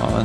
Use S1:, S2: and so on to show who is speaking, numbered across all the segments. S1: Ja,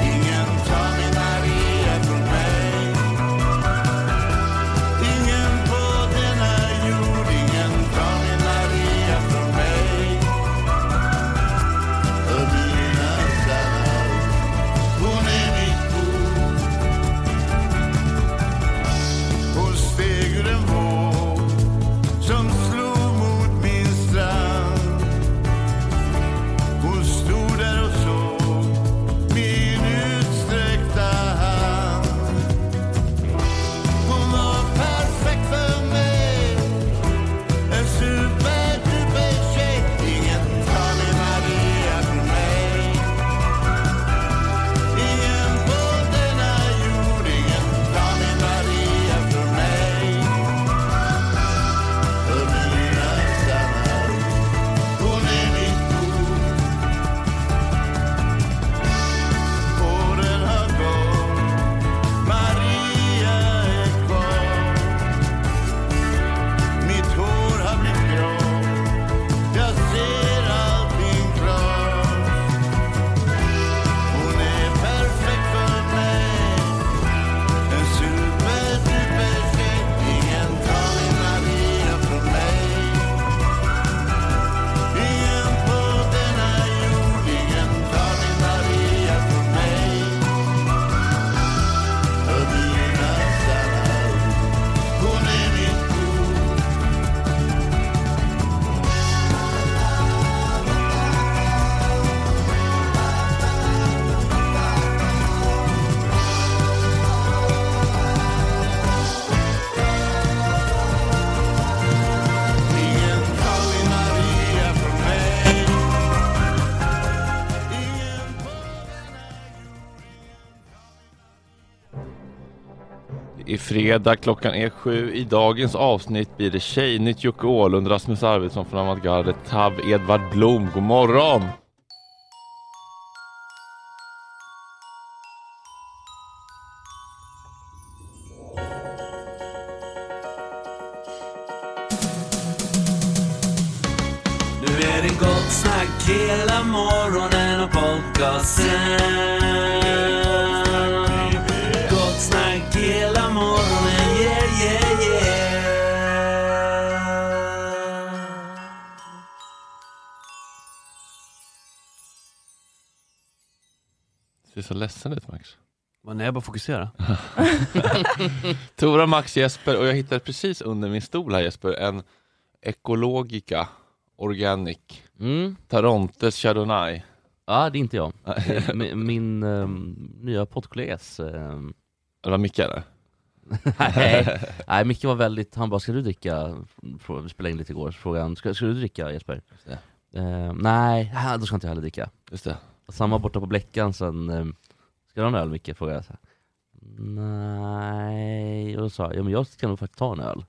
S2: Ingen planet
S1: i fredag. Klockan är sju. I dagens avsnitt blir det Tjejnytt, Jocke Åhlund, Rasmus Arvidsson från Avantgarde, Tav, Edvard Blom. God morgon!
S3: Nu är det gott snack hela morgonen och podcasten. Gott snack hela morgonen, yeah, yeah, yeah.
S1: Du ser så ledsen ut Max.
S3: Vad när jag bara fokuserar.
S1: Tora, Max, Jesper och jag hittade precis under min stol här Jesper en Ecologica Organic
S4: Mm.
S1: Tarontes Chardonnay.
S4: Ja, det är inte jag. Det är mi- Min ehm, nya poddkollegas... ehm,
S1: Det var Micke där.
S4: nej, nej, Micke var väldigt... Han bara, ska du dricka? Frå- Vi spelade in lite igår, så frågade han, ska, ska du dricka Jesper?
S1: det.
S4: Ehm, nej, ah, då ska inte jag heller dricka.
S1: Just det.
S4: Samma borta på Bleckan sen, ehm, ska du ha en öl Micke? Frågade jag så här. Nej, och då sa jag, ja men jag ska nog faktiskt ta en öl.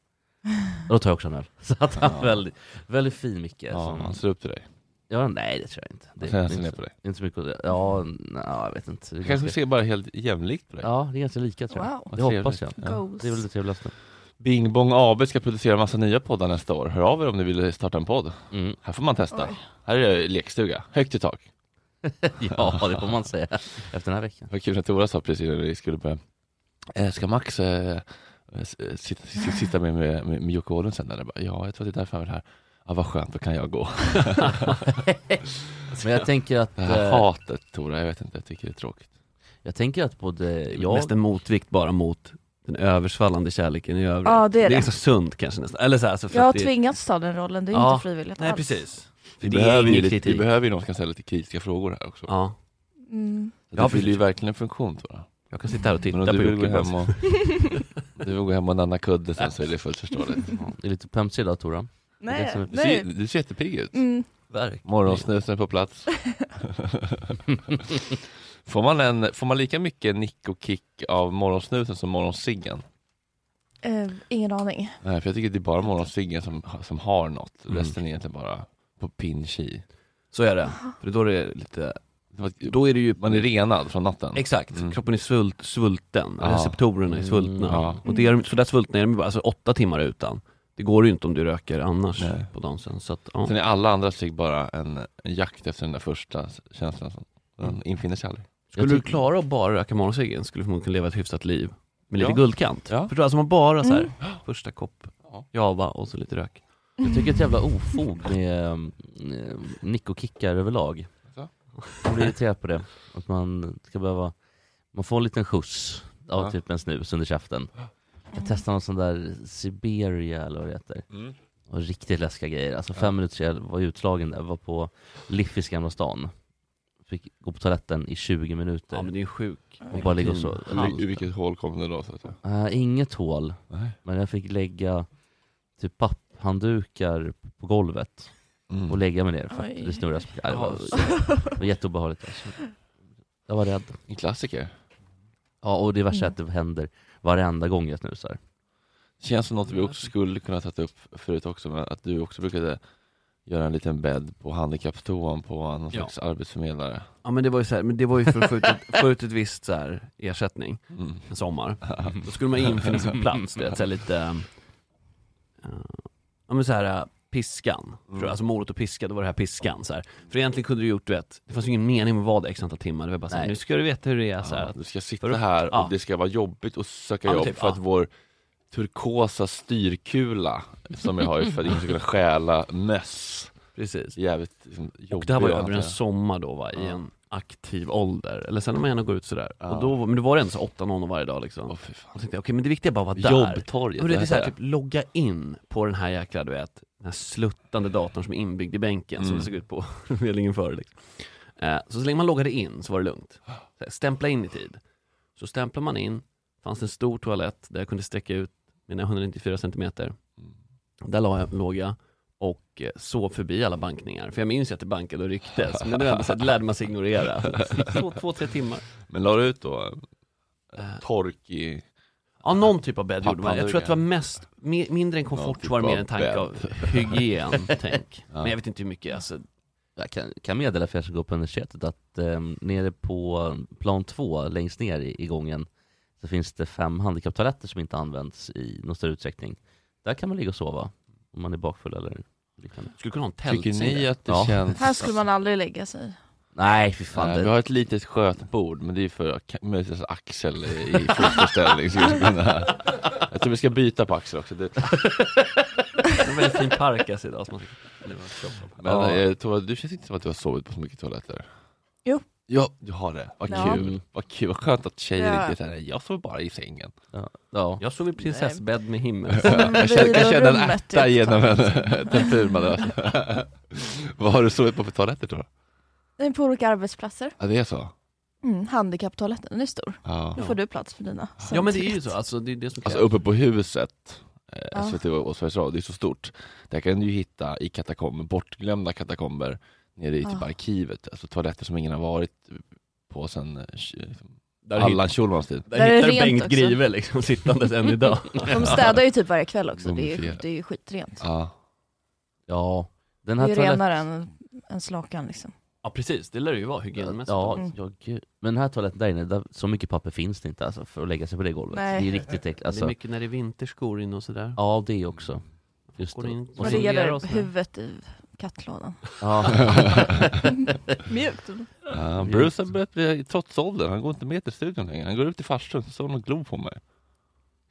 S4: Och då tar jag också en öl. Så att han var väldigt, väldigt fin Micke.
S1: Ja,
S4: som-
S1: han ser upp till dig.
S4: ja, nej det tror jag inte. Det,
S1: Han
S4: det är
S1: ser ner
S4: inte,
S1: på dig.
S4: inte så mycket att, ja, nej, jag vet inte. Det är
S1: Du kanske
S4: ganska-
S1: ser bara helt jämlikt på dig.
S4: Ja, det är ganska lika tror jag.
S5: Wow.
S1: Vad
S4: Det hoppas jag.
S1: trevligt. Ja.
S5: Goals.
S4: Det är väl det trevligaste.
S1: Bing Bong AB ska producera massa nya poddar nästa år. Hör av er om ni vill starta en podd.
S4: Mm.
S1: Här får man testa. Här är det lekstuga. Högt i tak.
S4: Ja, det får man säga efter den här veckan.
S1: Det var kul när Tora sa precis innan vi skulle börja. Eh, ska Max eh, eh, s- eh, sitta, sitta, sitta med, med, med, med Jocke Åhlund sen? Eller? Jag bara, Ja, jag tror att det är därför han vill här. Ja, vad skönt, då kan jag gå.
S4: Men jag tänker att,
S1: Det här
S4: eh,
S1: hatet Tora, jag vet inte, jag tycker det är tråkigt.
S4: jag tänker att både jag,
S3: Mest en motvikt bara mot den översvallande kärleken i övrigt.
S5: Ja, det är
S3: det är
S5: det.
S3: så sunt kanske nästan. Eller så här, alltså för
S5: Jag har
S3: att det...
S5: tvingats ta den rollen, det är ju
S3: Ja.
S5: inte frivilligt
S3: Nej
S5: alls.
S3: precis.
S1: Vi
S3: Det är
S1: behöver, ju
S3: ingen
S1: lite, vi
S3: kritik.
S1: behöver ju någon som kan ställa lite kritiska frågor här också.
S3: Ja.
S5: Mm.
S1: Det
S3: Ja,
S1: fyller ju
S3: precis.
S1: verkligen en funktion Tora.
S3: Jag kan sitta här och titta
S1: Men om
S3: på
S1: du vill gå
S3: Jocke bara
S1: hem och, du vill gå hem och nanna kudde sen så är det fullt förståeligt.
S4: det är lite pömsig idag Tora.
S5: Nej,
S4: Det är
S1: Du ser,
S5: nej.
S1: du ser jättepigg ut.
S5: Mm.
S4: Verk.
S1: Morgonsnusen är på plats. får, man en, får man lika mycket nick och kick av morgonsnusen som morgonsiggen?
S5: Eh, ingen aning.
S1: Nej, för jag tycker det är bara morgonsiggen som, som har något.
S3: Mm.
S1: Resten är egentligen bara på pin chi.
S3: Så är det. För då är det lite,
S1: Det var-
S3: då är det ju
S1: Man är renad från natten.
S3: Exakt,
S1: Mm.
S3: kroppen är svult, svulten,
S1: Ja.
S3: receptorerna är svultna.
S4: Mm,
S1: ja.
S3: Och det är, de- så där svultna är de ju bara, alltså åtta timmar utan. Det går ju inte om du röker annars
S1: Nej.
S3: på dagen sen. Så att, ja.
S1: Sen är alla andra sig bara en, en jakt efter den där första känslan. Som, den infinner sig aldrig.
S3: Mm. Skulle
S4: Jag
S3: du
S4: tycker-
S3: klara att bara röka morgonseggen skulle du förmodligen kunna leva ett hyfsat liv. Med lite
S1: Ja.
S3: guldkant.
S1: Ja.
S3: Förstår du? Alltså man bara så här,
S5: Mm.
S3: första kopp
S1: Ja.
S3: java och så lite rök.
S4: Jag tycker ett jävla ofog med ehm, eh, nick och kickar överlag.
S1: Alltså?
S4: Jag blir irriterad på det. Att man ska behöva, man får en liten skjuts av
S1: Ja.
S4: typ en snus under käften. Jag testade någon sån där Siberia eller vad det heter. Och riktigt läskiga grejer. Alltså fem minuter sedan var jag utslagen där, var på Liffis Gamla stan. Fick gå på toaletten i 20 minuter.
S3: Ja men det är en sjuk.
S4: och bara ligga och
S3: Mm.
S4: så.
S1: Ur, ur vilket hål kom det då? Så att säga?
S4: Äh, inget hål,
S1: Nej.
S4: men jag fick lägga typ papphanddukar på golvet
S1: Mm.
S4: och lägga mig ner för att
S5: Oj.
S4: det snurras. Ja, det, var,
S3: Ja, så-
S4: det var jätteobehagligt alltså. Jag var rädd.
S1: En klassiker.
S4: Ja, och det värsta är
S5: Mm.
S4: att det händer varenda gång jag snusar.
S1: Känns som något vi också skulle kunna ta upp förut också, men att du också brukade göra en liten bädd på handikapptoan på någon
S3: Ja.
S1: slags arbetsförmedlare.
S3: Ja men det var ju så här, men det var ju för att få ut ett, få ut ett visst så här, ersättning.
S1: Mm.
S3: en sommar. Då skulle man infinna sig på plats, du vet, så här lite, eh, ja men så här eh, piskan, tror
S1: Mm.
S3: jag. alltså morot och piska, då var det här piskan så här. För egentligen kunde du gjort, du vet, det fanns ju ingen mening med att vara där x antal timmar, det var bara så här,
S4: Nej.
S3: nu ska du veta hur det är så här.
S1: Ja, du ska sitta
S3: För-
S1: här och
S3: ja.
S1: det ska vara jobbigt att söka
S3: Ja, men
S1: jobb
S3: typ,
S1: för att
S3: ja.
S1: vår turkosa styrkula som jag har ju för att jag ska kunna stjäla möss.
S3: Precis.
S1: Jävligt liksom,
S3: Och
S1: jobbigt.
S3: det här var ju över en sommar då va, i en aktiv ålder, eller sen när man gärna går ut sådär. Och då, men då var det ändå så 8 någon varje dag liksom.
S1: Åh,
S3: Och
S1: fy fan.
S3: då tänkte jag, okej men det viktiga är bara att vara där.
S1: Jobbtorget.
S3: Ja, men det är så här,
S1: hette
S3: typ logga in på den här jäkla, du vet, den här sluttande datorn som är inbyggd i bänken som
S1: Mm.
S3: det såg ut på förmedlingen förr. Liksom. Eh, så så länge man loggade in så var det lugnt. Så här, stämpla in i tid. Så stämplar man in, fanns det en stor toalett där jag kunde sträcka ut mina 194 centimeter.
S1: Mm.
S3: Där la jag, låg jag och eh, sov förbi alla bankningar. För jag minns ju att det bankade och rycktes, men det, var ändå så här, det lärde man sig ignorera. Så det gick Två, två, tre timmar.
S1: det. Men la du ut då
S3: Eh,
S1: tork i
S3: Ja, någon typ av bädd gjorde man. Jag
S1: Papphandukar.
S3: tror att det var mest, mi- mindre än
S1: Någon
S3: komfort
S1: typ
S3: var det mer
S1: av
S3: en tanke
S1: bädd.
S3: av hygien, tänk.
S1: Ja.
S3: Men jag vet inte hur mycket, alltså,
S4: Jag kan, kan meddela för er som går på universitetet att eh, nere på plan två, längst ner i, i gången, så finns det fem handikapptoaletter som inte används i någon större utsträckning. Där kan man ligga och sova om man är bakfull eller liknande.
S3: skulle kunna ha en
S1: Tycker ni
S3: tältsäng.
S1: att det
S4: Ja.
S1: känns...
S5: Här
S3: alltså.
S5: skulle man aldrig lägga sig.
S4: Nej, fy fan.
S1: Nej, Eh, vi
S4: det,
S1: har ett litet skötbord, men det är för ka- möjligtvis axel i i fosterställning. skulle jag kunna- jag tror vi ska byta på axel också. Det,
S3: Det var en väldigt fin parkas idag som man det var tjockt.
S1: men
S4: Ja.
S1: eh, Tova, du känns inte som att du har sovit på så mycket toaletter?
S5: Jo.
S1: Ja, du har det. Vad
S5: Ja.
S1: kul. Vad kul, vad skönt att tjejer
S5: Ja.
S1: inte är såhär, jag sover bara i sängen.
S4: ja.
S3: Jag sov i prinsessbädd med himmel.
S5: Mm,
S1: Jag känner, kan känna en
S5: vilorummet
S1: ärta
S5: är
S1: genom en
S5: totalt.
S1: tempurmadrass. Vad har du sovit på för toaletter tror du?
S5: Nej, På olika arbetsplatser.
S1: Ja, det är så?
S5: Mm, handikapptoaletten, den är stor.
S1: Ja.
S5: Då får du plats för dina.
S3: Ja men det är ju så, alltså det är det som krävs.
S1: Alltså uppe på huset, eh,
S5: Ja.
S1: SVT och Sveriges Radio, det är så stort. Där kan du ju hitta i katakomber, bortglömda katakomber, nere i typ
S5: Ja.
S1: arkivet, alltså toaletter som ingen har varit på sen eh, tj- liksom,
S3: där
S1: Allan Schulmans tid.
S5: Där är
S3: hittar
S5: det
S3: du
S5: rent
S3: Bengt
S5: också.
S3: Grive liksom sittandes än idag.
S5: De städar ju typ varje kväll också, det är ju,
S1: Mumifierat.
S5: det är ju skitrent.
S1: Ja.
S4: ja. Den
S5: Det är
S4: här
S5: ju
S4: toalett-
S5: renare än, än slakan liksom.
S3: Ja precis, det lär det ju vara hygienmässigt.
S4: Ja,
S5: Mm.
S4: ja, gud. Men den här toaletten där inne, där, så mycket papper finns det inte alltså, för att lägga sig på det golvet.
S5: Nej.
S4: Det är riktigt äckligt.
S3: Det är
S4: Alltså,
S3: mycket när det är vinterskor inne och sådär.
S4: ja, det också. Just
S3: Går
S4: det.
S3: in-
S4: Och
S5: Men det
S4: så,
S3: Maria-
S5: gäller
S3: och sådär.
S5: huvudet i kattlådan.
S4: ja,
S5: Mjukt.
S1: Ja, Bruce har börjat bli, trots åldern, han går inte med till studion längre. Han går upp till farstun, så står han och glor på mig.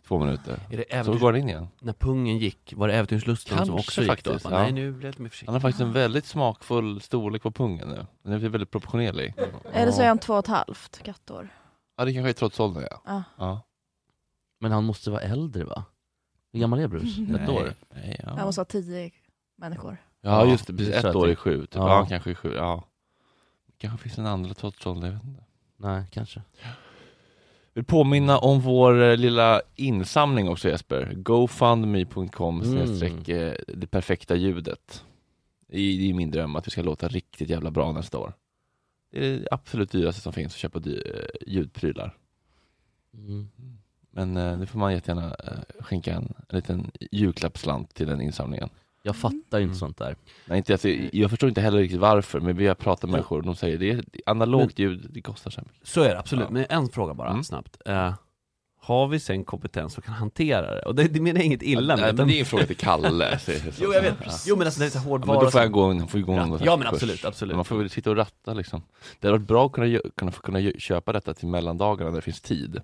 S1: Två minuter.
S3: Är det
S1: Så
S3: äventyrs...
S1: går han in igen.
S3: När pungen gick, var det äventyrslusten som
S1: Kanske
S3: också gick då?
S1: faktiskt,
S3: Bara,
S1: ja.
S3: Nej nu blir jag lite mer
S1: Han
S3: försiktig.
S1: har faktiskt en väldigt smakfull storlek på pungen nu. Den är väldigt proportionerlig.
S5: Eller så är han två och ett halvt kattår.
S1: Ja, det kanske är trots åldern ja.
S5: Ja.
S1: ja.
S4: men han måste vara äldre va? Hur gammal är Bruce? Ett
S1: Nej.
S4: år?
S1: Nej, ja.
S5: Han måste ha tio människor.
S1: Ja
S4: Ja,
S1: just det, precis.
S4: det tror
S1: Ett
S4: jag
S1: år
S4: att
S1: är sju, typ. ja.
S4: Ja.
S1: kanske är sju, ja. Kanske finns en andra trots ålder, jag vet inte.
S4: Nej, kanske.
S1: Vill påminna om vår eh, lilla insamling också Jesper. GoFundMe.com
S4: Mm.
S1: snedstreck eh, det perfekta ljudet. Det är det är min dröm att vi ska låta riktigt jävla bra nästa år. Det är det absolut dyraste som finns att köpa dy- eh, ljudprylar.
S4: Mm.
S1: Men eh, nu får man jättegärna eh, skänka en, en liten julklappsslant till den insamlingen.
S4: Jag fattar ju inte
S3: Mm.
S4: sånt där.
S1: Nej, inte, alltså, jag förstår inte heller riktigt varför, men vi har pratat med människor och de säger det är analogt ljud, det kostar så här mycket.
S3: Så är det absolut,
S1: Ja.
S3: men en fråga bara
S1: Mm.
S3: snabbt. Eh, har vi sen kompetens som kan hantera det? Och det, det menar jag inget illa
S1: Nej, men
S3: utan-
S1: det är en fråga till Kalle. säger jag så.
S3: Jo jag vet, jo men alltså det är så hård
S1: Ja, men då får
S3: vara-
S1: jag gå in, får ju gå in
S3: Ja,
S1: någon
S3: ja,
S1: sån här
S3: men
S1: kurs.
S3: absolut, absolut.
S1: Man får väl sitta och ratta liksom. Det hade varit bra att kunna, gö- kunna, få- kunna gö- köpa detta till mellandagarna när det finns tid.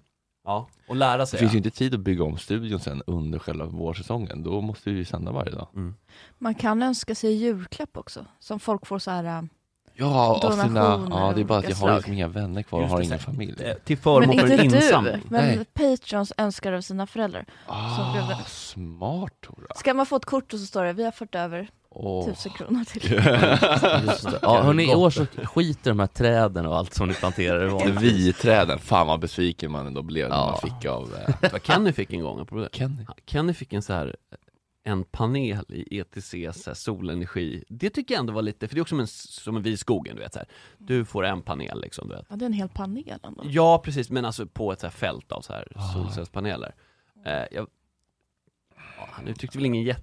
S3: Ja, och lära
S1: Det
S3: sig.
S1: finns ju inte tid att bygga om studion sen under själva vårsäsongen, då måste vi ju sända varje dag.
S3: Mm.
S5: Man kan önska sig julklapp också, som folk får så här... äh,
S1: Ja, av
S5: Donationer
S1: sina, ja det är bara att
S5: olika
S1: jag har
S5: slag.
S1: liksom inga vänner kvar och
S3: Just
S1: har
S3: det,
S1: ingen
S3: så-
S1: familj.
S3: Eh, Till
S5: Men
S3: förmån för
S5: inte
S3: en
S5: du,
S3: insamling.
S1: Nej.
S5: men Patreons önskar av sina föräldrar. Så blev
S1: Ah,
S5: det-
S1: smart Tora!
S5: Ska man få ett kort och så står det vi har fört över
S1: Åh.
S5: tusen Typ kronor till
S4: Just det. Ja, hörni, i år så skiter de här träden och allt som ni planterar i vanligt.
S1: Vi-träden, fan vad besviken man ändå blev när
S4: Ja.
S1: man fick av eh,
S3: Vad Kenny fick en gång, apropå det.
S1: Kenny.
S3: Kenny fick en så här en panel i E ETC, så här, eh, solenergi. Det tycker jag ändå var lite, för det är också som en, som en vis skogen, du vet så här. Du får en panel liksom, du vet.
S5: Ja, det är en hel panel ändå.
S3: Ja precis, men alltså på ett så här fält av så här
S1: Ah.
S3: solcellspaneler. Eh, jag, ja, han uttryckte väl ingen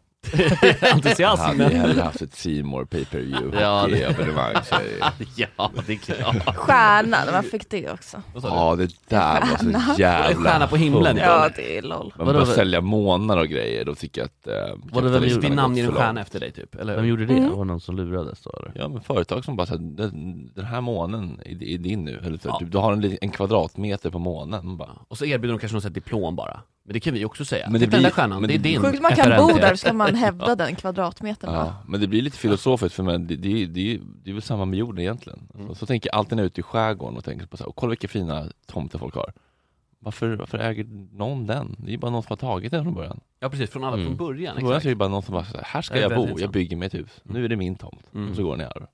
S1: Jag
S3: jätteentusiasm,
S1: hade ju
S3: men
S1: hellre haft ett C More pay per view
S4: Ja, det-
S1: hockeyevenemang. så är det-
S4: Ja, det är klart.
S5: Stjärna, när man fick det också.
S1: Ja det där var så jävla...
S3: Stjärna på himlen,
S1: dumt.
S5: Ja, det är lol.
S1: Man
S4: Vadå,
S1: börjar
S4: vad-
S1: sälja månar och grejer, då tycker jag att eh, kapitalismen har
S4: gjorde?
S3: vi
S1: gått
S3: namnger en
S1: för långt.
S3: stjärna efter dig typ, eller
S4: Vem
S3: hur?
S4: gjorde det?
S5: Mm.
S4: Var det någon som lurades då eller?
S1: Ja men företag som bara säger den, den här månen är, är din nu, eller så, typ,
S3: Ja.
S1: du, du har en, li- en kvadratmeter på månen. Man Bara,
S3: Ja. Och så erbjuder de kanske något sånt här diplom bara. Men det kan vi också säga.
S1: Men det
S3: Men det den där
S1: blir-
S3: stjärnan,
S1: men
S3: det är
S1: det-
S3: din.
S5: Sjukt man
S3: FRN.
S5: kan bo där ska man hävda den kvadratmetern
S1: Ja,
S5: va?
S1: men det blir lite filosofiskt för mig, det, det, det, det är väl samma med jorden egentligen.
S3: Mm.
S1: Alltså, Så, så tänker jag alltid när jag är ute i skärgården och tänker på så här, och kolla vilka fina tomter folk har. Varför, varför äger någon den? Det är ju bara någon som har tagit den från början.
S3: Ja precis, från alla
S4: Mm.
S3: från början.
S1: Från början
S3: Exakt.
S1: så är det bara någon som bara, så här, här ska
S3: Det är
S1: jag
S3: väldigt
S1: bo, jag
S3: sant.
S1: bygger mig ett hus. Nu är det min tomt.
S3: Mm.
S1: Och så går den i arv.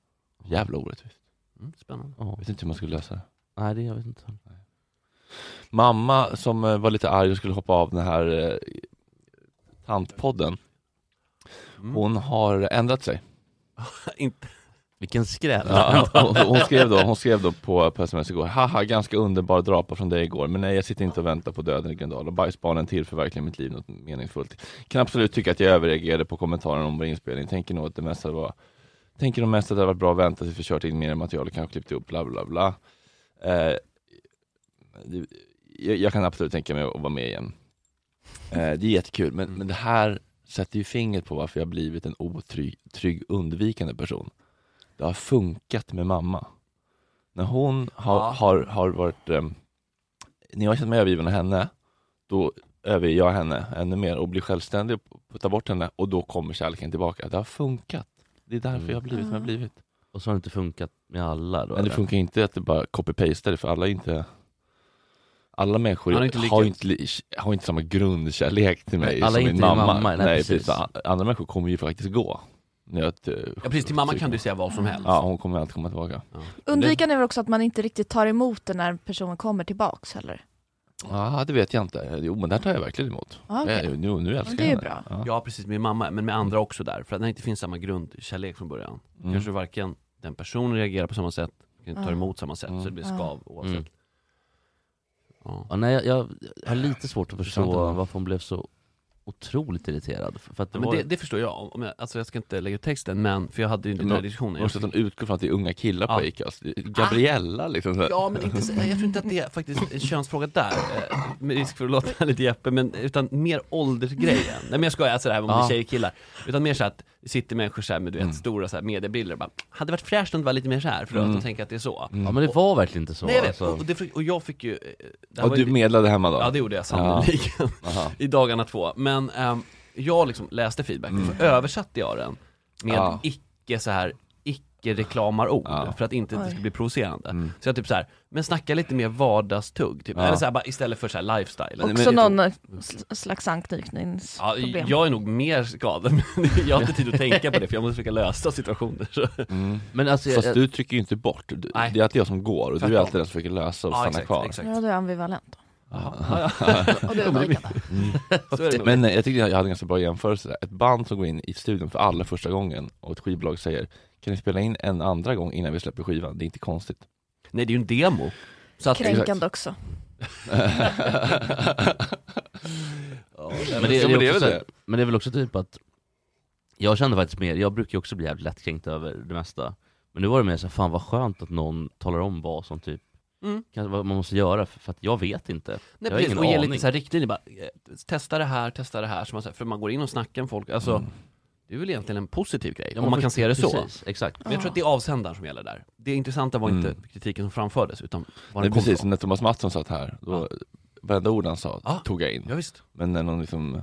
S1: Jävla orättvist.
S3: Mm, spännande.
S1: Jag vet inte hur man skulle lösa det.
S4: Nej, det jag vet inte.
S1: Mamma som eh, var lite arg och skulle hoppa av den här eh, tantpodden,
S3: Mm.
S1: hon har ändrat sig.
S3: inte.
S4: Vilken skräll!
S1: Ja, hon, hon, skrev då, hon skrev då på, på sms igår, haha ganska underbar drapa från dig igår, men nej jag sitter inte och väntar på döden i Gröndal och bajsbarnen tillför verkligen mitt liv något meningsfullt. Kan absolut tycka att jag överreagerade på kommentaren om vår inspelning, tänker nog att det mesta var Tänker nog mest att det hade varit bra att vänta tills vi kört in mer material och kanske klippt ihop bla bla bla. Eh, det- jag, jag kan absolut tänka mig att vara med igen. Eh, det är jättekul, men, men det här sätter ju fingret på varför jag blivit en otrygg, trygg, undvikande person det har funkat med mamma. När hon har, har, har varit, eh, när jag känner mig övergiven av henne, då överger jag henne ännu mer och blir självständig och puttar bort henne och då kommer kärleken tillbaka. Det har funkat. Det är därför
S4: Mm.
S1: jag har blivit som jag har
S5: Ah.
S1: blivit.
S4: Och så har det inte funkat med alla då
S1: Men det
S4: eller?
S1: funkar inte att det bara copy-pastar det, för alla är inte alla människor
S3: Man
S1: har
S3: är
S1: inte,
S3: inte lika-
S1: har, inte, li- har inte samma grundkärlek till mig
S4: Nej, alla
S1: som
S4: är
S1: min
S4: inte din
S1: mamma.
S4: mamma. Nej, precis.
S1: Andra människor kommer ju faktiskt gå. När jag, eh,
S3: Ja precis, till mamma kan du säga vad som helst.
S1: Ja, hon kommer alltid komma tillbaka.
S5: Undvikande är väl också att man inte riktigt tar emot den när personen kommer tillbaks heller?
S1: Ja, det vet jag inte. Jo, men där tar jag verkligen emot.
S5: Ja, Ah, okej.
S1: Eh, Nu, nu
S5: Men
S1: älskar
S5: det
S1: jag
S5: är ju
S1: henne.
S5: bra.
S3: Ja precis, med mamma, men med andra också där. För att det inte finns samma grundkärlek från början.
S1: Mm.
S3: Kanske varken den personen reagerar på samma sätt, kan inte ta
S5: Ja.
S3: emot samma sätt,
S1: Mm.
S3: så det blir
S5: Ja.
S3: skav oavsett.
S4: Mm.
S3: Ja.
S4: Ja, nej, jag, jag har lite svårt att förstå
S1: Förstår inte vad-
S4: varför hon blev så otroligt irriterad. För att det
S3: Ja, men
S4: var
S3: det, det förstår jag, om jag, alltså jag ska inte lägga ut texten men, för jag hade ju den
S1: Men-
S3: här diskussionen
S1: Och så att de utgår från att det är unga killar på
S3: Ja. Ah.
S1: Acast. Gabriella liksom. Så här.
S3: Ja men inte, så- jag tror inte att det är faktiskt en könsfråga där, eh, med risk för att låta lite Jeppe, men utan mer åldersgrejen. Nej men jag skojar, alltså det här om det är
S4: Ja.
S3: tjejer och killar. Utan mer så att det sitter människor så här med du vet,
S1: Mm.
S3: stora så här mediebilder och bara, hade det varit fräscht om det var lite mer så här, för då att de
S1: Mm.
S3: tänker att det är så.
S4: Ja men det var verkligen inte så
S3: Nej jag vet,
S4: alltså.
S3: och, det, fick- och jag fick ju... eh, det här
S1: Och
S3: var
S1: du
S3: ju-
S1: medlade hemma då?
S3: Ja det gjorde jag sannoliken,
S1: Aha.
S3: i dagarna två. Men ehm, jag liksom läste feedbacken, så översatte jag den med
S1: Mm. Ja.
S3: icke så här icke-reklamarord,
S1: Ja.
S3: för att inte det
S5: Oj.
S3: skulle bli provocerande.
S1: Mm.
S3: Så jag typ så här, men snacka lite mer vardagstugg, typ.
S1: Ja.
S3: eller så här, bara istället för så här lifestyle.
S1: Men-
S5: Också
S1: men-
S5: någon eh, sl- slags
S3: Ja,
S5: anknytningsproblem.
S3: jag är nog mer skadad, men jag har inte tid att tänka på det för jag måste försöka lösa situationer. Så.
S1: Mm.
S4: Men alltså, jag,
S1: Fast du trycker ju inte bort. Du,
S3: Nej.
S1: det är alltid jag som går och du är
S3: Tvärtom.
S1: alltid den som försöker lösa och
S3: Ja,
S1: stanna
S3: exakt,
S1: kvar.
S3: exakt.
S5: Ja, du är ambivalent. då.
S3: Jaha, ja,
S5: Och du är undvikande.
S3: ja. Så är det nog.
S1: Mm. Men eh, jag tyckte jag hade en ganska bra jämförelse. där. Ett band som går in i studion för allra första gången och ett skivbolag säger kan ni spela in en andra gång innan vi släpper skivan? Det är inte konstigt.
S3: Nej det är ju en demo. Så att,
S5: Kränkande också.
S4: men, det,
S1: Ja, men det är
S4: också
S1: väl
S4: så-
S1: det.
S4: men det är väl också typ att Jag kände faktiskt mer, jag brukar ju också bli jävligt lättkränkt över det mesta Men nu var det mer såhär, fan vad skönt att någon talar om vad som typ
S3: Mm.
S4: kan, Vad man måste göra, för, för att jag vet inte
S3: Nej,
S4: Jag har
S3: precis,
S4: ingen
S3: och ge
S4: aning.
S3: lite så här riktlinjer bara, eh, testa det här, testa det här, så man, så här- för man går in och snackar med folk, alltså
S1: Mm.
S3: det är väl egentligen en positiv grej, om man kan se det så.
S4: Precis, exakt
S3: Men jag tror att det är avsändaren som gäller där. Det intressanta var inte
S1: Mm.
S3: kritiken som framfördes, utan
S1: Nej,
S3: var den kom
S1: precis,
S3: ifrån.
S1: när Thomas Mattsson satt här, då, varenda ord han sa
S3: Ja.
S1: tog jag in.
S3: Ah. Ja, visst.
S1: Men när någon liksom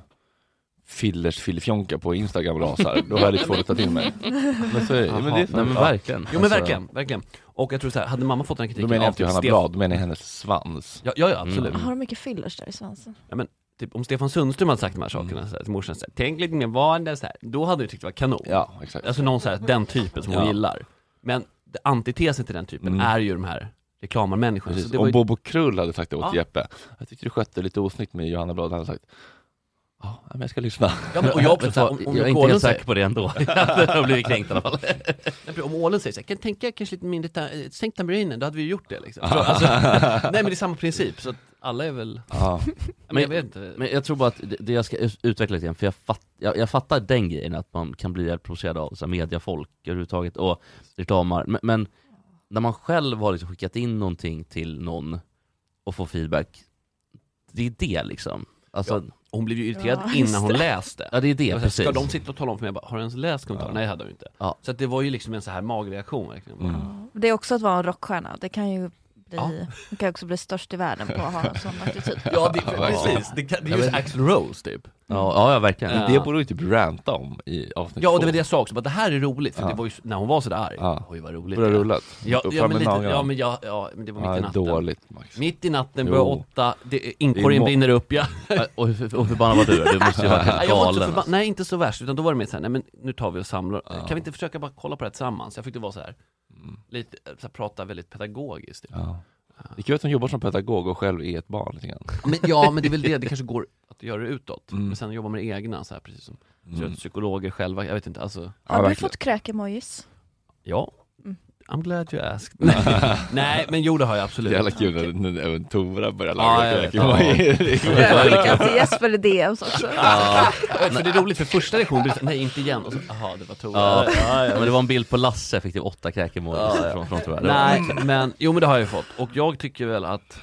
S1: fillers filifjonka på Instagram rasar, då har jag lite svårt att ta till mig. Men så är det,
S4: Jaha,
S1: men det är så.
S4: nej, men
S1: Ja.
S4: verkligen
S3: Jo men
S1: Alltså-
S3: verkligen, verkligen. Och jag tror så här, hade mamma fått den här
S1: Då
S3: kritiken
S1: menar jag
S3: av typ
S1: inte Johanna
S3: Stef-
S1: Blad, då menar jag hennes svans.
S3: Ja, ja, ja absolut.
S4: Mm.
S5: Har de mycket fillers där i svansen?
S3: Typ, om Stefan Sundström hade sagt de här
S1: Mm.
S3: sakerna så här, till morsan, så här, tänk lite mer vardag, så här, då hade du tyckt det var kanon.
S1: Ja, exakt.
S3: Alltså någon så här, den typen som hon
S1: Ja.
S3: gillar. Men det- antitesen till den typen
S1: Mm.
S3: är ju de här reklamarmänniskorna. Så
S1: Precis.
S3: det
S1: Om
S3: var ju...
S1: Bobo Krull hade sagt det åt
S3: Ja.
S1: Jeppe, jag tyckte du skötte det lite osnyggt med Johanna Blad, han hade sagt Ja, men jag ska lyssna.
S3: ja, men, och jag, också, så här,
S4: Vet
S3: om,
S4: du
S3: om
S4: vad, jag är inte
S3: Ålen
S4: helt
S3: säger,
S4: säker på det ändå, jag har blivit kränkt i alla fall
S3: Nej, Om ålen säger så här, kan tänka kanske lite mindre, ta eh, sänk tamarinen, då hade vi ju gjort det liksom. Så, alltså, nej men det är samma princip, så att alla är väl,
S1: Ja.
S3: men, jag vet inte.
S4: Men jag tror bara att det, det jag ska ut- utveckla lite grann, för jag, fatt, jag, jag fattar den grejen att man kan bli jävligt provocerad av så här, mediafolk överhuvudtaget och reklamar, men, men när man själv har liksom skickat in någonting till någon och får feedback, det är det liksom. Alltså, ja,
S3: Och hon blev ju irriterad
S5: Ja, just
S3: innan hon läste.
S4: det är det,
S3: Jag var så
S4: precis.
S3: här, Ska de sitta och tala om för mig, jag bara, har du ens läst kommentaren? Nej det hade hon inte.
S4: Ja.
S3: Så att det var ju liksom en så här magreaktion verkligen.
S1: Mm.
S5: Det är också att vara en rockstjärna. Det kan ju bli,
S3: Ja.
S5: man kan ju också bli störst i världen på att ha en sån attityd.
S3: Ja det, precis, det, kan- det är ju så Axl Rose typ.
S4: Ja, ja, ja, verkligen.
S3: Ja.
S1: Det borde vi typ ranta om i avsnitt
S3: Ja och det
S1: två.
S3: var det jag sa också, bara, det här är roligt, för
S1: Ja.
S3: det var ju, så- när hon var sådär arg,
S1: Ja.
S3: oj vad roligt
S1: Borde ha
S3: det är.
S1: rullat.
S3: Ja,
S1: Upp
S3: ja,
S1: fram
S3: men
S1: med
S3: lite,
S1: naglarna.
S3: ja men ja, ja, men det var mitt
S1: Ja,
S3: i natten.
S1: dåligt Max.
S3: Mitt i natten,
S1: Jo.
S3: börjar åtta, det-
S1: Det är
S3: inkorgen
S1: må-
S3: brinner upp, ja.
S4: Och hur, och hur förbannad var du? Du måste ju ha varit
S3: Nej,
S4: helt
S3: jag var inte så
S4: galen.
S3: förba-
S4: alltså.
S3: Nej inte så värst, utan då var det mer såhär, nej men nu tar vi och samlar,
S1: Ja. Mm.
S3: kan vi inte försöka bara kolla på det här tillsammans? Jag fick det vara så här, lite, så här, prata väldigt pedagogiskt. Typ.
S1: Ja. Det är kul att hon jobbar som pedagog och själv är ett barn lite grann.
S3: Men, ja men det är väl det, det kanske går att göra det utåt,
S1: Mm.
S3: men sen jobba med det egna så här, precis som
S1: Mm.
S3: psykologer själva, jag vet inte, alltså
S5: Har du
S1: verkligen.
S5: fått kräkemojis?
S3: Ja, I'm glad you asked. Nej, nej men jo det har jag absolut.
S1: Jävla kul när- när även Tora börjar
S3: Ja,
S1: laga
S3: jag vet.
S1: kräk. Vad är det?
S5: Skicka till Jesper i DMs också.
S4: Ja,
S3: Ja, För det är roligt för första reaktionen blir så, nej inte igen, och så, jaha det var Tora.
S4: ja. ja, men det var en bild på Lasse, fick typ åtta kräkemål
S3: Ja, ja.
S4: från, från tror jag. Det var-
S3: Nej, men jo men det har jag ju fått. Och jag tycker väl att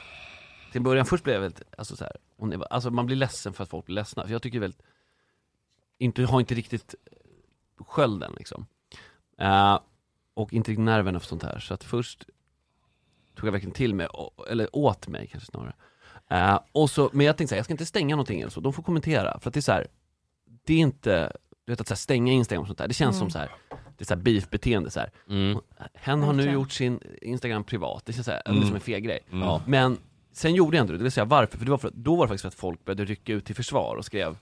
S3: till början först blev jag väldigt, alltså så här, om det var- alltså man blir ledsen för att folk blir ledsna. För jag tycker väl, inte, har inte riktigt skölden liksom. Eh, och inte riktigt nerverna för sånt här. Så att först tog jag verkligen till mig, och- eller åt mig kanske snarare. Eh, och så, men jag tänkte så här, jag ska inte stänga någonting eller så, de får kommentera. För att det är så här, det är inte, du vet att så här, stänga Instagram och sånt där, det känns
S5: Mm.
S3: som så här, det är så här beef-beteende så här. eh,
S4: Mm.
S3: Hen har nu
S5: Verkligen.
S3: gjort sin Instagram privat, det känns såhär,
S1: Mm.
S3: mm. som en feg grej.
S1: Mm. Ja.
S3: Men sen gjorde jag inte det, det vill säga varför? För, det var för då var det faktiskt för att folk började rycka ut till försvar och skrev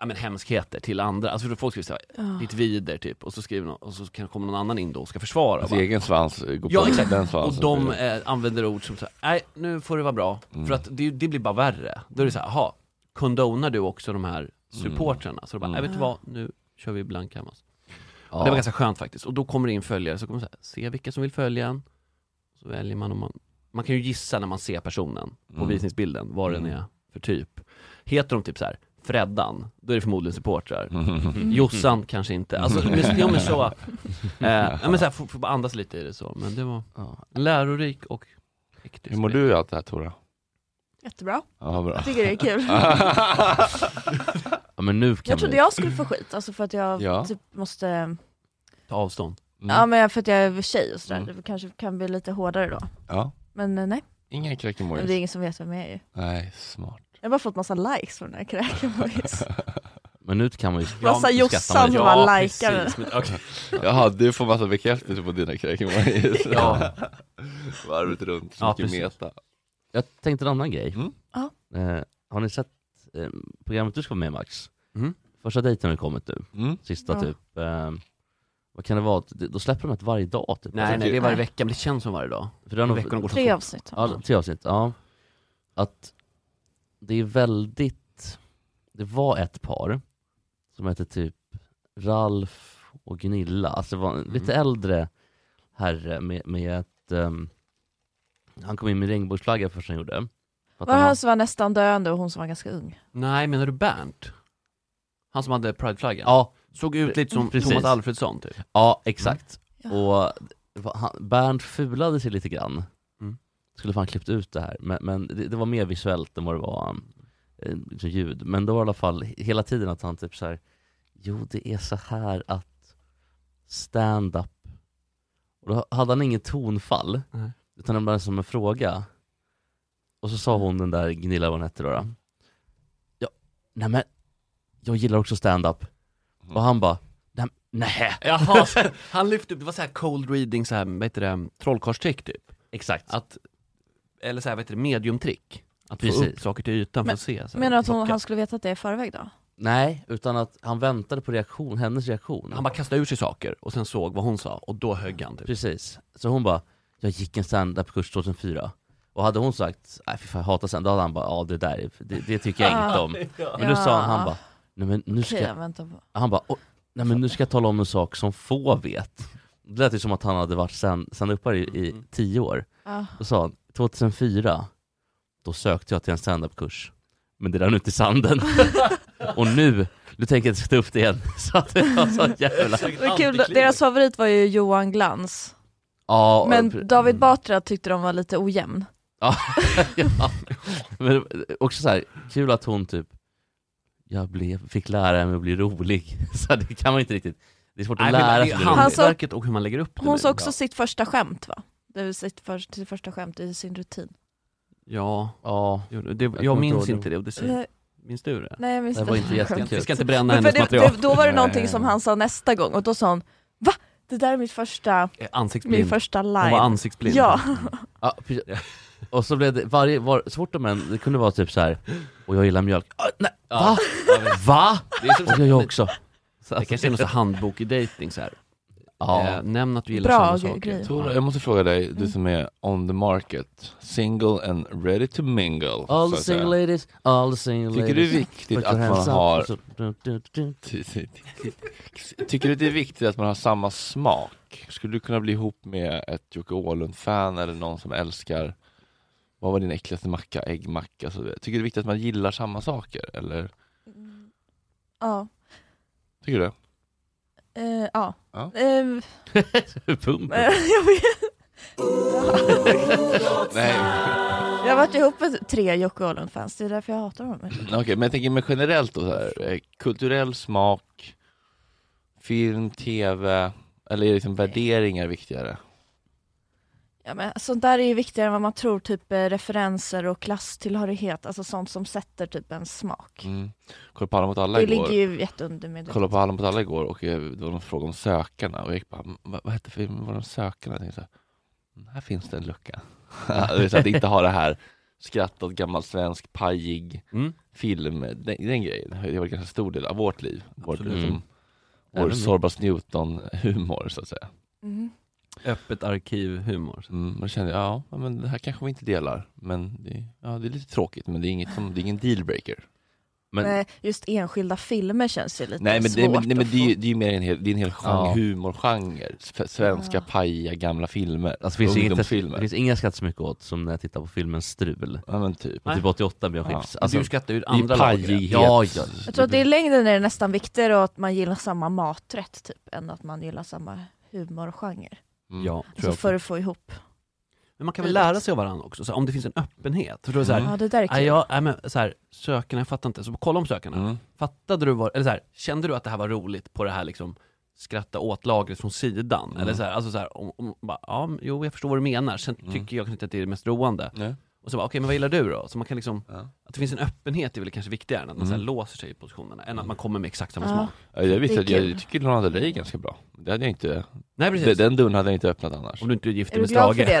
S3: ja, men hemskheter till andra. Alltså för folk skrev såhär, ditt vider typ, och så skriver någon, och så kan- kommer någon annan in då och ska försvara.
S1: Hans
S3: Bara.
S1: egen svans eh, går
S3: Ja,
S1: på
S3: exakt.
S1: den
S3: Och
S1: svansen.
S3: de eh, använder ord som såhär, nej nu får det vara bra.
S1: Mm.
S3: För att det, det blir bara värre. Då är det såhär, jaha, condonar du också de här supportrarna? Så då bara,
S1: Mm.
S3: nej vet du vad, nu kör vi blank canvas.
S4: Ja.
S3: Det var ganska skönt faktiskt. Och då kommer det in följare, så kommer man så här, se vilka som vill följa en. Så väljer man om man... Man kan ju gissa när man ser personen på
S1: Mm.
S3: visningsbilden, vad den
S1: Mm.
S3: är för typ. Heter de typ så här Freddan, då är det förmodligen supportrar.
S1: Mm.
S3: Jossan kanske inte. Alltså, men, jo men så. Eh, ja, men så här, får, får bara andas lite i det så. Men det var
S4: Ja.
S3: lärorik och hektisk.
S1: Hur mår du i allt det här Tora?
S5: Jättebra.
S1: Ja, bra.
S5: Jag tycker det är kul.
S4: ja, men nu kan
S5: Jag trodde
S4: vi...
S5: jag skulle få skit, alltså för att jag
S1: Ja.
S5: typ måste,
S3: Ta avstånd.
S5: ja men för att jag är tjej och sådär,
S1: Mm.
S5: det kanske kan bli lite hårdare då.
S1: Ja.
S5: Men eh, nej,
S1: Inga
S5: men det är
S1: kräkemojis.
S5: ingen som vet vem jag är ju.
S1: Nej, smart.
S5: Jag har bara fått massa likes från den här kräkemojis.
S4: Men nu kan man ju... skrattar
S5: Massa
S4: man
S5: Jossan
S4: ju.
S5: som bara likar den.
S3: precis. Men, okej.
S1: Jaha, du får massa bekräftelse på dina kräkemojis.
S3: Ja.
S1: Varvet runt, så
S3: Ja,
S1: mycket
S3: precis.
S1: meta.
S4: Jag tänkte en annan grej.
S1: Mm.
S5: Ja.
S4: Eh, har ni sett eh, programmet du ska vara med i, Max?
S3: Mm.
S4: Första dejten har ju kommit nu,
S1: Mm.
S4: sista
S5: Ja.
S4: typ. Eh, vad kan det vara? Det- Då släpper de ett varje dag typ.
S3: Nej, nej, det är varje vecka, men det känns som varje dag.
S4: För det har nog-
S3: Veckorna går så
S5: Tre
S3: fort.
S5: avsnitt.
S4: Ja, tre avsnitt. Ja. Att det är väldigt... Det var ett par som hette typ Ralf och Gunilla. Alltså det var en
S3: Mm.
S4: lite äldre herre med, med ett... ehm, han kom in med regnbågsflagga först han gjorde. För att
S5: Var det
S4: han-
S5: han som var nästan döende och hon som var ganska ung?
S3: Nej, menar du Bernt? Han som hade prideflaggan?
S4: Ja,
S3: Såg ut lite som
S4: Precis.
S3: Thomas Alfredsson typ.
S4: Ja, exakt.
S5: Ja.
S4: Och det var- han, Bernt fulade sig lite grann.
S3: Mm.
S4: Skulle fan klippt ut det här, men, men det, det var mer visuellt än vad det var eh, liksom ljud. Men då var det i alla fall hela tiden att han typ så här. jo det är så här att stand-up. Och då hade han inget tonfall,
S3: Nej.
S4: utan det var som en fråga. Och så sa hon den där Gunilla, vad hon hette då, då. Ja, nej men, jag gillar också stand-up. Och han bara, nej, nej.
S3: Jaha, så Äh. han lyfte upp, det var så här cold reading, så här, vad heter det, trollkarlstrick typ.
S4: Exakt.
S3: Att, eller så här, vad heter det, mediumtrick. Att få
S4: Precis.
S3: upp saker till ytan för att se. Så här,
S5: Menar du att hon,
S3: plocka.
S5: han skulle veta att det är i förväg då?
S4: Nej, utan att han väntade på reaktion, hennes reaktion.
S3: Han bara kastade ur sig saker och sen såg vad hon sa och då högg han typ.
S4: Precis. Så hon bara, jag gick en standup-kurs 2004. Och hade hon sagt, nej fy fan jag hatar stand då hade han bara, ja det där, är- det, det tycker jag inte om. Men nu sa han, han bara, nej men nu ska,
S5: Okej, jag
S4: jag-
S5: väntar på.
S4: han bara, "Oj, nej men nu ska jag tala om en sak som få vet. Det lät ju som att han hade varit stand- standupare i, i
S3: Mm.
S4: tio år.
S5: Ja.
S4: Då sa han, 2004, då sökte jag till en standup-kurs. Men det rann ut i sanden. Och nu, nu tänker jag inte sätta upp det igen. Så att det var så jävla...
S5: Men kul, deras favorit var ju Johan Glans,
S4: Ja,
S5: men
S3: Mm.
S4: pre-
S5: David Batra tyckte de var lite ojämn.
S4: ja. Men också så här, kul att hon typ, jag blev, fick lära mig att bli rolig. Så här, det kan man inte riktigt, det är svårt
S3: Nej,
S4: att
S3: men
S4: lära
S3: det
S4: sig
S3: är
S4: att bli rolig.
S5: Hans-
S3: hantverket och hur man lägger upp det
S5: Alltså, Hon
S3: nu.
S5: sa också sitt första skämt va? Det är sitt, för, sitt första skämt i sin rutin.
S3: Ja,
S4: Ja,
S3: jo, det, jag,
S4: kommer
S3: minns
S4: inte ihåg
S3: inte det. Och det säger,
S5: Nej,
S3: minns du det?
S5: nej jag minns
S4: det var inte
S5: skämt.
S3: Vi
S4: jättekul.
S3: ska inte bränna
S5: Men för
S3: hennes
S5: det,
S3: material.
S5: det, då var det någonting som han sa nästa gång och då sa hon Va? Det där är mitt första,
S3: Eh,
S5: min
S3: Ansiktsblind.
S5: första
S3: Hon var
S5: line.
S3: ansiktsblind.
S5: Ja,
S4: Ja, precis. och så blev det, varje, var, så fort de än, det kunde vara typ så här. och jag gillar mjölk. Ah, nej, va? Va?
S3: Det, är som,
S4: Och jag också. Så,
S3: det kanske är någon sån här handbok i dejting så här. Eh,
S4: ja.
S3: nämn att du gillar
S5: Bra
S3: samma
S5: gre-
S3: saker.
S5: grej.
S1: Tora, jag måste fråga dig, du som är on the market, single and ready to mingle.
S4: All
S1: så
S4: the
S1: att säga.
S4: single ladies, all the single ladies.
S1: Tycker du det är viktigt
S4: Put your
S1: att man
S4: hands up.
S1: har
S4: Så- du- du- du-
S1: Tycker du det är viktigt att man har samma smak? rock. Skulle du kunna bli ihop med ett Jocke Åhlund-fan eller någon som älskar, vad var din äckligaste macka, äggmacka och så vidare? Tycker du det är viktigt att man gillar samma saker eller?
S5: Mm. Ja.
S1: Tycker du det?
S5: Eh, ja.
S1: Ja.
S5: Ehm,
S4: Pumpen.
S5: jag vet.
S1: Nej,
S5: Jag har varit ihop med tre Jocke Åhlund-fans, det är därför jag hatar honom.
S1: okej, men jag tänker med generellt då så här, eh, kulturell smak, film, tv, eller är liksom värderingar viktigare?
S5: Ja, men sånt där är ju viktigare än vad man tror, typ eh, referenser och klasstillhörighet, alltså sånt som sätter typ en smak.
S1: Mm. Kolla på Alla mot alla
S5: Det
S1: igår.
S5: ligger ju jätteundermedvetet.
S1: kollade på Alla mot alla igår och eh, det var någon fråga om sökarna och jag gick bara, "Men vad, vad hette filmen, var de sökarna? Jag tänkte så här, här finns det en lucka. Du vet, att inte ha det här skrattat gammal svensk pajig
S3: Mm.
S1: film, den, den grejen har ju varit en ganska stor del av vårt liv. Vår,
S3: Absolut. Mm.
S1: liksom, vår
S4: Även min.
S1: Sorbas Newton-humor så att säga.
S5: Mm.
S3: Öppet arkiv-humor.
S1: Mm, och då kände jag, ja ja, men det här kanske vi inte delar, men det, ja, det är lite tråkigt men det är, inget som, det är ingen dealbreaker.
S4: Men-
S5: Nej, Eh, just enskilda filmer känns ju lite
S1: Nej men,
S5: svårt
S1: det, men, nej, men
S5: att
S1: det, är ju,
S5: få.
S1: det är ju mer en hel, det är en hel genre,
S4: Ja.
S1: humorgenre. S- Svenska
S5: Ja.
S1: pajiga gamla filmer.
S4: Alltså, finns det inget-
S1: Ungdomsfilmer.
S4: Det finns inga skratt så mycket åt som när jag tittar på filmen Strul.
S1: Ja men typ.
S4: Och typ 88 Björn
S1: Ja.
S4: Skifs. Alltså,
S3: du skrattar ju
S1: I
S3: andra
S1: pajighet.
S4: Ja, ja.
S5: Jag tror att det i längden är det nästan viktigare att man gillar samma maträtt typ, än att man gillar samma humorgenre.
S1: Mm.
S3: Ja.
S1: Tror
S5: Alltså
S1: jag
S5: för att få ihop.
S3: Men man kan väl lära sig av varandra också, så här, om det finns en öppenhet. För då är det så här,
S1: Mm.
S5: Ja, det där är
S3: nej,
S5: kul.
S3: jag, nej, men, så här, sökarna, jag fattar inte. Så kolla om sökarna.
S1: Mm.
S3: Fattade du vad, eller så här, kände du att det här var roligt på det här liksom skratta åt lagret från sidan?
S1: Mm.
S3: Eller så här, alltså så här, om, om, bara, ja, men, jo jag förstår vad du menar, sen
S1: Mm.
S3: tycker jag kanske inte att det är det mest roande.
S1: Nej.
S3: Och så bara, okej men vad gillar du då? Så man kan liksom,
S1: Ja.
S3: att det finns en öppenhet är väl kanske viktigare än att man
S1: Mm.
S3: så här, låser sig i positionerna, än att man kommer med exakt samma
S5: Ja.
S3: smak.
S1: Ja, Jag visste
S5: Det är
S1: att jag
S5: kul.
S1: tycker Lana Del Rey är ganska bra. Det hade jag inte,
S3: Nej precis,
S1: den, den dörren hade jag inte öppnat annars.
S3: om du inte är gift
S5: Är du
S3: med
S5: glad
S3: Strage.
S5: för det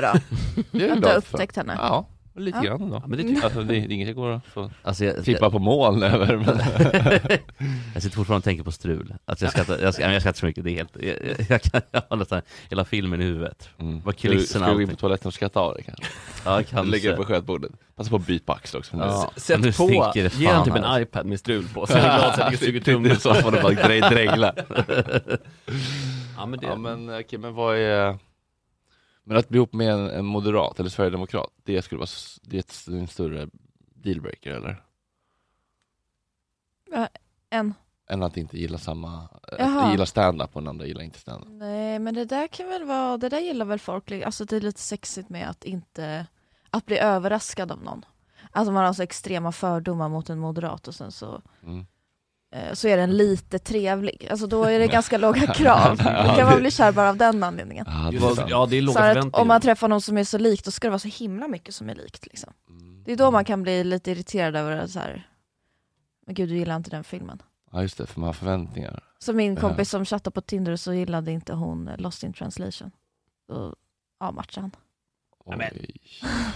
S5: då?
S1: Det är jag
S5: Att du har
S1: glad för.
S5: upptäckt henne?
S1: Ja, lite
S5: Ja.
S1: grann ändå.
S3: Ja, men det tycker
S1: Alltså, det, det är inget jag går att få
S4: alltså jag, jag,
S1: klippa på moln över. Men...
S4: jag sitter fortfarande och tänker på Strul. Alltså jag skrattar, jag, sk- jag skrattar så mycket, det är helt, jag, jag, jag kan jag har nästan hela filmen i huvudet.
S1: Mm.
S4: Vad
S1: Ska
S4: kulissen
S1: du- Ska du gå in
S4: allting.
S1: på toaletten och skratta av det kanske? Lägga
S4: Ja,
S1: det på
S4: kanske.
S1: skötbordet. Passa på att byta på axlar också.
S4: Ja.
S3: S- Sätt
S4: Nu
S3: på,
S4: stinker det
S3: ge han
S4: fan
S3: typ en
S4: här.
S3: iPad med strul på, så är jag glad så att jag suger
S1: Det är
S3: tummen.
S1: så att man bara dre- dreglar.
S3: Ja men det,
S1: Ja men eh, okej, men vad är... Men att bli ihop med en, en moderat eller sverigedemokrat, det skulle vara s- det är ett, en större dealbreaker eller?
S5: En.
S1: Än att inte gilla samma, att
S5: Jaha.
S1: gilla stand-up och den andra gillar inte stand-up.
S5: Nej, men det där kan väl vara, det där gillar väl folk, li- alltså det är lite sexigt med att inte, att bli överraskad av någon. Alltså man har så extrema fördomar mot en moderat och sen så,
S1: Mm.
S5: eh, så är den lite trevlig. Alltså då är det ganska låga krav. Då kan man bli kär bara av den anledningen.
S1: Ah, det
S3: Just det, ja det är låga
S5: Så att om
S3: förväntningar.
S5: man träffar någon som är så lik, då ska det vara så himla mycket som är likt liksom.
S1: Mm.
S5: Det är då man kan bli lite irriterad över det så här. men gud du gillar inte den filmen.
S1: Ja just det, för man har förväntningar.
S5: Så min
S1: Ja.
S5: kompis som chattade på Tinder så gillade inte hon eh, Lost in translation. Då avmatchade han.
S1: Oj,
S3: Amen.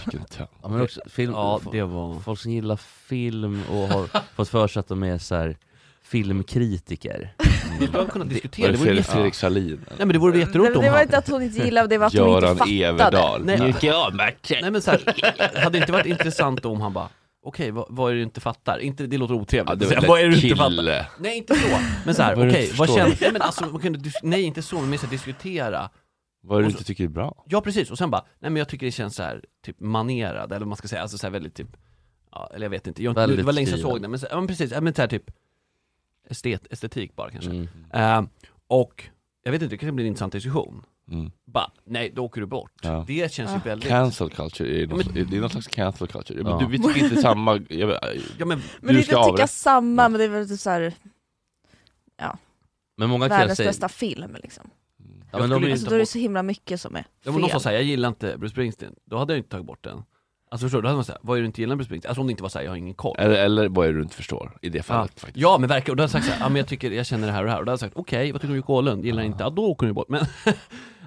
S1: vilken tönt.
S4: Ja, men också, film,
S3: Ja det var...
S4: Folk som gillar film och har fått för sig att de är så här filmkritiker.
S3: Skulle man kunna
S1: Var
S3: diskutera,
S1: Mm. det
S3: det vore
S1: Fredrik,
S3: jätte...
S1: Fredrik Salin?
S3: Nej men det vore
S5: Nej,
S3: jätteroligt
S5: men
S3: om
S5: det
S3: han...
S5: var
S3: Mm.
S5: inte att hon inte gillade, det var att hon inte
S1: Göran
S5: fattade.
S1: Everdahl.
S3: Nej. alltså,
S1: Mjuka av matchen!
S3: Nej men så här, hade det inte varit intressant då om han bara Okej, vad, vad är det du inte fattar? Inte, det låter
S1: Ja,
S3: otrevligt.
S1: det
S3: Så här,
S1: var
S3: vad är det du
S1: kille.
S3: inte fattar? Nej, inte så. Men så här,
S1: Vad är
S3: okej,
S1: det du
S3: vad
S1: förstår?
S3: känner... Nej, men alltså, man kunde, dis- nej inte så, men mer så här, diskutera.
S1: Vad är det
S3: Och
S1: du
S3: så-
S1: inte tycker är bra?
S3: Ja precis, och sen bara, nej men jag tycker det känns så här typ manerad, eller vad man ska säga, alltså så här väldigt typ, ja, eller jag vet inte, jag,
S4: Väldigt
S3: det var länge sedan jag
S4: skriven.
S3: såg den, men, så, ja, men precis, ja, men så här typ estet, estetik bara kanske.
S4: Mm.
S3: Eh, och jag vet inte, det kanske blir en intressant diskussion.
S1: Mm.
S3: Bara, nej då åker du bort.
S1: Ja.
S3: Det känns ju
S4: Ah.
S1: Ah.
S5: Ja.
S3: väldigt...
S1: Cancel culture, är
S3: Ja,
S1: någon, det är någon slags cancel culture. Men
S4: Ja.
S1: du, vi tycker inte samma... Jag, vet-
S3: Ja men
S5: Men
S1: Du
S5: inte
S1: ska
S5: tycka
S1: avrätta.
S5: samma, men det är väl typ så här,
S4: Men många killar
S5: världens
S4: säger...
S5: bästa film liksom.
S4: Ja, men de
S3: skulle
S4: är ju
S5: Alltså
S3: ta
S5: då är det
S3: bort-
S5: så himla mycket som är
S3: Ja, men någon sa
S5: fel.
S3: såhär, jag gillar inte Bruce Springsteen, då hade jag inte tagit bort den Alltså förstår du, då hade man såhär, vad är det du inte gillar med Bruce Springsteen? Alltså om det inte var såhär, jag har ingen koll
S1: eller, eller vad är det du inte förstår i det fallet faktiskt.
S3: Ja men verkligen, och då hade jag sagt såhär, ja men jag tycker, jag känner det här och det här, och då hade jag sagt okej, vad tycker du om Jocke Åhlund? Gillar inte? Ja då åker du bort, men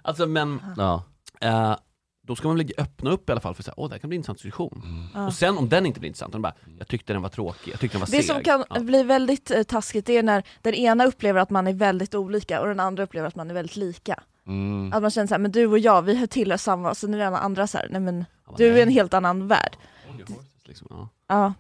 S3: Alltså men,
S4: Ja.
S3: eh, då ska man väl öppna upp i alla fall för såhär, åh det här kan bli en intressant diskussion
S5: Ja.
S3: Och sen om den inte blir intressant, då är det bara, jag tyckte den var tråkig, jag tyckte den var
S5: Det
S3: seg
S5: som kan
S3: ja.
S5: bli väldigt eh, taskigt det är när den ena upplever att man är väldigt olika och den andra upplever att man är väldigt lika.
S1: Mm.
S5: Att man känner så här, men du och jag vi tillhör samma, sen är den andra så här, nej men
S3: Han bara,
S5: du är en
S3: nej.
S5: helt annan värld.
S3: liksom, ja.
S5: Ja.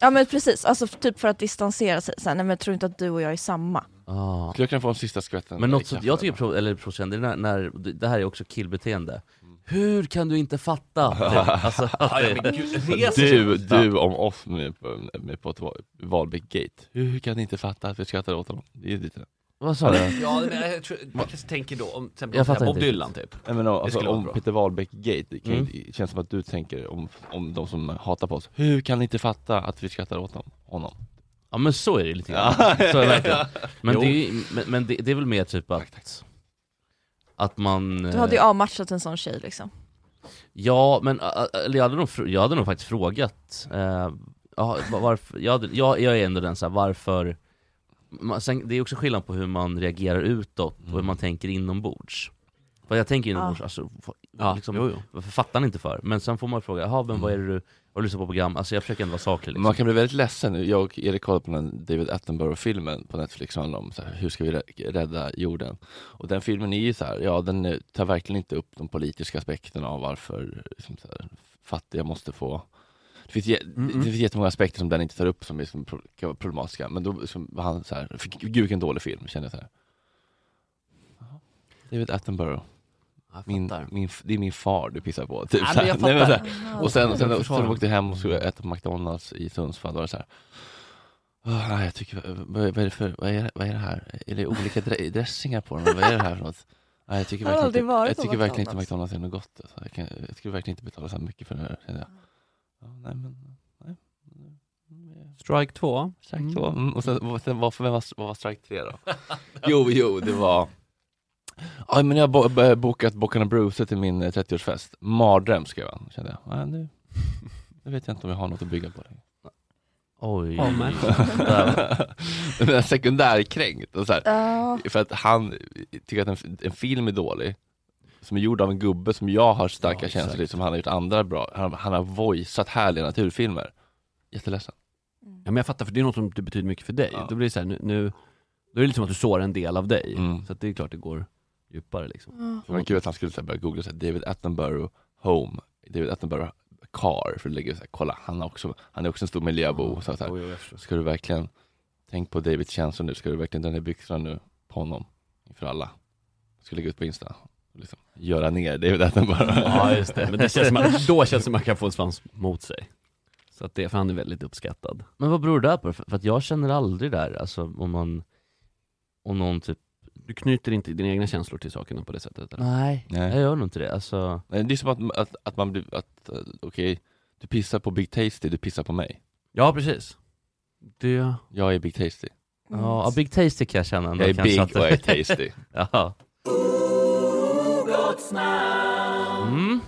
S5: ja men precis, alltså f- typ för att distansera sig, så här, nej men jag tror inte att du och jag är samma.
S4: Ah.
S1: Skulle jag kunna få en sista skvätten? i
S4: Men något som
S1: kaffe?
S4: jag tycker är pro, eller provocerande, det är när, när, det här är också killbeteende. Hur kan du inte fatta? Typ. alltså, att det,
S1: du, du om oss med, med på ett val- Wahlbeck Gate, hur kan ni inte fatta att vi skrattar åt honom? Det är lite...
S4: vad sa du?
S3: Ja, men jag, tror, jag kanske tänker då om till exempel
S4: Jag fattar
S3: Bob
S4: inte Mm.
S3: Dylan typ.
S1: Nej, men, alltså,
S3: skulle vara
S1: om
S3: bra.
S1: Peter Wahlbeck Gate, det kan, ju- det känns som att du tänker om, om de som hatar på oss, hur kan ni inte fatta att vi skrattar åt honom? honom?
S4: Ja men så är det lite grann. Så är det verkligen. Men, det, är, ju- men, men det, det är väl mer typ att, att man... eh,
S5: Du hade ju avmatchat en sån tjej liksom.
S4: Ja, men ä, ä, eller jag, hade nog, fr- jag hade nog faktiskt frågat, eh, ja, va- varför, jag, hade, jag, jag är ändå den så här, varför, man, sen, det är också skillnad på hur man reagerar utåt och
S1: Mm.
S4: hur man tänker inombords. För jag tänker inombords,
S5: Ja.
S4: alltså, fa-
S3: Ja,
S4: liksom,
S3: jo, jo.
S4: varför fattar ni inte för? Men sen får man fråga, jaha men vad är det du, vad du lyssnar på program? Alltså jag försöker ändå vara saklig liksom.
S1: Mm. Man kan bli väldigt ledsen nu. Jag och Erik kollade på den David Attenborough-filmen på Netflix som handlar om så här, hur ska vi rä- rädda jorden? Och den filmen är ju så här, ja den eh, tar verkligen inte upp de politiska aspekterna av varför liksom, så här, fattiga måste få det finns, jä- det finns jättemånga aspekter som den inte tar upp som är som pro- kan vara problematiska, men då som var han så här, fick, gud vilken dålig film, kände jag så här. Jaha. David Attenborough,
S3: Jag
S1: min,
S3: fattar.
S1: min, f- det är min far du pissar på. Typ,
S3: Ja,
S1: så
S3: men
S1: här.
S3: jag
S1: Nej, men så här,
S3: fattar.
S1: och sen,
S3: Jag
S1: sen,
S3: förstår.
S1: sen åkte jag hem och skulle äta på McDonalds i Sundsvall, då var det så här. "Åh, nej, jag tycker, vad, vad, är det för, vad, är det, vad är det här? Är det olika dre- dressingar på dem? Vad är det här för något? Nej, jag tycker
S5: Jag har
S1: verkligen,
S5: aldrig
S1: inte,
S5: varit
S1: jag
S5: på
S1: tycker verkligen inte
S5: McDonald's.
S1: McDonalds är något gott. Alltså. Jag, kan, jag skulle verkligen inte betala så här mycket för det här. kände jag.
S5: Mm.
S1: Ja, nej, men, nej. Mm,
S3: Strike 2.
S1: Strike två. Mm, och sen, och sen vad, vem var, vad var strike tre då? jo, jo, det var... Ja, men jag har bo- bo- bokat Bockarna Bruce till min eh, 30-årsfest. Mardröm skrev han, kände jag. Nej, nu, nu vet jag inte om jag har något att bygga på längre.
S4: Oj.
S3: Ja, men.
S1: Men jag är Sekundärkränkt. Och så här,
S5: Ja,
S1: för att han tycker att en, en film är dålig, som är gjord av en gubbe som jag har starka
S4: Ja, exakt.
S1: känslor i, som han har gjort andra bra. Han, han har voiceat härliga naturfilmer. Jätteledsen.
S5: Mm.
S3: Ja men jag fattar, för det är något som det betyder mycket för dig.
S1: Ja.
S3: Då blir det så här, nu, nu, då är det liksom att du sårar en del av dig.
S1: Mm.
S3: Så att det är klart det går djupare liksom.
S1: Det var kul att han skulle så här börja googla så här, David Attenborough Home, David Attenborough Car, för att lägga så här, kolla han, har också, han är också en stor miljöbo. Så så här,
S3: Oh, Jo, jo, jag förstår.
S1: ska du verkligen, tänk på Davids känslor nu, ska du verkligen dra ner byxorna nu på honom inför alla? Jag ska lägga ut på Insta, och liksom, göra ner David Attenborough.
S3: Ja just det, men det känns som att, då känns det som att man kan få en svans mot sig. Så att det, för han är väldigt uppskattad.
S4: Men vad beror det här på? För, för att jag känner aldrig där, alltså om man, om någon typ,
S3: Du knyter inte dina egna känslor till sakerna på det sättet? Eller?
S4: nej,
S1: Nej.
S4: jag gör nog inte det. Alltså,
S1: Nej, Det är som att, att, att man blir, att, eh, okej, du pissar på Big Tasty, du pissar på mig.
S3: Ja precis. Det...
S1: Jag är Big Tasty.
S5: Mm.
S4: ja, Big Tasty kan jag känna ändå
S1: Jag är
S4: kanske
S1: big
S4: att-
S1: och jag är tasty.
S4: Ja. Mm.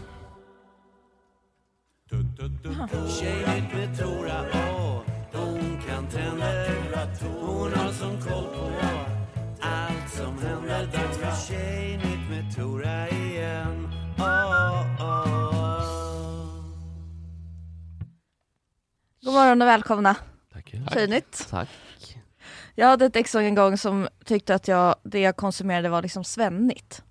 S5: God morgon och välkomna,
S3: Tackar.
S5: Tjejnytt.
S4: Tack.
S5: Jag hade ett ex en gång som tyckte att jag, det jag konsumerade var liksom svennigt.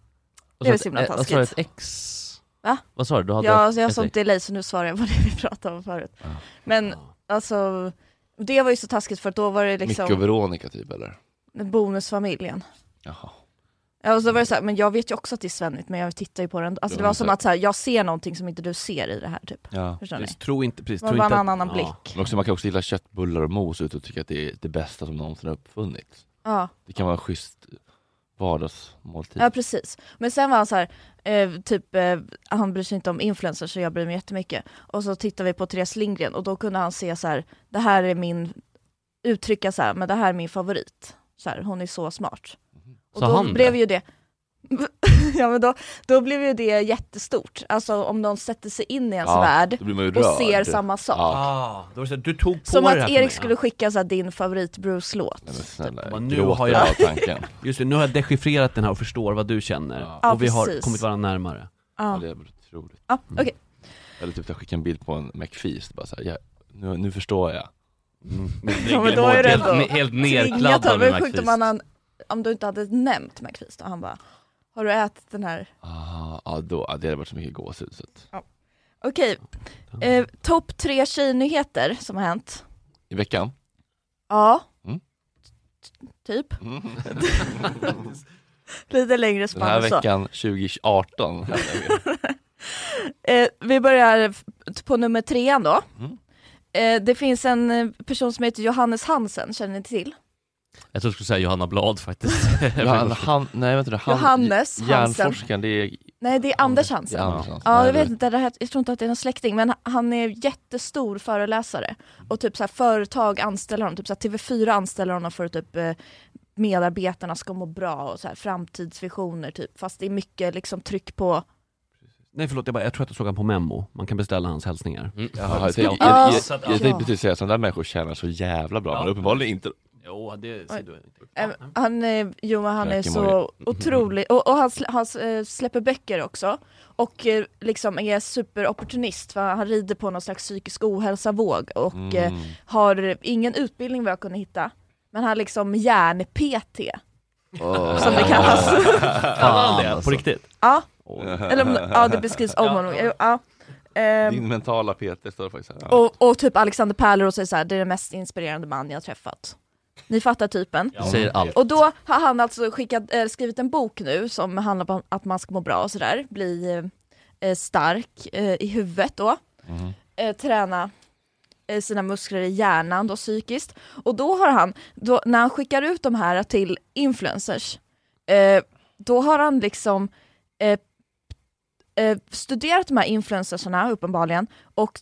S4: Och
S5: Det är
S4: så
S5: väl
S4: ett- eh,
S5: så himla
S4: och så var det
S5: taskigt.
S4: ett ex?
S5: Va?
S4: Vad sa du? du hade
S5: Jag,
S4: ett-
S5: jag har
S4: ett
S5: sånt
S4: ex.
S5: delay så nu svarar jag på det vi pratade om förut. Men alltså, det var ju så taskigt för att då var det
S1: Micke och
S5: liksom
S1: Veronica typ eller?
S5: bonusfamiljen.
S1: Jaha.
S5: Ja, och så var det så här, men jag vet ju också att det är svennigt men jag tittar ju på den. Alltså det var som att så här, jag ser någonting som inte du ser i det här typ.
S1: Ja.
S5: Förstår ni?
S3: Precis, Tro inte, precis,
S5: Det var
S3: tro
S5: bara
S3: inte
S5: en annan
S3: ja.
S5: blick.
S1: Men också, man kan också gilla köttbullar och mos ut och tycka att det är det bästa som någonsin har uppfunnits.
S5: Ja.
S1: Det kan vara en schysst vardagsmåltid.
S5: Ja precis. Men sen var han så här, eh, typ, eh, han bryr sig inte om influencers så jag bryr mig jättemycket. Och så tittade vi på Therese Lindgren och då kunde han se så här, det här är min, uttrycka så här, men det här är min favorit. Så här, hon är så smart. Och
S4: Sa
S5: då
S4: han
S5: blev
S4: det?
S5: ju det Ja men då, då blev ju det jättestort, alltså om någon sätter sig in i ens
S1: Ja,
S5: värld
S1: Då blir man ju
S5: och
S1: rörd.
S5: ser samma sak.
S1: Ja.
S3: Ah, då var det så här, du tog på
S5: Som
S3: det här
S5: att
S3: för
S5: Erik
S3: mig.
S5: skulle skicka så här, din favorit Bruce-låt.
S1: Nej, men snälla,
S3: Vad,
S1: jag
S3: nu
S1: gråter
S3: har jag-
S1: av tanken.
S3: Ja. Just det, nu har jag dechiffrerat den här och förstår vad du känner.
S5: Ja,
S3: och vi har
S5: precis.
S3: kommit varandra närmare.
S5: Ja,
S1: Ja, det är otroligt.
S5: ja okej.
S1: Eller typ jag skickar en bild på en McFeast, bara så här, jag, nu, nu förstår jag.
S5: Ja, men då är det
S4: helt,
S5: ändå- Alltså,
S4: ne- helt
S5: Tvingat
S4: nerkladdad
S5: honom,
S4: med
S5: hur sjukt om,
S4: McFeast.
S5: han, han- om du inte hade nämnt McFeast och han bara Har du ätit den här?
S1: Ah, ja, då, ja, det hade varit så mycket gåshud. så att-
S5: Okej, eh, topp tre tjejnyheter som har hänt
S1: I veckan?
S5: Ja
S1: Mm.
S5: typ.
S1: Mm.
S5: Lite längre
S1: Den här
S5: spann än så.
S1: veckan 2018.
S5: Eh, vi börjar f- på nummer trean då.
S1: Mm.
S5: Eh, det finns en eh, person som heter Johannes Hansen, känner ni till?
S4: Jag tror du skulle säga Johanna Blad faktiskt.
S1: han, han, nej vänta nu, han,
S5: Johannes Hansen.
S1: Hjärnforskaren, det är
S5: Nej det är Anders
S1: det är
S5: Hansen.
S1: Anders Hansen.
S5: Ja, jag
S1: Nej,
S5: vet inte, det här, jag tror inte att det är någon släkting, men han är jättestor föreläsare. Och typ så här, företag anställer honom, typ så här, TV4 anställer honom för att typ eh, medarbetarna ska må bra och så här, framtidsvisioner typ. Fast det är mycket liksom tryck på,
S3: Nej förlåt, jag, bara, jag tror att jag såg han på Memo. Man kan beställa hans hälsningar.
S4: Mm.
S1: Jaha, jag, jag,
S3: Scout.
S5: Ja,
S1: jag, jag,
S5: ja.
S1: jag tänkte precis säga att sådana där människor tjänar så jävla bra, men uppenbarligen inte.
S3: Jo, det
S5: Oj.
S3: ser du inte.
S5: eh, han, är, jo, men han är
S1: Röker
S5: så otrolig, och, och han, slä- han eh, släpper böcker också. Och eh, liksom är superopportunist, för han rider på någon slags psykisk ohälsa-våg och eh, har ingen utbildning vad jag kunde hitta. Men han är liksom järn-PT. Som det kallas.
S3: Kan han det?
S4: alltså.
S3: På riktigt?
S5: Ja,
S1: Åh.
S5: eller om, ja det beskrivs om honom. Ja. Ehm,
S1: Din mentala Peter står det faktiskt här. Ja.
S5: och, och typ Alexander Pärleros säger såhär, det är den mest inspirerande man jag har träffat. Ni fattar typen.
S4: Säger allt.
S5: Och då har han alltså skickat, eh, skrivit en bok nu som handlar om att man ska må bra och sådär, bli eh, eh, stark eh, i huvudet då. Eh, träna eh, sina muskler i hjärnan då psykiskt. Och då har han, då, när han skickar ut de här till influencers, eh, då har han liksom eh, eh, studerat de här influencersarna uppenbarligen och,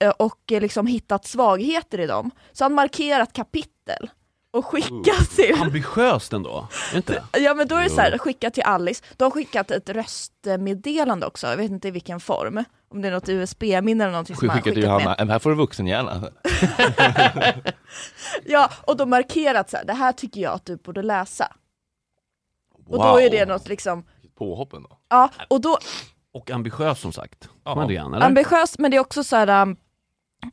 S5: eh, och eh, liksom hittat svagheter i dem. Så han markerat kapitel och skickat till
S3: Ambitiöst ändå, är inte?
S5: Ja men då är det så här, skicka till Alice. De har skickat ett röstmeddelande också, jag vet inte i vilken form. Om det är något USB-minne eller någonting som
S1: Skickar
S5: han skickat
S1: till
S5: med.
S1: Johanna, "Äm, här får du vuxenhjärna.
S5: Ja, och de markerat så här, det här tycker jag att du borde läsa. Och då är det något liksom,
S1: Påhoppen då.
S5: ja, och då,
S3: Och ambitiös som sagt.
S1: Ja.
S3: Kom igen, Adrian, eller?
S5: ambitiöst men det är också så här, um,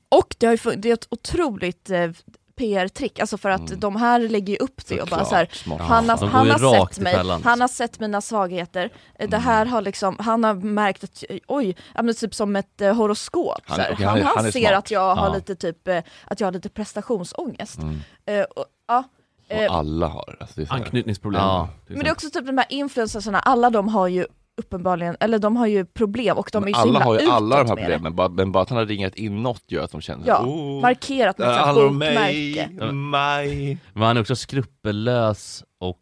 S5: och det, har ju fun- det är ett otroligt eh, PR-trick, alltså för att
S1: Mm.
S5: de här lägger ju upp det och bara så här,
S1: Smart.
S5: Han har,
S4: de går
S5: han
S4: ju
S5: har
S4: rakt
S5: sett
S4: i
S5: mig,
S4: fällan.
S5: han har sett mina svagheter, Eh,
S1: Mm.
S5: det här har liksom, han har märkt att, oj, ja, men typ som ett eh, horoskop.
S1: Han-
S5: så här.
S1: okej,
S5: han,
S1: han är-
S5: han,
S1: han är
S5: ser
S1: smart.
S5: att jag har
S1: Ja.
S5: lite typ, eh, att jag har lite prestationsångest.
S1: Mm.
S5: Eh, och, ja. Eh,
S1: Och alla har. Alltså, det är så här.
S3: Anknytningsproblem.
S4: Ja.
S3: till
S5: Men det
S3: exempel.
S5: är också typ de här influencersarna, alla de har ju uppenbarligen, eller de har ju problem och de är
S1: Men
S5: ju så
S1: alla
S5: himla
S1: har ju alla de
S5: utåt
S1: här
S5: med det.
S1: problemen, bara, men bara att han har ringat in något gör att de känner
S5: Ja,
S1: "Oh,
S5: Markerat liksom.
S1: det
S5: med ett
S1: handlar om
S5: bokmärke.
S1: mig, mig.
S4: Men han är också skrupellös och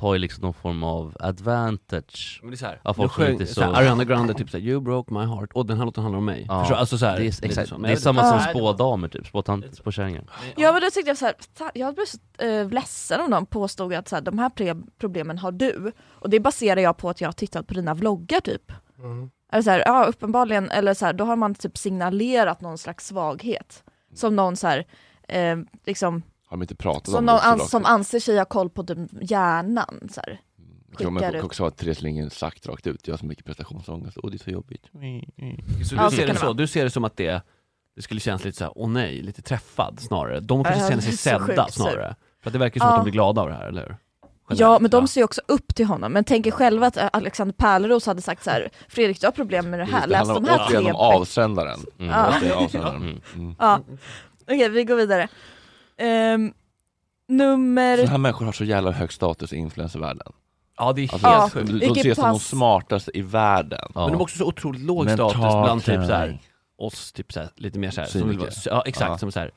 S4: tar ju liksom någon form av advantage.
S3: Men det är såhär,
S4: Ja,
S3: nu
S4: folk som
S3: sjöng
S4: inte är så-
S3: såhär, Ariana Grande typ såhär, you broke my heart, och den här låten handlar om mig.
S4: Ja.
S3: Förstår, alltså såhär,
S4: det
S3: lite
S4: är, exakt,
S3: så. Men
S4: det
S3: jag
S4: är
S3: vet
S4: samma
S3: inte.
S4: som
S5: Nej.
S4: spådamer typ, spåtant- spåkärringar.
S5: Ja men då tyckte jag så här, fan, jag blev så eh, ledsen om de påstod att så här, de här pre- problemen har du. Och det baserar jag på att jag har tittat på dina vloggar typ. Eller så här, ja uppenbarligen, eller så här, då har man typ signalerat någon slags svaghet. Som någon så här, eh, liksom,
S1: Har de inte pratat
S5: som,
S1: om
S5: någon
S1: det?
S5: an- som anser sig ha koll på den hjärnan. Så här.
S1: skickar ut.
S5: skickar
S1: Mm. Jag
S5: ut.
S1: också har Therese Lindgren sagt rakt ut, jag har så mycket prestationsångest, och det är så jobbigt.
S3: Så
S5: Ja,
S3: du,
S5: så
S3: ser
S5: kan
S3: det
S5: det
S3: så,
S5: vara.
S3: du ser det som att det, det skulle kännas lite såhär, åh nej, lite träffad snarare. De kanske
S5: Ja,
S3: känner sig
S5: det är så
S3: sedda
S5: sjukt, så.
S3: snarare. För att det verkar som att
S5: Ja.
S3: de blir glada av det här, eller hur?
S5: Ja
S3: Generellt,
S5: men de ser ju också upp till honom, men tänk er själva att eh, Alexander Pärleros hade sagt så här, Fredrik du har problem med det här, läs
S1: handlar
S5: de här tre
S1: återigen om
S5: böckerna.
S1: avsändaren.
S4: Mm.
S5: Ja.
S1: Det är avsändaren. Mm.
S5: Ja. Okej, vi går vidare. Ehm,
S1: Sådana
S5: nummer...
S1: här människor har så jävla hög status i influencervärlden.
S3: Ja det är helt
S1: Alltså,
S5: Ja.
S3: sjukt.
S1: de, de
S5: Vilket
S1: ses som de
S5: pass.
S1: smartaste i världen.
S4: Ja.
S3: Men de har också så otroligt låg
S1: Mental
S3: status bland typ
S1: träning.
S3: såhär, oss typ såhär, lite mer såhär, som vill vara,
S1: Cyniker.
S3: ja exakt,
S1: Ja.
S3: som såhär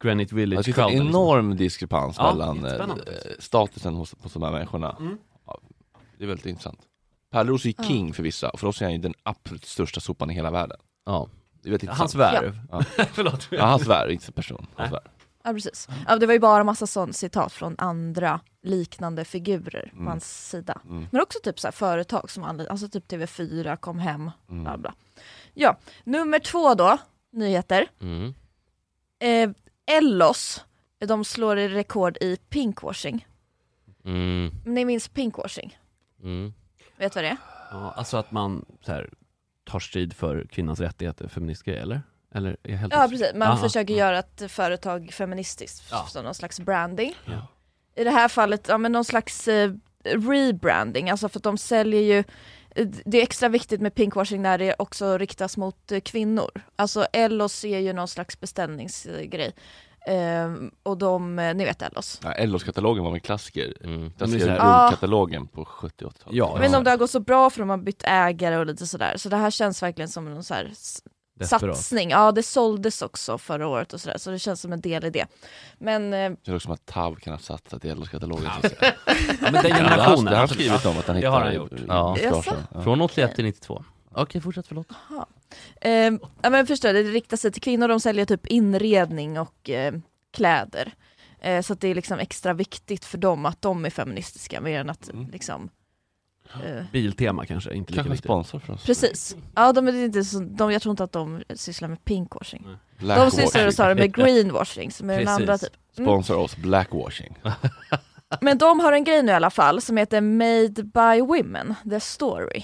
S3: Granite
S1: Det
S3: Village
S1: finns en
S3: crowden
S1: enorm diskrepans
S3: Ja,
S1: mellan eh,
S3: jättespännande.
S1: eh, statusen hos, hos de här människorna.
S3: Mm.
S1: Ja, det är väldigt intressant. Pärleros är ju
S5: Ja.
S1: king för vissa, och för oss är han ju den absolut största sopan i hela världen.
S4: Ja.
S1: Det är väldigt
S3: Hans
S1: intressant.
S3: värv.
S1: Ja.
S3: Förlåt.
S1: Ja, hans värld, inte person. Hans värld.
S5: Ja, precis. Ja, det var ju bara massa sån citat från andra liknande figurer på hans sida.
S1: Mm.
S5: Men också typ så här företag som anlitar, alltså typ TV4, kom hem, bla
S1: Mm.
S5: bla. Ja, nummer två då, nyheter.
S4: Mm.
S5: Eh, Ellos, de slår rekord i pinkwashing.
S4: Mm.
S5: Ni minns pinkwashing?
S4: Mm.
S5: Vet vad det är?
S3: Ja, alltså att man så här, tar strid för kvinnans rättigheter, feministgrejer eller? Eller är jag helt
S5: Ja precis, man
S3: Aha.
S5: försöker göra ett företag feministiskt,
S3: Ja.
S5: som någon slags branding.
S3: Ja.
S5: I det här fallet, ja men någon slags eh, rebranding, alltså för att de säljer ju eh, det är extra viktigt med pinkwashing när det också riktas mot eh, kvinnor. Alltså Ellos är ju någon slags beställningsgrej. Ehm, och de, eh, ni vet Ellos.
S1: Ja, Ellos-katalogen var min klassiker.
S4: Mm.
S1: Klassiker
S3: Men
S5: så här-
S1: rullkatalogen på 70 80-talet.
S3: Ja,
S5: Jag vet inte om det har gått så bra för de har bytt ägare och lite sådär, så det här känns verkligen som någon så här s-
S3: Desperat.
S5: satsning. Ja, det såldes också förra året och sådär, så det känns som en del i det. Men eh,
S1: Det känns också som att Tav kan ha satsat i Ellos-katalogen.
S3: Ja, men
S1: Ja,
S3: den
S1: det har-
S3: generationen.
S1: det har han
S3: absolut.
S1: skrivit om att han
S3: Det
S1: hittade.
S3: har han gjort.
S4: Ja.
S1: Jaså? Ja.
S4: Från 81 till 92. Okej, fortsätt, förlåt.
S5: Eh, ja men förstår, det riktar sig till kvinnor, de säljer typ inredning och eh, kläder. Eh, så att det är liksom extra viktigt för dem att de är feministiska mer än att
S1: Mm.
S5: liksom eh,
S3: Biltema kanske, inte lika
S1: Kanske en
S3: viktigt.
S1: sponsor för oss.
S5: Precis. Ja, de är inte så, de, jag tror inte att de sysslar med pinkwashing. De
S1: Blackwashing.
S5: sysslar snarare med greenwashing, som är den
S3: Precis.
S5: andra typ.
S1: Sponsra oss, blackwashing.
S5: Men de har en grej nu i alla fall som heter Made by Women, The Story.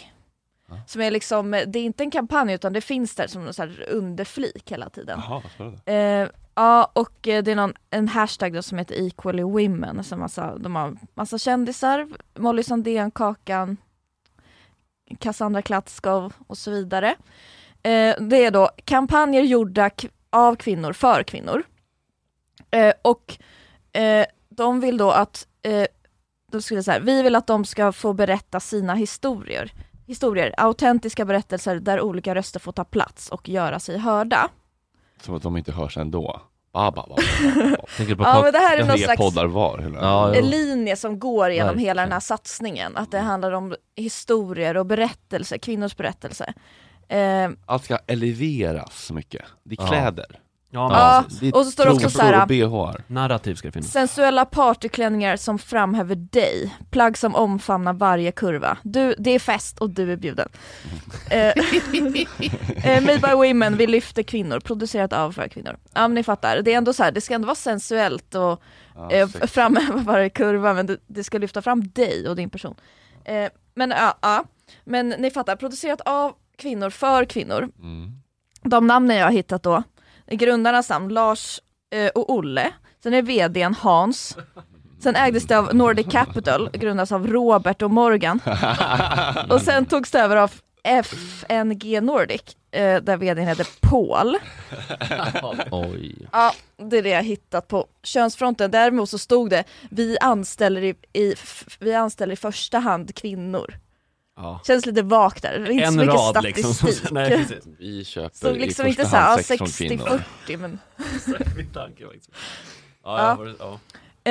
S5: Som är liksom, det är inte en kampanj utan det finns där som en så här underflik hela tiden.
S1: Jaha, vad spännande.
S5: Eh, ja, och eh, det är någon, en hashtag då som heter Equally Women, så massa, de har massa kändisar, Molly Sandén, Kakan, Cassandra Klatskov och så vidare. Eh, det är då kampanjer gjorda k- av kvinnor för kvinnor. Eh, och eh, de vill då att, eh, de skulle säga, vi vill att de ska få berätta sina historier. Historier, autentiska berättelser där olika röster får ta plats och göra sig hörda.
S1: Som att de inte hörs ändå. Ba, ba, ba.
S4: Tänker du på
S5: Ja
S4: Kak-
S5: men det här är någon
S1: Tre
S5: slags
S1: poddar var. hur länge?
S4: Ja,
S5: en linje som går genom
S4: Verkligen.
S5: hela den här satsningen, att det handlar om historier och berättelser, kvinnors berättelser. Eh,
S1: Allt ska eleveras så mycket. Det är
S4: Ja.
S1: kläder.
S3: Ja, men
S5: Ja.
S3: precis.
S1: Det är
S5: och så står det också
S1: trosor
S5: så här-
S1: och bhar.
S3: Narrativ ska det finnas.
S5: sensuella partyklänningar som framhäver dig, plagg som omfamnar varje kurva. Du, det är fest och du är bjuden.
S1: Mm.
S5: Eh, eh, Made by Women, vi lyfter kvinnor, producerat av för kvinnor. Ja men ni fattar, det är ändå så här, det ska ändå vara sensuellt och
S1: Ja,
S5: eh,
S1: sex.
S5: framhäva varje kurva, men det, det ska lyfta fram dig och din person. Eh, men ja, ja. men ni fattar, producerat av kvinnor för kvinnor.
S1: Mm.
S5: De namnen jag har hittat då, är grundarnas namn, Lars eh, och Olle, sen är vdn Hans, sen ägdes det av Nordic Capital, grundas av Robert och Morgan, och sen togs det över av FNG Nordic, eh, där vdn heter Paul.
S4: Oj.
S5: Ja, det är det jag hittat på könsfronten. Däremot så stod det vi anställer i, i, f- vi anställer i första hand kvinnor.
S3: Ja.
S5: Känns lite vagt där, det är inte så mycket statistik.
S3: liksom. Nej, precis.
S1: Vi köper
S5: Stod
S1: i
S5: liksom
S1: första
S5: inte så
S1: hand
S5: här, ja,
S1: sex från kvinnor.
S5: 60-40 men...
S3: Min tanke var liksom.
S5: Ja.
S3: Ja, ja. ja.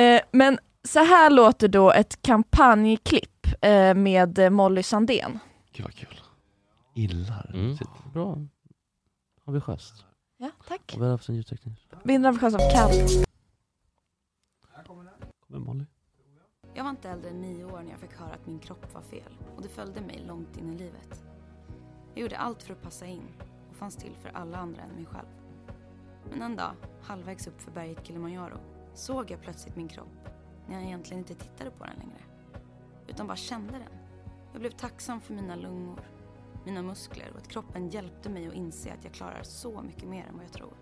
S5: Eh, men så här låter då ett kampanjklipp eh, med eh, Molly Sandén.
S1: Gud vad kul. Gillar.
S4: Mm. Bra. Ambitiöst.
S5: Ja, tack.
S4: Och vi har haft en ljudtekniker.
S5: Vinden av sjön som kall.
S3: Kommer Molly.
S6: Jag var inte äldre än nio år när jag fick höra att min kropp var fel och det följde mig långt in i livet. Jag gjorde allt för att passa in och fanns till för alla andra än mig själv. Men en dag, halvvägs upp för berget Kilimanjaro, såg jag plötsligt min kropp när jag egentligen inte tittade på den längre. Utan bara kände den. Jag blev tacksam för mina lungor, mina muskler och att kroppen hjälpte mig att inse att jag klarar så mycket mer än vad jag tror.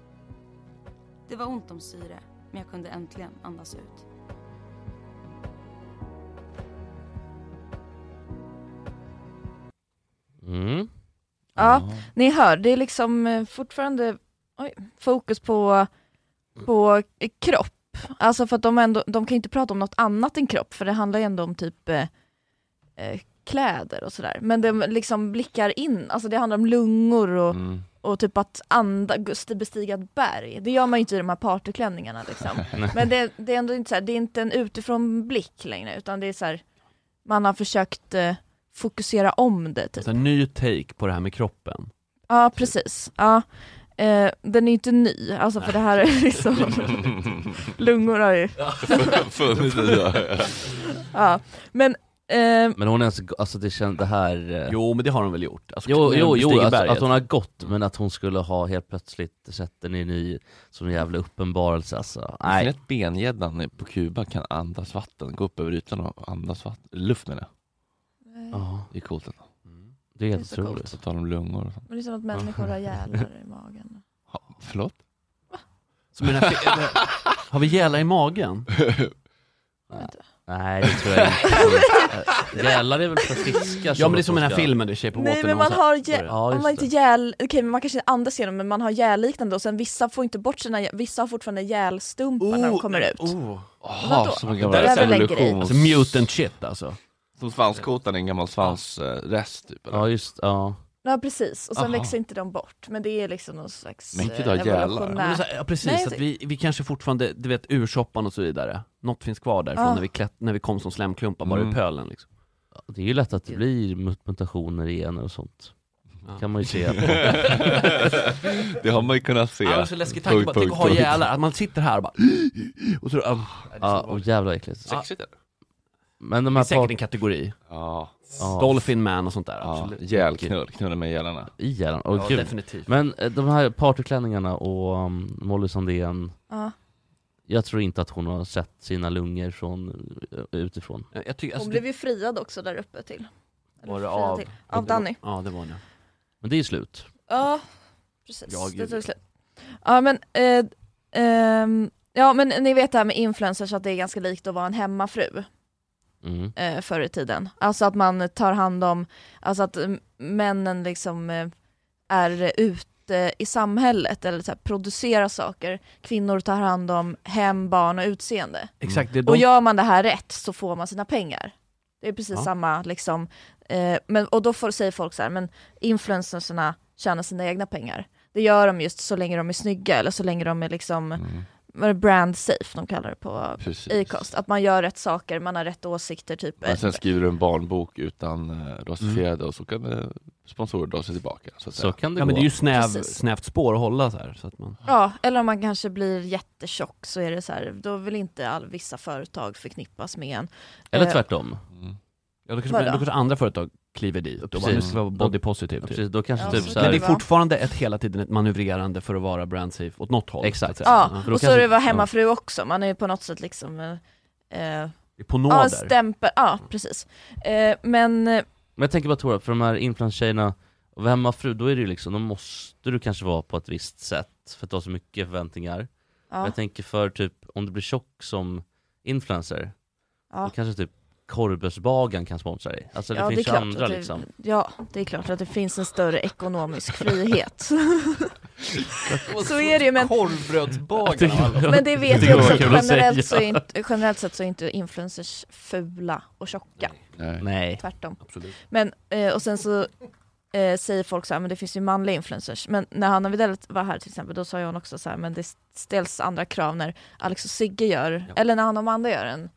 S6: Det var ont om syre, men jag kunde äntligen andas ut.
S4: Mm.
S5: Ja, ni hör, det är liksom eh, fortfarande oj, fokus på, på eh, kropp. Alltså för att de, ändå, de kan ju inte prata om något annat än kropp, för det handlar ju ändå om typ eh, eh, kläder och sådär. Men de liksom blickar in, alltså det handlar om lungor och,
S1: Mm.
S5: och typ att anda, gust- bestiga ett berg. Det gör man ju inte i de här partyklänningarna liksom. Men det, det är ändå inte så här, det är inte en utifrån blick längre, utan det är så här, man har försökt eh, fokusera om det typ.
S3: Så en ny take på det här med kroppen.
S5: Ja, precis. Ja. Eh, den är ju inte ny, alltså för det här är liksom lungor har ju...
S1: Funnits i det.
S5: Ja. Men, eh,
S4: Men hon är alltså, alltså det känns, det här... eh,
S3: Jo, men det har de väl gjort? Alltså,
S4: Jo,
S3: när de
S4: jo, jo
S3: bestiger
S4: att,
S3: berget.
S4: att hon har gått, men att hon skulle ha helt plötsligt sett den i ny, som en jävla uppenbarelse alltså.
S1: Nej.
S4: Nej.
S1: Rätt bengäddan på Kuba kan andas vatten, gå upp över ytan och andas vatten. luft menar jag.
S4: Ja,
S1: Det är coolt ändå.
S3: Mm.
S4: det är
S5: Det är
S4: helt
S5: så coolt.
S4: otroligt.
S1: På tal om lungor och sånt.
S5: det är som att människor har gälar i magen.
S1: Ha, förlåt?
S3: Som i den här fi- eller- Har vi gälar i magen?
S5: Vet du?
S4: Nej det tror jag inte. Gälar är väl för fiskar
S3: Ja men det är som i den här
S4: ska-
S3: filmen, The Shape of
S5: Nej
S3: Water,
S5: men
S3: någon
S5: man
S3: så här-
S4: Ja,
S5: har jä-
S4: just
S5: om man inte
S4: det.
S5: jäl, okej men man kanske inte andas igenom men man har jäliknande och sen vissa får inte bort sina, jä- vissa har fortfarande jälstumpar när de kommer ut.
S3: Oh.
S5: Vadå?
S1: som en
S5: Det där
S1: gammal
S5: är väl en grej.
S1: evolution.
S3: Alltså mutant shit alltså.
S1: Som svanskotan är en gammal svansrest typ. eller?
S4: Ja just ja.
S5: Ja precis, och sen
S1: Aha.
S5: växer inte de bort men det är liksom någon slags
S1: Men gud,
S5: eh,
S1: jälar.
S3: Ja, men så
S5: evolutionär...
S3: här, ja precis,
S5: Nej, jag
S3: att vi, vi kanske fortfarande, du vet ursoppan och så vidare, något finns kvar därifrån
S5: Ah.
S3: när, vi klätt, när vi kom som slemklumpar bara
S1: Mm.
S3: ur pölen liksom.
S4: Det är ju lätt att det blir mut- mutationer i gener och sånt.
S3: Ja.
S4: Kan man ju se.
S1: det har man ju kunnat se.
S3: Ja, det är så läskig tanke bara, tänk att ha jälar, att man sitter här och bara och så, ah,
S4: Ja, och jävla äckligt.
S1: Sexigt eller?
S4: Men de
S3: Det är
S4: här
S3: säkert
S4: par...
S3: en kategori,
S1: Ja.
S4: Ja,
S3: Dolphin Man och sånt där,
S1: ja.
S3: absolut.
S1: Gälknull, knulla med gälarna.
S4: i hjärnan.
S3: Ja,
S4: Åh gud.
S3: definitivt.
S4: Men eh, de här partyklänningarna och um, Molly Sandén,
S5: Ja.
S4: jag tror inte att hon har sett sina lungor från eh, utifrån.
S3: Jag, jag tycker,
S5: Hon
S3: alltså,
S5: blev ju friad också där uppe till. Eller
S3: Var det
S5: friad
S3: av-
S5: till. av Danny.
S3: Ja det var det.
S4: Men det är ju slut.
S5: Ja, precis.
S3: Ja,
S5: det
S3: gud,
S5: tog
S3: ja.
S5: slut. Ja men, eh, ehm, ja men ni vet det här med influencers att det är ganska likt att vara en hemmafru
S4: Mm.
S5: eh, förr i tiden. Alltså att man tar hand om, alltså att eh, männen liksom eh, är ute i samhället eller så här, producerar saker, kvinnor tar hand om hem, barn och utseende.
S3: Exakt, det är
S5: Och
S3: de,
S5: gör man det här rätt så får man sina pengar. Det är precis
S3: Ja.
S5: samma liksom, eh, men, och då får, säger folk så här, men influencersarna tjänar sina egna pengar. Det gör de just så länge de är snygga eller så länge de är liksom,
S1: Mm.
S5: vad är det, brand safe de kallar det på
S1: Precis. Alltså-
S5: Acast. Att man gör rätt saker, man har rätt åsikter typ.
S1: Men sen skriver du en barnbok utan eh, rasifierade och så kan eh, sponsorer dra sig tillbaka. Så att
S4: Mm. Så
S1: säga.
S4: kan det
S3: ja
S4: gå.
S3: men det är ju snäv,
S5: Precis.
S3: snävt spår att hålla så här, så att man
S5: Ja, eller om man kanske blir jättetjock så är det så här, då vill inte all, vissa företag förknippas med en.
S4: Eller
S5: eh,
S4: tvärtom.
S1: Mm.
S3: Ja, då
S5: Vadå?
S3: kanske, då kanske andra företag kliver dit och bara,
S4: Precis.
S3: nu ska vi vara body positive
S4: Ja,
S3: typ.
S4: precis, då kanske
S5: Ja,
S4: typ
S5: så
S4: så
S5: kan
S4: här,
S3: Men det
S5: va?
S3: är fortfarande ett, hela tiden ett manövrerande för att vara brand safe åt något håll.
S4: Exakt.
S3: så att säga.
S5: Ja,
S4: då
S5: och så
S4: kanske-
S5: är det vara hemmafru också, man är ju på något sätt liksom eh, eh,
S3: Det är På
S5: Ja, en
S3: nåder.
S5: stämpel, ja precis. Eh, men eh,
S4: Men jag tänker bara Tora, för de här influencertjejerna, och hemmafru, då är det ju liksom, då måste du kanske vara på ett visst sätt för att du har så mycket förväntningar.
S5: ja,
S4: Jag tänker för typ, om du blir tjock som influencer,
S5: Ja.
S4: då kanske typ Korvbörsbagaren kan sponsra dig. Alltså det
S5: ja,
S4: finns ju andra
S5: att det,
S4: liksom.
S5: Ja, det är klart att det finns en större ekonomisk frihet. så är det ju, men,
S3: Korvbrödsbagaren.
S5: men det vet
S4: tycker
S5: jag
S4: det
S5: också,
S4: var
S5: att
S4: kul att
S5: generellt, så
S4: säga.
S5: är inte, generellt sett så är inte influencers fula och tjocka,
S1: Nej.
S4: Nej.
S5: tvärtom.
S3: Absolut.
S5: Men, eh, och sen så eh, säger folk så här, men det finns ju manliga influencers. Men när Hanna Widell var här till exempel, då sa ju hon också så här, men det ställs andra krav när Alex och Sigge gör,
S3: Ja.
S5: eller när han och Amanda gör en,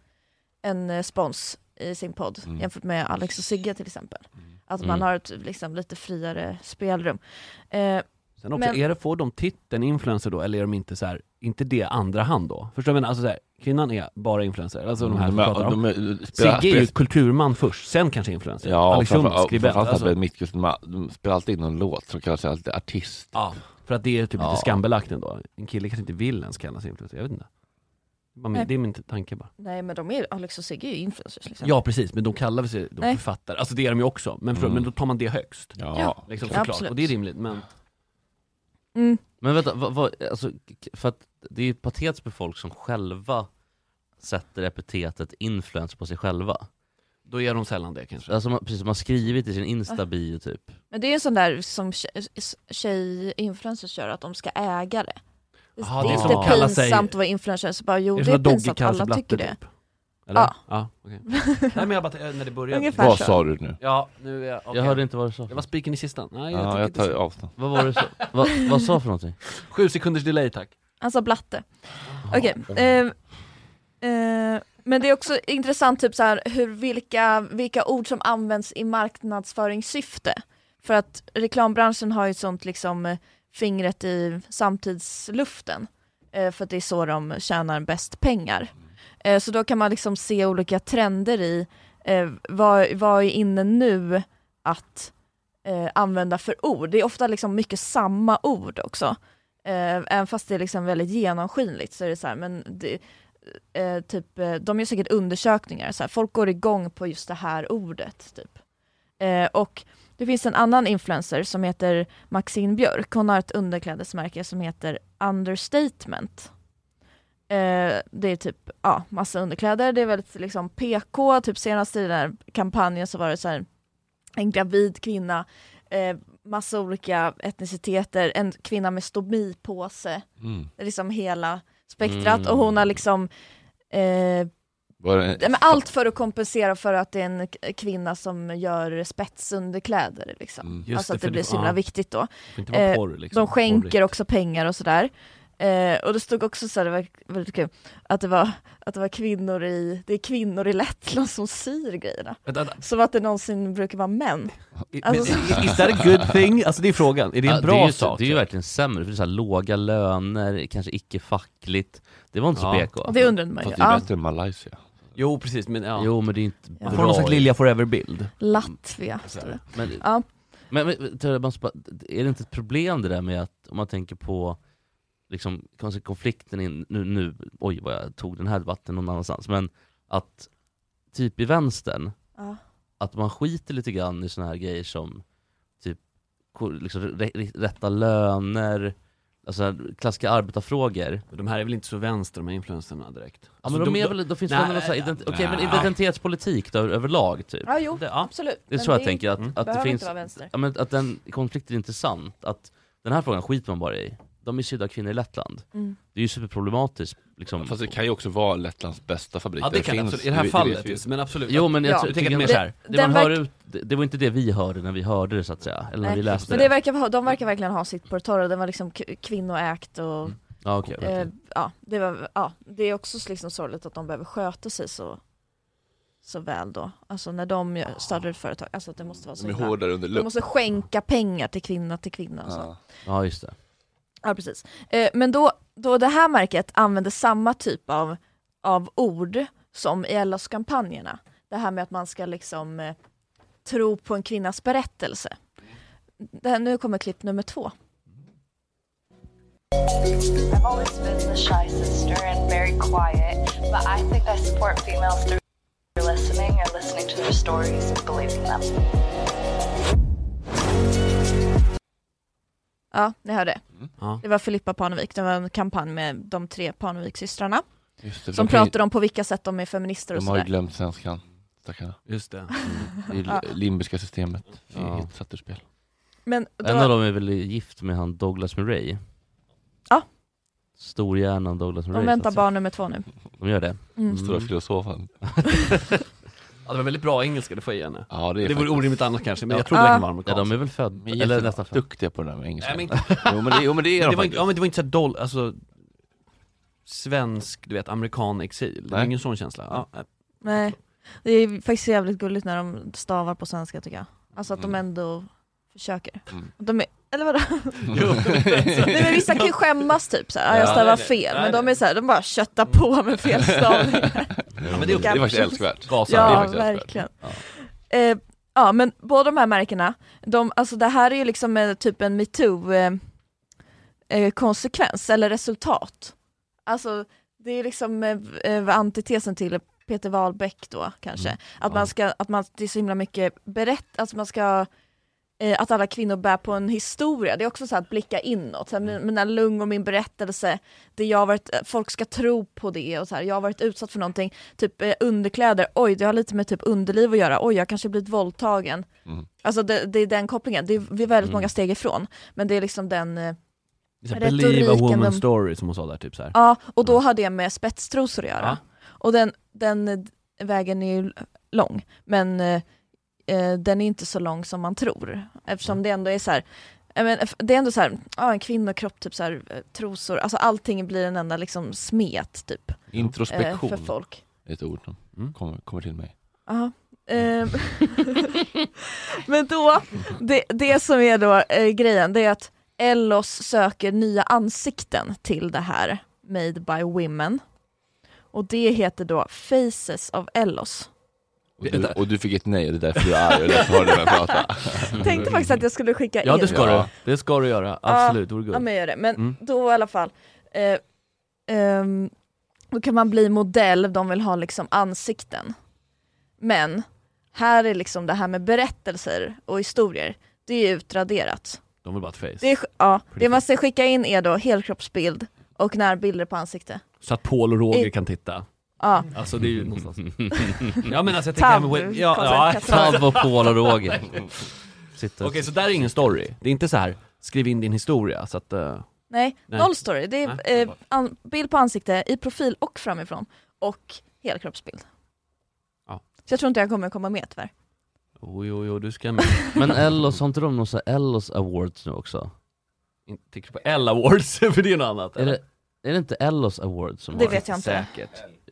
S5: en eh, spons i sin podd
S1: Mm.
S5: jämfört med Alex och Sigge till exempel. Att man
S4: Mm.
S5: har ett liksom, lite friare spelrum. Eh,
S3: Sen också,
S5: Men-
S3: är det, får de titeln influencer då eller är de inte så här, inte det andra hand då? Förstår du vad jag menar? Alltså så här, kvinnan är bara influencer, alltså de här som
S1: är-
S3: pratar om.
S1: de är- spelar-
S3: Sigge är ju
S1: spelar-
S3: kulturman först, sen kanske influencer.
S1: Ja,
S3: Alex Schulman,
S1: framförallt
S3: skribent.
S1: framförallt
S3: Alltså,
S1: att Mittkus, de spelar alltid in någon låt som kallas alltid artist. Mm.
S3: ja, för att det är typ
S4: Ja.
S3: lite skambelagt ändå. En kille kanske inte vill ens kallas influencer, jag vet inte. Bara min-
S5: Nej.
S3: Det är min tanke bara.
S5: nej men de är, Alex och Sigge är ju influencers liksom.
S3: Ja precis, men de kallar väl sig
S5: Nej.
S3: de författare, alltså det är de ju också, men, för,
S1: Mm.
S3: men då tar man det högst.
S5: Ja.
S3: Liksom,
S5: Ja,
S3: såklart.
S5: absolut.
S3: Och det är rimligt, men
S5: Mm.
S4: Men vänta, vad, vad, alltså, k- för att det är ju patetiskt med folk som själva sätter epitetet influencer på sig själva.
S3: då är de sällan det kanske.
S4: Alltså man, precis som man har skrivit i sin insta-bio typ.
S5: Men det är en sån där som tje- tjej-influencers gör, att de ska äga det. Det
S3: Jaha,
S5: är
S4: det är
S5: inte
S4: som att
S3: kalla
S5: pinsamt
S3: sig-
S5: att vara influencer, så bara jo
S3: Är
S5: det
S3: såna
S5: är pinsamt,
S3: doggy-kallsblattor
S5: alla tycker det.
S3: Typ. Eller?
S5: Ja.
S3: ja okej. Nej men jag bara, när det började.
S5: Ungefär.
S1: Vad
S5: Fashion.
S1: sa du nu?
S3: Ja, nu är jag, okej.
S4: Jag hörde inte vad du sa.
S3: Jag var spiken i kistan. Nej, jag
S1: Ja,
S3: tycker
S1: jag tar
S3: inte så.
S1: avstånd.
S4: Vad var det så? vad, vad sa för någonting?
S3: Sju sekunders delay tack.
S5: Alltså blatte. Okej. ehm, eh, men det är också intressant typ så här, hur, vilka, vilka ord som används i marknadsföringssyfte. För att reklambranschen har ju ett sånt liksom eh, fingret i samtidsluften. Eh, för att det är så de tjänar bäst pengar. Eh, så då kan man liksom se olika trender i eh, vad, vad är inne nu att eh, använda för ord. Det är ofta liksom mycket samma ord också. Eh, även fast det är liksom väldigt genomskinligt så är det så här, men det, eh, typ, eh, de gör säkert undersökningar, så här, folk går igång på just det här ordet. Typ. Eh, och det finns en annan influencer som heter Maxine Björk, hon har ett underklädesmärke som heter Understatement. Eh, Eh, det är typ ja, massa underkläder, det är väldigt liksom PK, typ senast i den här kampanjen så var det så här en gravid kvinna, eh, massa olika etniciteter, en kvinna med stomipåse,
S1: Mm.
S5: liksom hela spektrat
S4: Mm.
S5: och hon har liksom eh,
S1: Var det
S5: men allt för att kompensera för att det är en k- kvinna som gör spetsunderkläder liksom.
S1: Mm.
S3: Just
S5: alltså att
S3: för
S5: det blir så himla
S3: ja,
S5: viktigt då.
S3: får inte vara
S5: Eh,
S3: porr liksom.
S5: De skänker
S3: Porrigt.
S5: också pengar och sådär. Eh, och det stod också så här, det var väldigt kul, att det var, att det var kvinnor i, det är kvinnor i Lettland som syr grejerna.
S3: Vänta, vänta.
S5: Som att det någonsin brukar vara män.
S3: I-
S5: Alltså-
S3: men, is that a good thing? Alltså det är frågan, är det en
S4: Ja,
S3: bra
S4: det är ju,
S3: sak?
S4: Det är ju verkligen sämre, för det är så här låga löner, kanske icke-fackligt. Det var inte så
S3: Ja.
S4: PK.
S5: Och det undrade man ju.
S1: Fast det är
S5: Ja,
S1: bättre än Malaysia.
S3: Jo precis, men ja.
S4: Jo men det är inte
S5: Ja.
S3: Man får någon slags
S4: ju.
S3: Lilja Forever-bild.
S5: Latvia. stod det.
S4: Men,
S5: Ja.
S4: men, men Tora, jag måste bara- är det inte ett problem det där med att, om man tänker på liksom, kanske konflikten in, nu, nu, oj vad jag tog den här debatten någon annanstans, men att typ i vänstern,
S5: Ja.
S4: att man skiter lite grann i såna här grejer som typ ko- liksom, re, re, rätta löner, alltså klassiska arbetarfrågor.
S3: De här är väl inte så vänster de här influencerna direkt? Alltså,
S4: Ja, men de, är väl, då finns det
S3: nej,
S4: väl någon sån här identi-
S3: nej.
S4: okej, men identitetspolitik då, överlag typ?
S5: ja, jo,
S4: Det, ja.
S5: absolut.
S4: Det är
S5: Men
S4: så jag tänker, att,
S3: Mm.
S4: att det
S5: behöver
S4: finns,
S5: inte vara vänster.
S4: ja, men att den konflikten är intressant, att den här frågan skiter man bara i. De är sydda kvinnor i Lettland.
S5: Mm.
S4: Det är ju superproblematiskt liksom.
S1: Fast det kan ju också vara Lettlands bästa fabrik.
S3: Ja det kan
S1: finns-
S3: absolut, i det här
S1: vi-
S3: fallet
S1: vet vi.
S3: just, men absolut.
S4: Jo men jag
S5: Ja.
S4: tror-
S3: Du
S4: jag
S3: tänker
S4: tycker
S3: mer
S4: att
S3: såhär,
S4: det, det, man
S5: Den
S4: hör
S5: verk-
S4: ut, det, det var inte det vi hörde när vi hörde det så att säga, eller när
S5: Nej.
S4: vi läste
S5: Men
S4: det.
S5: det verkar, ha- de verkar verkligen ha sitt på det torra, den var liksom k- kvinnoägt och
S4: Mm. Ja, okej.
S5: eh, ja, det var, ja, det är också liksom sorgligt att de behöver sköta sig så, så väl då. Alltså när de gör- startar ett företag, alltså att det måste vara så
S1: De är
S5: himla-
S1: hårdare under
S5: De
S1: lupp.
S5: måste skänka pengar till kvinna till kvinna och så.
S1: Ja.
S4: ja just det.
S5: Ja precis. Eh, men då, då det här märket använder samma typ av, av ord som i LS-kampanjerna. Det här med att man ska liksom eh, tro på en kvinnas berättelse. Det här, nu kommer klipp nummer två.
S7: I've always been the shy sister and very quiet, but I think I support females through listening and listening to their stories and believing them.
S5: Ja, ni hörde.
S1: Mm.
S3: Ja.
S5: Det var Filippa Parnevik, det var en kampanj med de tre Parnevik-systrarna
S1: Just det, för
S5: som
S1: de kan ju-
S5: pratar om på vilka sätt de är feminister och
S1: De har ju
S5: sådär.
S1: glömt svenskan. Stackarna. Mm.
S3: just det.
S1: Det är det limbiska systemet. Det är
S4: Ja.
S1: ett satt ur spel.
S5: Men då,
S4: En av dem är väl gift med han Douglas Murray?
S5: Ja.
S4: Storhjärnan Douglas Murray.
S5: de väntar
S4: så att
S5: barn nummer två nu.
S4: säga. De gör det.
S5: Mm.
S1: Stora filosofen.
S3: Ja, det var väldigt bra engelska, det får jag ge henne.
S1: Ja, det är
S3: Det vore
S1: faktiskt-
S3: orimligt annars kanske, men jag
S4: Ja.
S3: trodde verkligen
S5: Ah.
S3: var
S4: Ja, de
S3: amerikansk.
S4: är väl födda,
S1: Men
S4: eller nästan födda.
S1: duktiga på det där med engelska.
S3: Nej, men,
S1: Jo men det, jo, men det är de
S3: det var, inte-
S1: faktiskt.
S3: ja men det var inte såhär doll, alltså svensk, du vet, amerikan exil. Det var
S1: Nej.
S3: ingen sån känsla. Ja, eh, nej.
S5: Nej, det är faktiskt jävligt gulligt när de stavar på svenska tycker jag. Alltså att de ändå försöker.
S1: Mm.
S5: De är, eller vadå?
S3: Jo,
S5: Nej, men vissa kan ju skämmas typ såhär, ja, jag
S3: Ja,
S5: stavar
S3: nej, nej.
S5: fel,
S3: Nej,
S5: men de är såhär, de bara köttar på med fel stavningar.
S1: Ja,
S3: Mm. men
S1: men
S3: det
S1: det,
S3: är-
S1: är faktiskt älskvärt.
S3: Gasar.
S1: det är
S5: ja,
S1: faktiskt
S5: verkligen. Eh, ja, men båda de här märkena, de, alltså det här är ju liksom eh, typ en metoo-konsekvens, eller resultat. Alltså, det är liksom eh, eh, antitesen till Peter Wahlbeck då kanske.
S3: Mm.
S5: Att man ska, att man, det är så himla mycket berätt, att man ska eh, att alla kvinnor bär på en historia, det är också så här att blicka inåt, så här,
S3: Mm.
S5: min- mina lungor, min berättelse, det jag har varit, eh, folk ska tro på det och så här, jag har varit utsatt för någonting, typ eh, underkläder, oj det har lite med typ underliv att göra, oj jag kanske blivit våldtagen.
S1: Mm.
S5: Alltså det, det är den kopplingen, det är, vi är väldigt många steg ifrån, men det är liksom den eh,
S3: Mm. Det är såhär,
S5: Retoriken,
S3: Believe a woman
S5: de-
S3: story som hon sa där typ såhär.
S5: Ja, och då har det med spetstrosor att göra.
S3: Ja.
S5: Och den, den eh, vägen är ju l- lång, men eh, eh, den är inte så lång som man tror. Eftersom
S3: Mm.
S5: det ändå är så här, ja, men, f- det är ändå så här, ja, en kvinnokropp, typ så här, eh, trosor, alltså allting blir en enda liksom smet typ, eh,
S1: Introspektion
S5: för folk.
S1: är ett ord som
S3: Mm.
S1: kommer, kommer till mig.
S5: Ja. Eh, men då, det, det som är då eh, grejen, det är att Ellos söker nya ansikten till det här Made by Women. Och det heter då Faces of Ellos.
S1: Och du, och du fick ett nej och det är därför du är arg och därför hörde du mig prata.
S5: Tänkte faktiskt att jag skulle skicka
S3: Ja
S5: in.
S3: det ska
S1: Ja.
S3: du, det ska du göra, absolut, det vore
S5: Ja
S3: guld.
S5: men gör det. Men
S3: Mm.
S5: då i alla fall, eh, ehm, då kan man bli modell, de vill ha liksom ansikten. Men här är liksom det här med berättelser och historier, det är utraderat.
S3: De vill bara ett face.
S5: Det är, ja,
S3: Pretty
S5: det man ska skicka in är då helkroppsbild Och närbilder på ansikte.
S3: Så att Paul och Roger
S5: I-
S3: kan titta.
S5: Ja,
S3: Alltså det är ju någonstans. ja men alltså jag tänker...
S5: Tab-
S3: Tab, ja, ja.
S5: koncept.
S4: Tav och Paul och Roger. Sitter
S3: Okej
S4: och-
S3: så där är ingen story. Det är inte så här skriv in din historia så att... eh,
S5: nej.
S3: Nej.
S5: Noll story. Det är
S3: Nej.
S5: eh, an- bild på ansikte i profil och framifrån. Och helkroppsbild.
S3: Ja.
S5: Så jag tror inte jag kommer komma med tyvärr.
S3: Jo, jo, jo, du ska med.
S4: Men Ellos, har inte de någon sån här Ellos awards nu också?
S3: Inte tänker på L-awards, för det är något annat.
S4: Är det, är det inte Ellos awards som
S5: Det
S4: har
S5: vet jag inte.
S3: Säkert.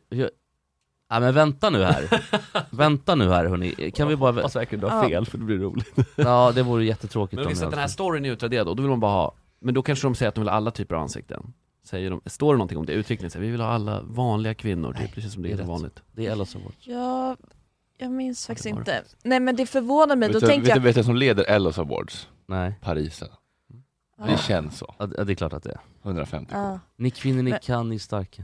S4: Ja, men vänta nu här. vänta nu här hörni. Kan vi bara...
S3: Hoppas verkligen du
S5: Ja.
S3: har fel, för det blir roligt.
S4: Ja det vore jättetråkigt
S3: Men om vi säger
S4: det
S3: att den
S4: hade-
S3: här storyn är utraderad, och då vill man bara ha... Men då kanske de säger att de vill ha alla typer av ansikten. Säger de, står det någonting om det? Uttryckligen säger vi vill ha alla vanliga kvinnor, typ. Det känns som det
S4: det
S3: är
S4: är
S3: rätt
S4: rätt.
S3: vanligt.
S4: Det är Ellos awards.
S5: Jag, jag minns faktiskt
S3: var det
S5: inte. Nej men det förvånar mig,
S1: Vet
S5: då
S1: du vet
S5: tänkte
S1: du
S5: jag...
S1: vet du vem som leder Ellos Awards?
S4: Nej,
S1: Parisen.
S5: Ja.
S1: Det känns så.
S4: ja, det det är klart att det är.
S1: 150
S5: Ja.
S4: Ni kvinnor, ni
S5: Men-
S4: kan, ni är starka.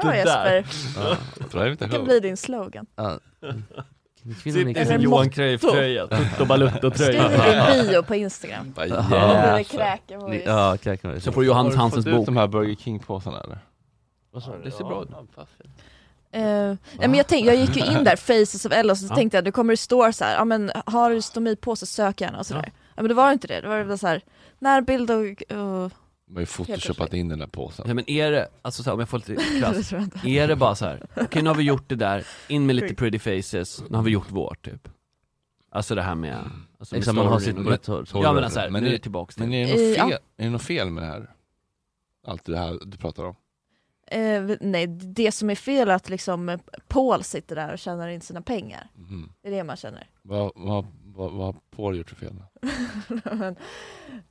S5: Bra Jesper,
S4: Ja.
S1: Jag tror jag inte
S5: vilken
S1: ihåg.
S5: blir din slogan?
S4: Ja. Ni kvinnor, ni
S3: Sitter i
S5: Eller
S3: sin
S4: kan.
S3: Johan
S5: motto.
S3: Cruyff-tröja, Tutto
S5: Skriv
S3: Balutto-tröja.
S5: i din bio på Instagram.
S1: Vad
S4: Ja.
S5: Då blir det
S1: jävlar.
S5: kräken på
S4: Ni,
S5: oss.
S4: ja, kräken var det.
S3: Så får du Johannes
S1: Har du fått
S3: Hansens
S1: ut
S3: bok.
S1: de här Burger King-påsarna eller?
S4: Det ser bra ut.
S5: Eh, nej, men jag, tänk, jag gick ju in där, Faces of L, och så
S3: Ja.
S5: tänkte jag det kommer det stå så här, ja men har du stomipåse sök gärna och sådär. Ja. men det var inte det, det var bara så här närbild och... och
S1: De har ju photoshopat
S5: plötsligt.
S1: in den där påsen.
S3: Nej men är det, alltså så här, om jag får lite
S5: det
S3: krass,
S5: tror jag inte.
S3: är det bara så här? okej nu har vi gjort det där, in med lite pretty faces, nu har vi gjort vårt typ. Alltså det här med, alltså med
S4: Exakt, Liksom, man har
S3: storyn
S4: sitt
S3: och-
S4: på ett hår.
S3: Ja men alltså här,
S1: Men
S3: nu är
S1: det-
S3: det tillbaks till
S1: Men är det,
S5: Eh,
S1: något
S5: ja.
S1: fel, är det något fel med det här? Allt det här du pratar om?
S5: Eh, nej, det som är fel är att liksom eh, Paul sitter där och tjänar in sina pengar.
S1: Mhm.
S5: Det är det man känner.
S1: Vad, vad, vad, vad har Paul gjort för fel? då?
S5: Men,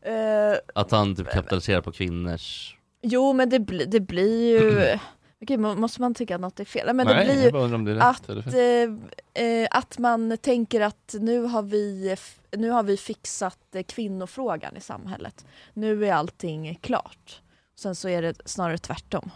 S5: eh,
S4: Att han typ kapitaliserar på kvinnors...
S5: jo men det, bli, det blir ju... Okej, må- måste man tycka att något är fel? Nej, Men det
S1: Nej,
S5: blir ju
S1: jag bara undrar om det är rätt eller fel.
S5: eh, eh, att man tänker att nu har vi, f- nu har vi fixat eh, kvinnofrågan i samhället. Nu är allting klart. Sen så är det snarare tvärtom.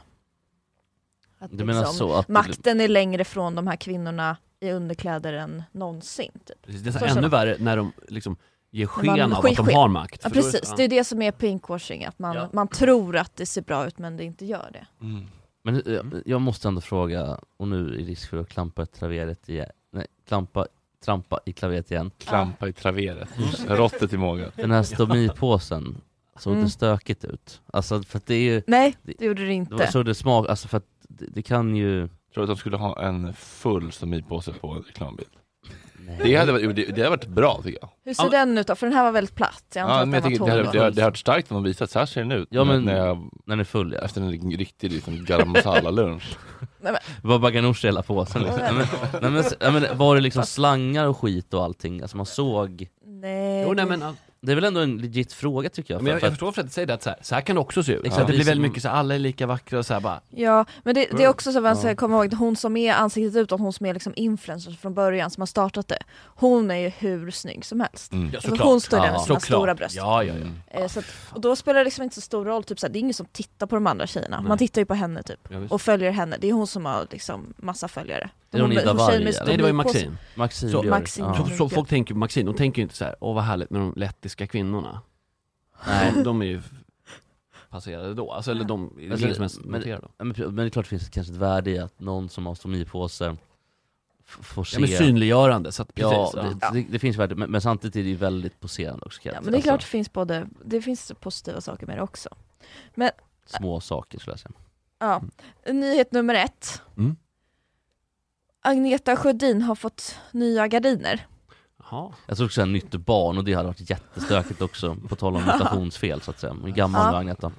S5: Att
S4: Du menar
S5: liksom,
S4: så? Att
S5: Makten är längre från de här kvinnorna i underkläder än någonsin. Typ.
S3: Precis, det är så
S5: Så
S3: här ännu
S5: känner-
S3: värre när de liksom ger sken
S5: man-
S3: av att de
S5: sken.
S3: har makt.
S5: Ja,
S3: För då är det-
S5: precis, det är det som är pinkwashing, att man,
S3: Ja.
S5: man tror att det ser bra ut men det inte gör det.
S1: Mm.
S4: Men eh, jag måste ändå fråga, och nu är risk för att klampa i klaveret igen. Nej, klampa, trampa i klaveret igen. Mm.
S1: Klampa i traveret. Råttet i magen.
S4: Den här stomipåsen, såg
S5: Mm.
S4: det stökigt ut? Alltså för att det är ju,
S5: Nej,
S4: Det-
S5: det gjorde det
S4: det var
S5: inte.
S4: så det smak, alltså för att det, det kan ju...
S1: Tror du att de skulle ha en full stomipåse på en reklambild?
S4: Nej.
S1: Det hade, varit- jo, det, det hade varit bra tycker jag.
S5: Hur
S3: Ja,
S5: ser den ut då? För den här var väldigt platt. Jag antar
S1: Ja,
S5: att
S1: men
S5: den
S1: jag
S5: var
S1: tycker, det,
S5: tolv
S1: hade, det,
S5: då.
S1: hade, det hade varit starkt om de visat så här ser den ut.
S4: Ja, men-
S1: när jag,
S4: När den är full ja.
S1: efter en riktig liksom, garam masala-lunch.
S4: Det var Baganosh i hela påsen liksom. nej, men, nej, men, nej, men var det liksom slangar och skit och allting? Alltså man såg...
S5: Nej,
S3: Jo, nej,
S5: det-
S3: men, ja,
S4: Det är väl ändå en legit fråga tycker jag. För,
S3: men jag,
S4: för
S3: jag
S4: att,
S3: förstår Fredde säger det, att så här, så här kan det också se ut. Mm.
S4: Exakt,
S3: Så att det
S4: vi
S3: blir väldigt
S4: som-
S3: mycket så här, alla är lika vackra och så här bara,
S5: Ja, men det, det är också så att man ska
S4: Ja.
S5: komma ihåg att hon som är ansiktet utåt, hon som är liksom influencer från början, som har startat det, hon är ju hur snygg som helst.
S1: Mm.
S3: ja,
S5: Alltså,
S3: såklart.
S5: hon står där med
S3: Ja.
S5: sina stora
S3: Såklart.
S5: bröst.
S3: Ja, ja,
S4: Mm.
S3: ja.
S5: Eh, så att, och då spelar det liksom inte så stor roll, typ såhär, det är ingen som tittar på de andra tjejerna,
S3: Nej.
S5: man tittar ju på henne typ.
S3: Ja, visst.
S5: Och följer henne, det är hon som har liksom massa följare.
S4: Är hon Ida Warg,
S5: tjejen med
S4: eller?
S5: stor
S3: Nej det var ju
S5: midpåse-
S3: Maxine.
S4: Maxine
S3: Så-
S4: gör det.
S5: Maxine.
S4: Ja.
S3: Så, så folk tänker på Maxine, de tänker ju inte så här, åh vad härligt med de lettiska kvinnorna.
S4: Nej.
S3: De, de är ju passerade då, alltså eller de, det är
S4: Alltså,
S3: ingen som ens
S4: men-
S3: noterar dem.
S4: Ja, Men, men det är klart det finns kanske ett värde i att någon som har stomipåse f- får se...
S3: Ja men synliggörande, så att precis.
S4: Ja,
S3: Ja,
S4: det, det, det finns värde, men, men samtidigt är det ju väldigt poserande också kan jag
S5: Ja, men det är
S3: Alltså.
S4: säga.
S5: klart det finns både, det finns positiva saker med det också.
S4: alltså, Små saker skulle jag säga.
S5: Ja. Nyhet nummer ett.
S3: Mm.
S5: Agneta Sjödin har fått nya gardiner.
S3: Jaha.
S4: Jag såg också en nytt barn och det hade varit jättestökigt också, på tal om mutationsfel så att säga. Hur gammal
S5: Ja.
S4: var Agneta?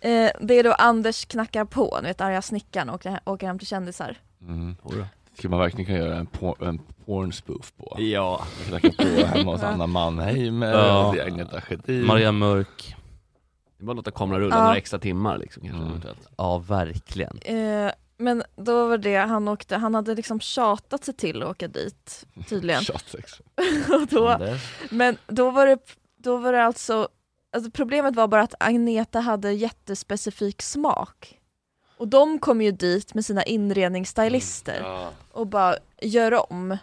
S5: Eh, det är då Anders knackar på, ni vet arga snickaren och åker, åker hem till kändisar.
S1: Mm.
S3: Jodå.
S1: Skulle man verkligen kunna göra en, por- en porn spoof på?
S3: Ja.
S1: Knacka på hemma hos Anna Mannheim, eh,
S4: Ja.
S1: det är Agneta Sjödin.
S4: Maria Mörk,
S3: Det är bara att låta kameran rulla
S5: Ja.
S3: några extra timmar liksom kanske
S1: Mm.
S3: eventuellt.
S4: ja verkligen.
S5: Eh, men då var det, han åkte, han hade liksom tjatat sig till att åka dit tydligen.
S1: Tjatsex.
S5: och då,
S3: Anders.
S5: men då var det, då var det alltså, alltså, problemet var bara att Agneta hade jättespecifik smak. Och de kom ju dit med sina inredningsstylister
S1: Mm,
S5: och bara gör om.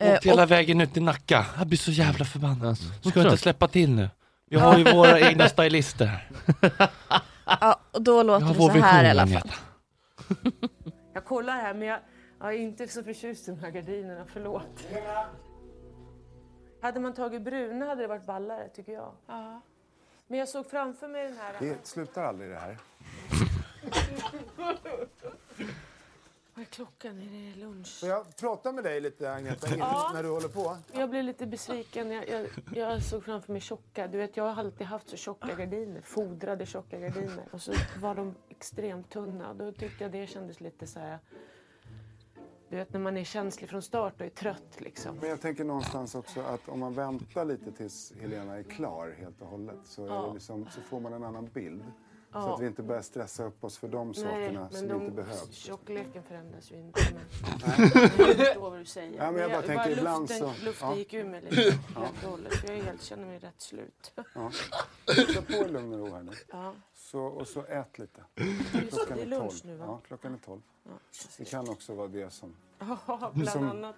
S5: Eh,
S1: Åkt hela vägen ut till Nacka, jag blir så jävla förbannad.
S4: Alltså,
S1: Ska jag inte släppa till nu? Vi har ju våra egna stylister.
S5: Ja, och då låter
S1: Jag har
S5: det
S1: vår
S5: så här i alla
S1: vision,
S5: fall.
S1: Agneta.
S8: Jag kollar här men jag, jag är inte så förtjust i de här gardinerna, förlåt. Hade man tagit bruna hade det varit ballare tycker jag. Men jag såg framför mig den här...
S9: Det slutar aldrig det här.
S8: Vad är klockan? Är det lunch?
S9: Får jag prata med dig lite, Agneta,
S8: Ja.
S9: när du håller på?
S8: Jag blev lite besviken. Jag, jag, jag såg framför mig tjocka. Du vet, jag har alltid haft så tjocka gardiner. Fodrade tjocka gardiner. Och så var de extremt tunna. Då tyckte jag det kändes lite så här... Du vet när man är känslig från start och är trött liksom.
S9: Men jag tänker någonstans också att om man väntar lite tills Helena är klar helt och hållet så, är
S8: Ja.
S9: det liksom, så får man en annan bild. Så
S8: Ja.
S9: att vi inte börjar stressa upp oss för de sakerna som inte behövs.
S8: Tjockleken förändras ju inte. Men jag förstår vad du säger.
S9: Ja, men jag bara tänker
S8: luften,
S9: ibland så-
S8: Luften
S9: ja.
S8: gick ur mig lite helt och hållet. För jag är helt, känner mig rätt slut.
S9: Ja. Så på i lugn och ro här nu.
S8: Ja,
S9: Så, och så ät lite.
S8: just det.
S9: Klockan
S8: Det
S9: är
S8: är lunch nu
S9: tolv.
S8: va?
S9: Ja, klockan är tolv.
S8: Ja,
S9: Det kan också vara det som...
S8: Ja, bland
S9: Som-
S8: annat.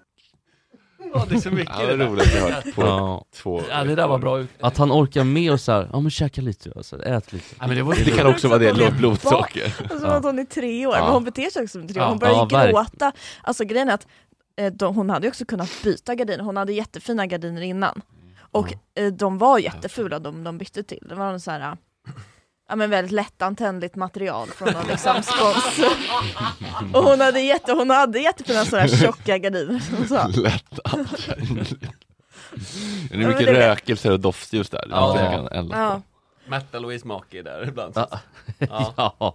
S3: Ja, det är så mycket
S1: Ja, det är roligt vi har på
S4: Ja.
S1: två...
S3: Ja, det där var bra ut.
S4: Att han orkar med och såhär, ja men käka lite, alltså, ät lite.
S3: Ja, men det var
S1: Det kan också vara det, låt blodsocker.
S5: Och som Alltså, att hon är tre år,
S1: Ja.
S5: men hon beter sig också som tre år.
S1: Ja.
S5: Hon börjar
S4: Ja,
S5: ju
S4: verk-
S5: gråta. Alltså grejen är att eh, de, hon hade ju också kunnat byta gardiner, hon hade jättefina gardiner innan. Och eh, de var jättefula de de bytte till. Det var en så här, eh, ja men väldigt lättantändligt material från någon liksom sponsor. Och hon hade, jätte, hon hade jättefina sådana här tjocka gardiner. som hon sa.
S1: Lätt att- Det är
S5: men
S1: mycket
S5: det-
S1: rökelser och doftljus där.
S4: Ja.
S1: Det kan elda
S5: Ja.
S3: Märta Louise Make är där ibland.
S4: Ja.
S3: Ja.
S4: Ja.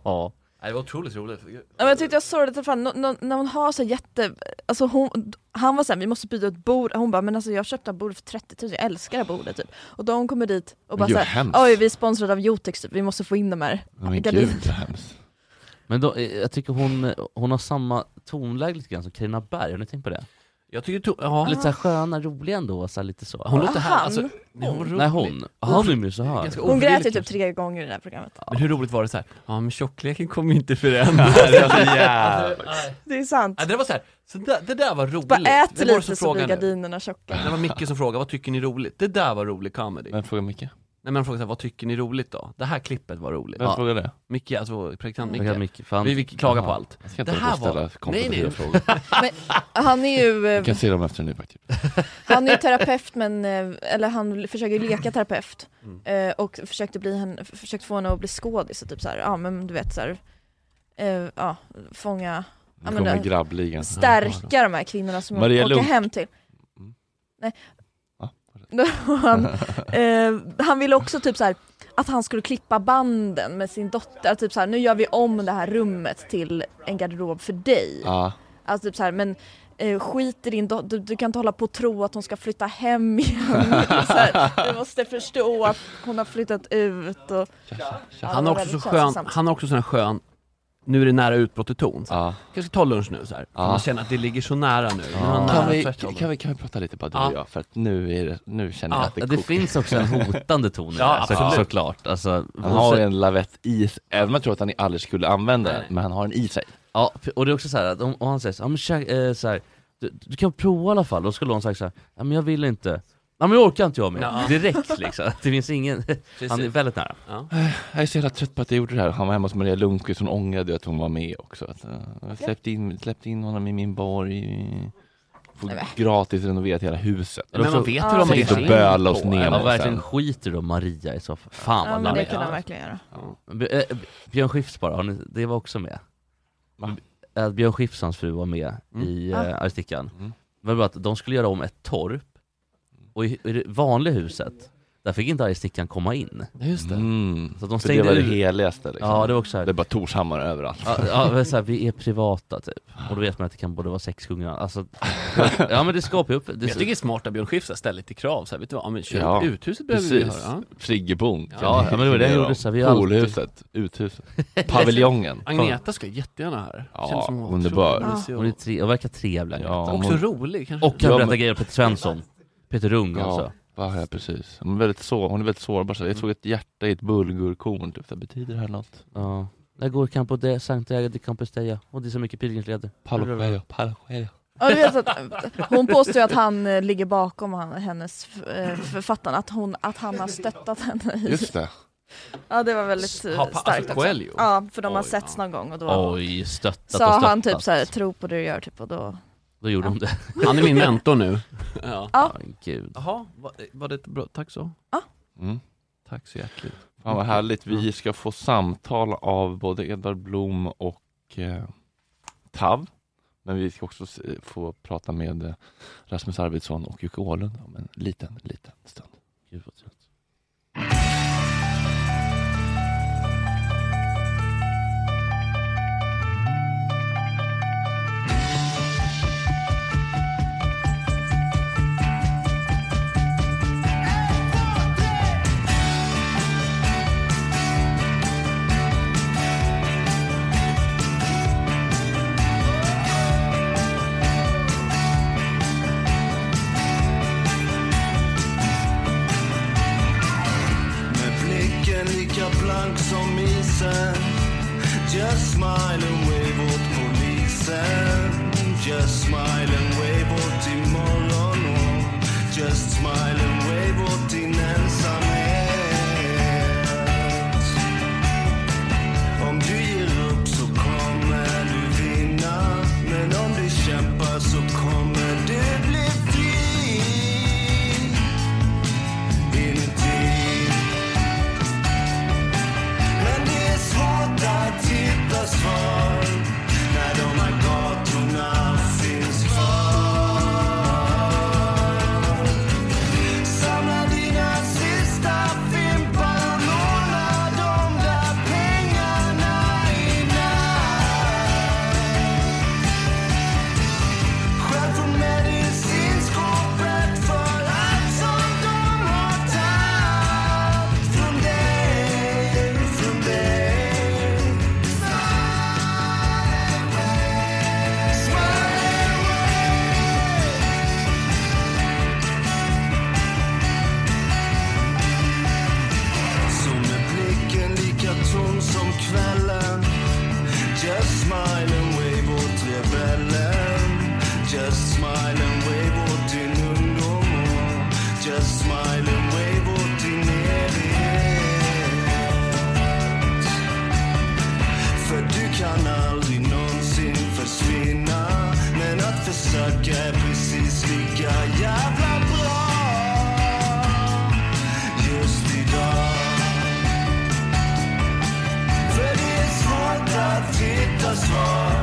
S3: Ja, Det var otroligt roligt.
S5: Ja, men jag tyckte jag såg det, fan, nå- nå- när hon har så jätte, alltså hon, han var såhär vi måste byta ett bord, hon bara men alltså jag köpte det här bordet för 30 000, jag älskar det här bordet typ. Och då hon kommer dit och bara
S1: Gud,
S5: såhär,
S1: hemskt.
S5: oj vi är sponsrade av Jotex typ, vi måste få in de här.
S1: Men
S5: Gardin.
S1: gud vad hemskt.
S4: Men då, eh, jag tycker hon, hon har samma tonläge lite grann som Carina Berg, har ni tänkt på det?
S3: Jag tycker to- ja.
S4: Lite såhär sköna, roliga ändå, så här, lite så
S3: Hon låter
S5: Han?
S3: här, alltså, nej, hon var rolig.
S4: Nej hon, han är ju såhär
S3: Ganska
S5: Mm. Hon grät ju
S3: ofrivilligt
S5: typ
S3: kanske.
S5: tre gånger i det här programmet.
S3: Men hur roligt var det så här? Ja men tjockleken kommer ju inte förändras. alltså, jävlar.
S5: Det är sant.
S3: ja, det var så här, så där, det där var roligt.
S5: Bara ät
S3: Vem var det
S5: lite
S3: som
S5: så blir
S3: frågade nu?
S5: gardinerna tjocka.
S3: Det var Micke som frågade, vad tycker ni är roligt? Det där var rolig comedy.
S1: Vem frågar Micke?
S3: Nej men han frågade så här, vad tycker ni är roligt då? Det här klippet var roligt.
S1: Vem
S3: Ja.
S1: frågar det?
S3: Micke, alltså praktikant
S4: Jag kan
S3: Micke.
S4: mycket, för han,
S3: Vi fick klaga på
S4: Ja.
S3: allt.
S1: Jag ska
S3: Det
S1: inte
S3: här
S1: hålla på och
S3: var-
S1: ställa
S3: Nej, nej.
S1: kompetitiva frågor.
S5: Han är ju,
S1: Vi
S5: eh,
S1: kan se dem efter en ny praktik.
S5: han är ju terapeut men, eh, eller han försöker ju leka terapeut.
S1: Mm.
S5: Eh, Och försökte, bli henne, försökte få henne att bli skådis och typ såhär, ja men du vet såhär, eh, ja fånga
S1: Nu
S5: men
S1: kommer
S5: då-
S1: grabbligan.
S5: stärka de här kvinnorna som
S1: Maria
S5: åker
S1: Lundh.
S5: hem till.
S1: Mm.
S5: Nej.
S1: Ja,
S5: han, eh, han ville också typ så här att han skulle klippa banden med sin dotter, typ så här, nu gör vi om det här rummet till en garderob för dig.
S1: Ja,
S5: Alltså typ så här, men eh, skit i din dotter, du, du kan inte hålla på och tro att hon ska flytta hem igen. så här, du måste förstå att hon har flyttat ut och... Ja, det
S3: Han har
S5: var
S3: också så
S5: väldigt
S3: skön,
S5: känslosamt.
S3: han har också sån här skön, nu är det nära utbrottet-ton. Så här,
S1: ja.
S3: Kanske ta lunch nu så här.
S1: Ja.
S3: Man känner att det ligger så nära nu. Nu är han nära
S1: Kan, vi,
S3: tvärtom.
S1: kan, vi, kan vi prata lite bara du
S3: Ja.
S1: och jag? För att nu, är det, nu känner jag
S3: Ja,
S1: att
S4: Ja,
S1: det,
S4: det
S1: kokar.
S4: finns också en hotande ton i det
S3: Ja,
S4: här, så,
S3: absolut.
S4: såklart. Alltså,
S1: Han
S4: hon
S1: har
S4: sä-
S1: en lavett i sig, även om jag tror att han aldrig skulle använda
S3: Nej,
S1: den,
S3: nej.
S1: men han har den i sig.
S4: ja, och det är också såhär, att om, om han säger så, här, ja, men käk, eh, så här, du, du kan prova i alla fall, då skulle hon säga såhär, ja men jag vill inte, ja men jag orkar inte jag med,
S3: Ja.
S4: direkt liksom. Det finns ingen, han är väldigt nära.
S3: Ja.
S1: Jag är så jävla trött på att jag gjorde det här. Han var hemma hos Maria Lundqvist, hon ångrade ju att hon var med också. Att, eh, jag släppte in, släppte in honom i min borg. Får
S5: Nej,
S1: gratis renoverat hela huset.
S3: Men man vet hur
S5: Ja.
S3: de
S1: Säg
S3: är
S1: inte
S3: in
S1: böla
S3: på.
S1: oss ner.
S4: Ja,
S1: Ja,
S4: verkligen
S1: sen.
S4: skiter då Maria i så fall. Fan
S5: Ja
S4: vad
S5: men det
S4: larvigt.
S5: kunde han
S3: Ja.
S5: verkligen göra.
S4: B- eh, Björn Skifs bara, har ni, det var också med.
S1: Va?
S4: Eh, Björn Skifs hans fru var med
S3: Mm.
S4: i
S5: Ja.
S4: eh, Artikeln.
S1: Mm.
S4: Det var bara att de skulle göra om ett torp, och i, i det vanliga huset, där fick inte Artikeln komma in.
S3: Just det.
S1: Mm.
S4: Så att de
S1: För det
S4: stängde
S1: var det
S4: ur.
S1: heligaste liksom.
S4: Ja det var också
S1: Det är
S4: såhär,
S1: bara Torshammar överallt.
S4: ja, ja, men så här, vi är privata typ. Och då vet man att det kan både vara sex gånger alltså, Ja men det skapar ju upp,
S3: Men
S4: det,
S3: Jag tycker det är smart att Björn Skifs har ställt lite krav, så här, vet du vad, ja, men kör
S1: Ja,
S3: upp uthuset behöver vi
S1: precis.
S3: göra.
S1: Friggebon. kan
S4: Ja,
S1: vi
S4: men det var det jag
S1: definiera
S4: gjorde,
S1: dem.
S4: så här, vi har alltid-
S1: Poolhuset, uthuset, paviljongen.
S3: Agneta skulle jättegärna här.
S1: Ja,
S3: Känns som hon var
S1: underbar.
S3: otroligt mysig
S4: hon är tre, hon verkar trevlig
S1: Ja,
S3: Och,
S1: hon-
S3: också rolig kanske.
S4: Och kan
S1: Ja,
S4: berätta
S1: men-
S4: grejer om Peter Svensson, Peter Rung alltså Mm.
S1: Ja, va, ja, precis. Hon är väldigt, sår, hon är väldigt sårbar. Så jag såg ett hjärta i ett bulgurkorn. Typ. Så här, Betyder det här något?
S4: Ja. Där går Campo de Santiago de Compostela och det är så mycket pilgrimsleder.
S1: Palopejo, palopejo.
S5: Ja, du vet att, eh, hon påstår ju att han eh, ligger bakom han, hennes f- eh, författaren, att, hon, att han har stöttat henne. i-
S1: Just det.
S5: Ja det var väldigt eh,
S3: Ha- pa-
S5: starkt
S3: alltså,
S5: också.
S3: Coelho?
S5: Ja, för de har
S3: Oj,
S5: setts
S3: ja.
S5: någon gång och då
S4: Oj, stöttat och
S5: sa
S4: stöttat.
S5: han typ så här, tro på det du gör typ och då
S4: Då gjorde hon det.
S3: Han är min mentor nu. Ja.
S5: Ja.
S4: Gud.
S3: Jaha, var, var det ett bra, tack så.
S1: Mm.
S3: Tack så hjärtligt.
S1: Fan vad härligt. Vi ska få samtal av både Edvard Blom och eh, Tav. Men vi ska också se- få prata med eh, Rasmus Arvidsson och Jocke Åhlund om en liten, liten stund.
S4: Gud vad trött.
S10: Med blicken lika blank som isen Just smile and wave åt polisen Just smile and wave åt imorgon och Just smile and wave åt din ensamhet Om du ger upp så kommer du vinna Men om du kämpar så kommer du bli fri Inuti men det är svårt att hitta svar när de här gatorna finns kvar. Samla dina sista fimpar och låna de där pengarna i natt. Själv från medicinskåpet för allt som de har tagit från dig, från dig. Smile away. Så med blicken lika tom som kvällen Just smile and wave åt rebellen Just smile and wave åt din ungdom och Just smile and wave åt din evighet För du kan aldrig någonsin försvinna Men att försöka är precis lika jävla bra just idag. För det är svårt att hitta svar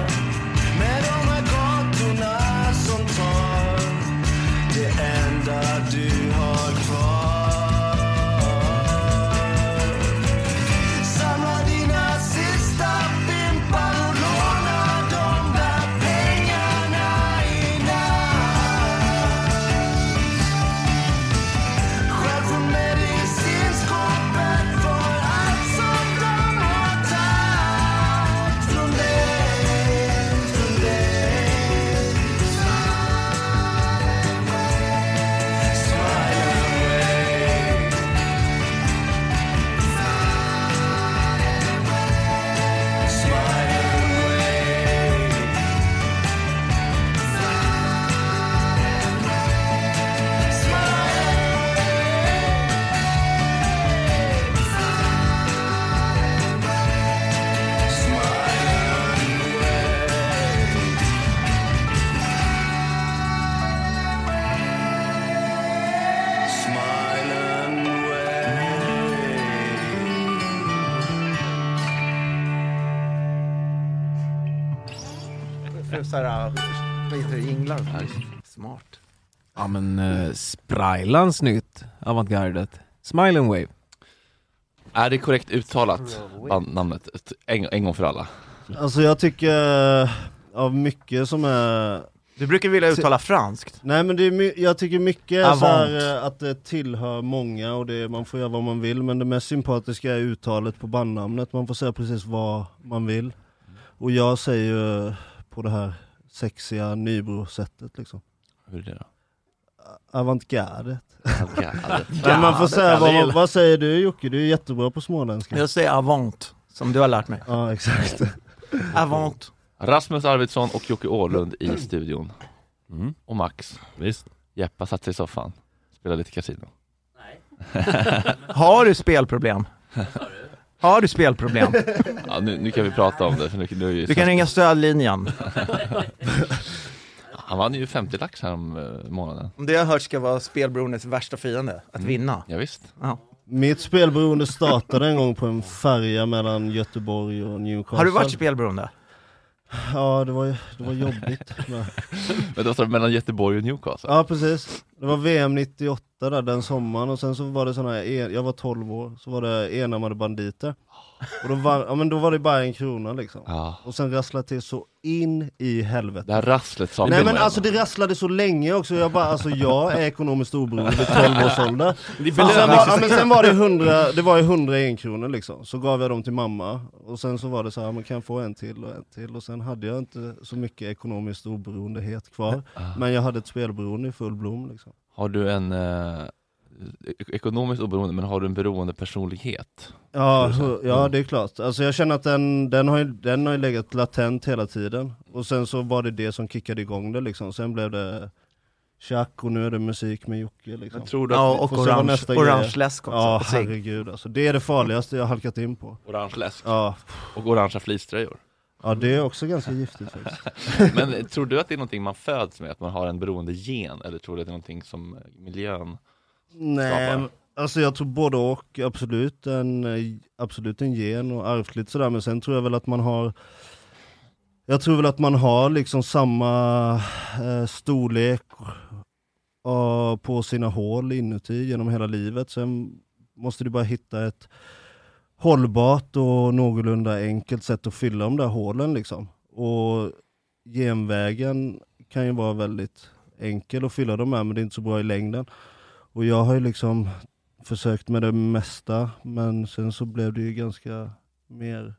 S10: med de här gatorna som tar det enda du har kvar. Samla dina sista fimpar och låna de där pengarna i natt. Själv från medicinskåpet för allt som de har tagit från dig, från dig. Smile away. Smile away. Smile away. Smile and
S3: Smart.
S11: Ja men eh, Sprailans nytt avantgardet. Smile and wave.
S1: Är det korrekt uttalat, band- namnet? Ett- En, en gång för alla.
S10: Alltså jag tycker eh, av mycket som är...
S11: Du brukar vilja
S10: uttala
S11: franskt.
S10: Nej men det är my- jag tycker mycket är
S11: Avant.
S10: så här, eh, att det tillhör många och det, man får göra vad man vill men det mest sympatiska är uttalet på bandnamnet, man får säga precis vad man vill. Och jag säger ju eh, på det här sexiga nybrosättet liksom.
S1: Hur är det då?
S10: Avantgardet.
S1: Avantgardet.
S10: Men man får säga vad, man, vad säger du Jocke? Du är jättebra på småländska.
S11: Jag säger avant, som du har lärt mig.
S10: Ja exakt.
S11: Avant.
S1: Rasmus Arvidsson och Jocke Åhlund i studion. och Max.
S3: Visst.
S1: Jeppa satt sig i soffan, spelade lite kasino.
S12: Har du spelproblem? Har du spelproblem?
S1: Ja, nu, nu kan vi prata om det. För nu, nu är ju
S12: Du kan ringa stödlinjen.
S1: Han vann ju 50 lax här om eh, månaden.
S12: Om det jag har hört ska vara spelberoendes värsta fiende, att
S1: Mm.
S12: vinna.
S1: Ja, visst.
S12: Ja.
S13: Mitt spelberoende startade en gång på en färja mellan Göteborg och Newcastle.
S12: Har du varit spelberoende?
S13: Ja, det var, det var jobbigt. Men...
S1: Men då står det mellan Göteborg och Newcastle.
S13: Ja precis, det var VM 98 där den sommaren och sen så var det såna här, en- jag var 12 år, så var det enarmade banditer Och då var, ja, men då var det bara en krona liksom
S1: Ja.
S13: Och sen rasslade det till så in i helvete
S1: Det här rasslet sa
S13: Nej men alltså det rasslade så länge också, jag bara alltså jag är ekonomiskt oberoende vid 12 års ålder
S10: Det är
S13: Och sen, var,
S10: belöningssystem.
S13: ja, men sen var det 100, det var ju 100 kronor liksom, så gav jag dem till mamma Och sen så var det så här, man kan jag få en till och en till och sen hade jag inte så mycket ekonomiskt oberoendehet kvar
S1: Ah.
S13: Men jag hade ett spelberoende i full blom liksom
S1: Har du en eh, ek- ekonomiskt oberoende, men har du en beroende personlighet?
S13: Ja,
S1: Skulle du
S13: hu-
S1: säga.
S13: ja det är klart. Alltså jag känner att den, den, har ju, den har ju legat latent hela tiden. Och sen så var det det som kickade igång det liksom. Sen blev det tjack och nu är det musik med Jocke liksom.
S1: Men tror du att
S13: ja,
S1: ni-
S13: och
S1: Får se vad
S13: orange,
S1: nästa grej är.
S13: orange läsk också. Ja
S1: på sig.
S13: herregud alltså. Det är det farligaste jag har halkat in på.
S1: Orange läsk
S13: Ja.
S1: och orangea fleecetröjor.
S13: Ja det är också ganska giftigt faktiskt.
S1: Men eh, tror du att det är någonting man föds med, att man har en beroende gen? Eller tror du att det är någonting som eh, miljön
S13: Nej,
S1: skapar?
S13: men, alltså jag tror både och, absolut en, eh, absolut en gen och ärftligt sådär, men sen tror jag väl att man har Jag tror väl att man har liksom samma eh, storlek eh, på sina hål inuti genom hela livet, sen måste du bara hitta ett hållbart och någorlunda enkelt sätt att fylla de där hålen liksom. Och genvägen kan ju vara väldigt enkel att fylla dem med, men det är inte så bra i längden. Och jag har ju liksom försökt med det mesta, men sen så blev det ju ganska mer...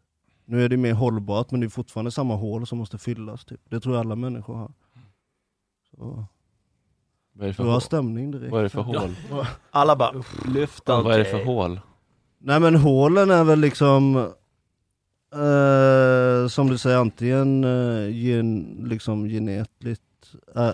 S13: Nu är det mer hållbart, men det är fortfarande samma hål som måste fyllas. Typ. Det tror jag alla människor har. Så.
S1: Vad är det för
S13: Bra
S1: hål?
S13: stämning direkt.
S1: Vad är det för hål? Alltså,
S13: Ja.
S12: Alla bara,
S1: Lyft Vad är det för
S12: okej.
S1: hål?
S13: Nej men hålen är väl liksom eh, Som du säger antingen eh, gen, liksom genetligt, eh,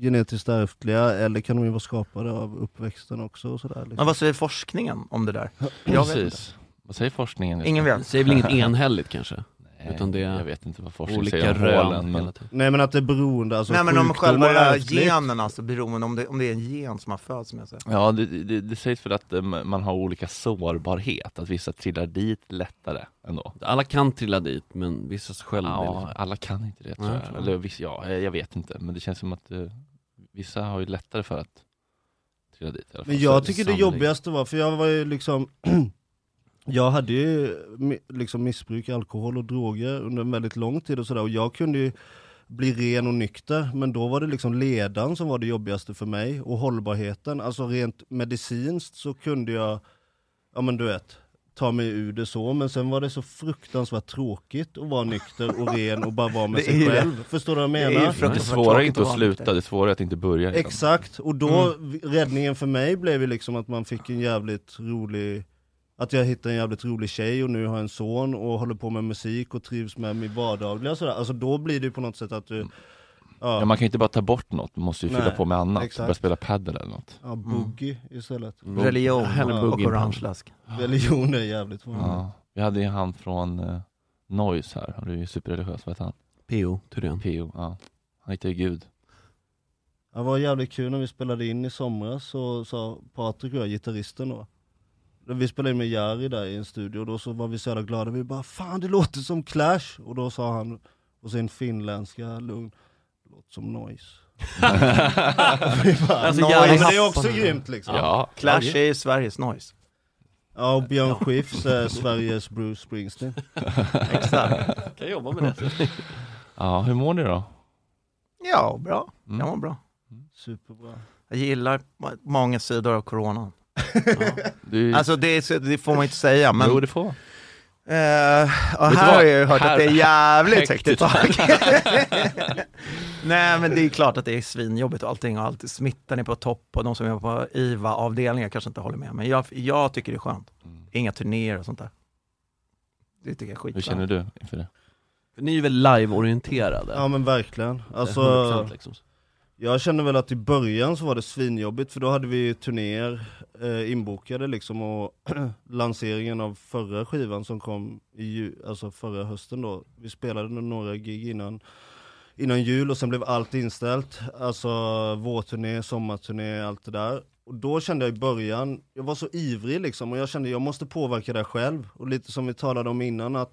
S13: genetiskt ärftliga eller kan de ju vara skapade av uppväxten också och sådär. Liksom.
S12: Men vad säger forskningen om det där? Jag vet inte.
S1: Precis. Vad säger forskningen? just
S12: Ingen
S1: nu?
S12: vet.
S3: Det säger väl inget enhälligt kanske?
S1: Nej,
S3: Utan det är
S1: jag vet inte vad forskning
S3: olika
S1: säger om
S3: rön
S1: hålen, men-
S3: hela tiden.
S13: Nej men att det är beroende, alltså
S12: Nej men om
S13: sjukdom och
S12: själva
S13: ärftligt.
S12: genen alltså, beroende, om det, om det är en gen som man föds med. Så.
S1: Ja, det, det, det sägs för att eh, man har olika sårbarhet, att vissa trillar dit lättare ändå.
S3: Alla kan trilla dit, men vissa själv
S1: Ja, alla kan inte det tror
S3: Nej,
S1: jag.
S3: tror jag.
S1: Eller vissa, ja, eh, jag vet inte, men det känns som att eh, vissa har ju lättare för att trilla dit. i alla fall.
S13: Men
S1: Så är
S13: jag tycker det
S1: sannolikt.
S13: jobbigaste var, för jag var ju liksom Jag hade ju mi- liksom missbruk, alkohol och droger under en väldigt lång tid och sådär och jag kunde ju bli ren och nykter, men då var det liksom ledan som var det jobbigaste för mig och hållbarheten. Alltså rent medicinskt så kunde jag, ja men du vet, ta mig ur det så, men sen var det så fruktansvärt tråkigt att vara nykter och ren och bara vara med
S12: Det är ju
S13: sig
S12: det.
S13: själv. Förstår du vad jag
S12: Det är ju
S13: menar?
S12: fruktansvärt
S1: Det svåra är inte att sluta, det svåra är att inte börja. liksom. Mm.
S13: Exakt, och då, v- räddningen för mig blev ju liksom att man fick en jävligt rolig att jag hittade en jävligt rolig tjej och nu har jag en son och håller på med musik och trivs med min vardagliga och sådär. Alltså då blir det ju på något sätt att du...
S1: Mm. Ja, man kan ju inte bara ta bort något, man måste ju fylla
S13: Nej,
S1: på med annat,
S13: exakt.
S1: börja spela padel eller något.
S13: Ja, boogie istället.
S1: Mm.
S12: Religion
S1: Hellre
S13: Ja.
S1: boogie än punch.
S13: Religion är jävligt vanligt.
S1: Ja. Vi hade ju han från uh, Noise här, han är ju superreligiös, vad heter han?
S3: P.O. Thyrén.
S1: P.O. Ja. Han heter ju Gud.
S13: Det var jävligt kul när vi spelade in i somras så sa Patrik och jag, gitarristen då Vi spelade in med Jari där i en studio och då så var vi så jävla glada, vi bara 'Fan det låter som Clash' och då sa han, och sin finländska lugn, det låter som noise Vi bara,
S12: Alltså,
S13: "Noise."
S12: Jari
S13: Men det är
S12: Hassman.
S13: också grymt liksom
S1: Ja.
S12: Clash är ju Sveriges noise.
S13: Ja och Björn Skifs är Sveriges Bruce Springsteen
S12: Exakt.
S3: Kan jobba med det.
S1: Ja, hur mår ni då?
S12: Ja, bra.
S1: Mm.
S12: Jag mår bra.
S13: Superbra
S12: Jag gillar ma- många sidor av coronan.
S1: Du...
S12: Alltså det, är så- det får man inte säga, men...
S1: Jo, det får
S12: Eh, och
S1: Vet du
S12: här
S1: vad?
S12: har jag ju hört
S1: Här-
S12: att det är jävligt högt i
S1: Högt
S12: tak.
S1: i
S12: Nej men det är klart att det är svinjobbigt och allting och alltid smittan är på topp och de som är på IVA-avdelningar kanske inte håller med. Men jag, jag tycker det är skönt.
S1: Mm.
S12: Inga turnéer och sånt där. Det tycker jag är skitskönt.
S1: Hur känner du inför det?
S3: Ni är ju väl live-orienterade?
S13: Ja men verkligen, alltså
S3: 100% liksom.
S13: Jag känner väl att i början så var det svinjobbigt för då hade vi turnéer eh, inbokade liksom och lanseringen av förra skivan som kom i ju, alltså förra hösten då. Vi spelade nog några gig innan, innan jul och sen blev allt inställt. Alltså vårturné, sommarturné, allt det där. Och då kände jag i början, jag var så ivrig liksom och jag kände jag måste påverka det här själv. Och lite som vi talade om innan att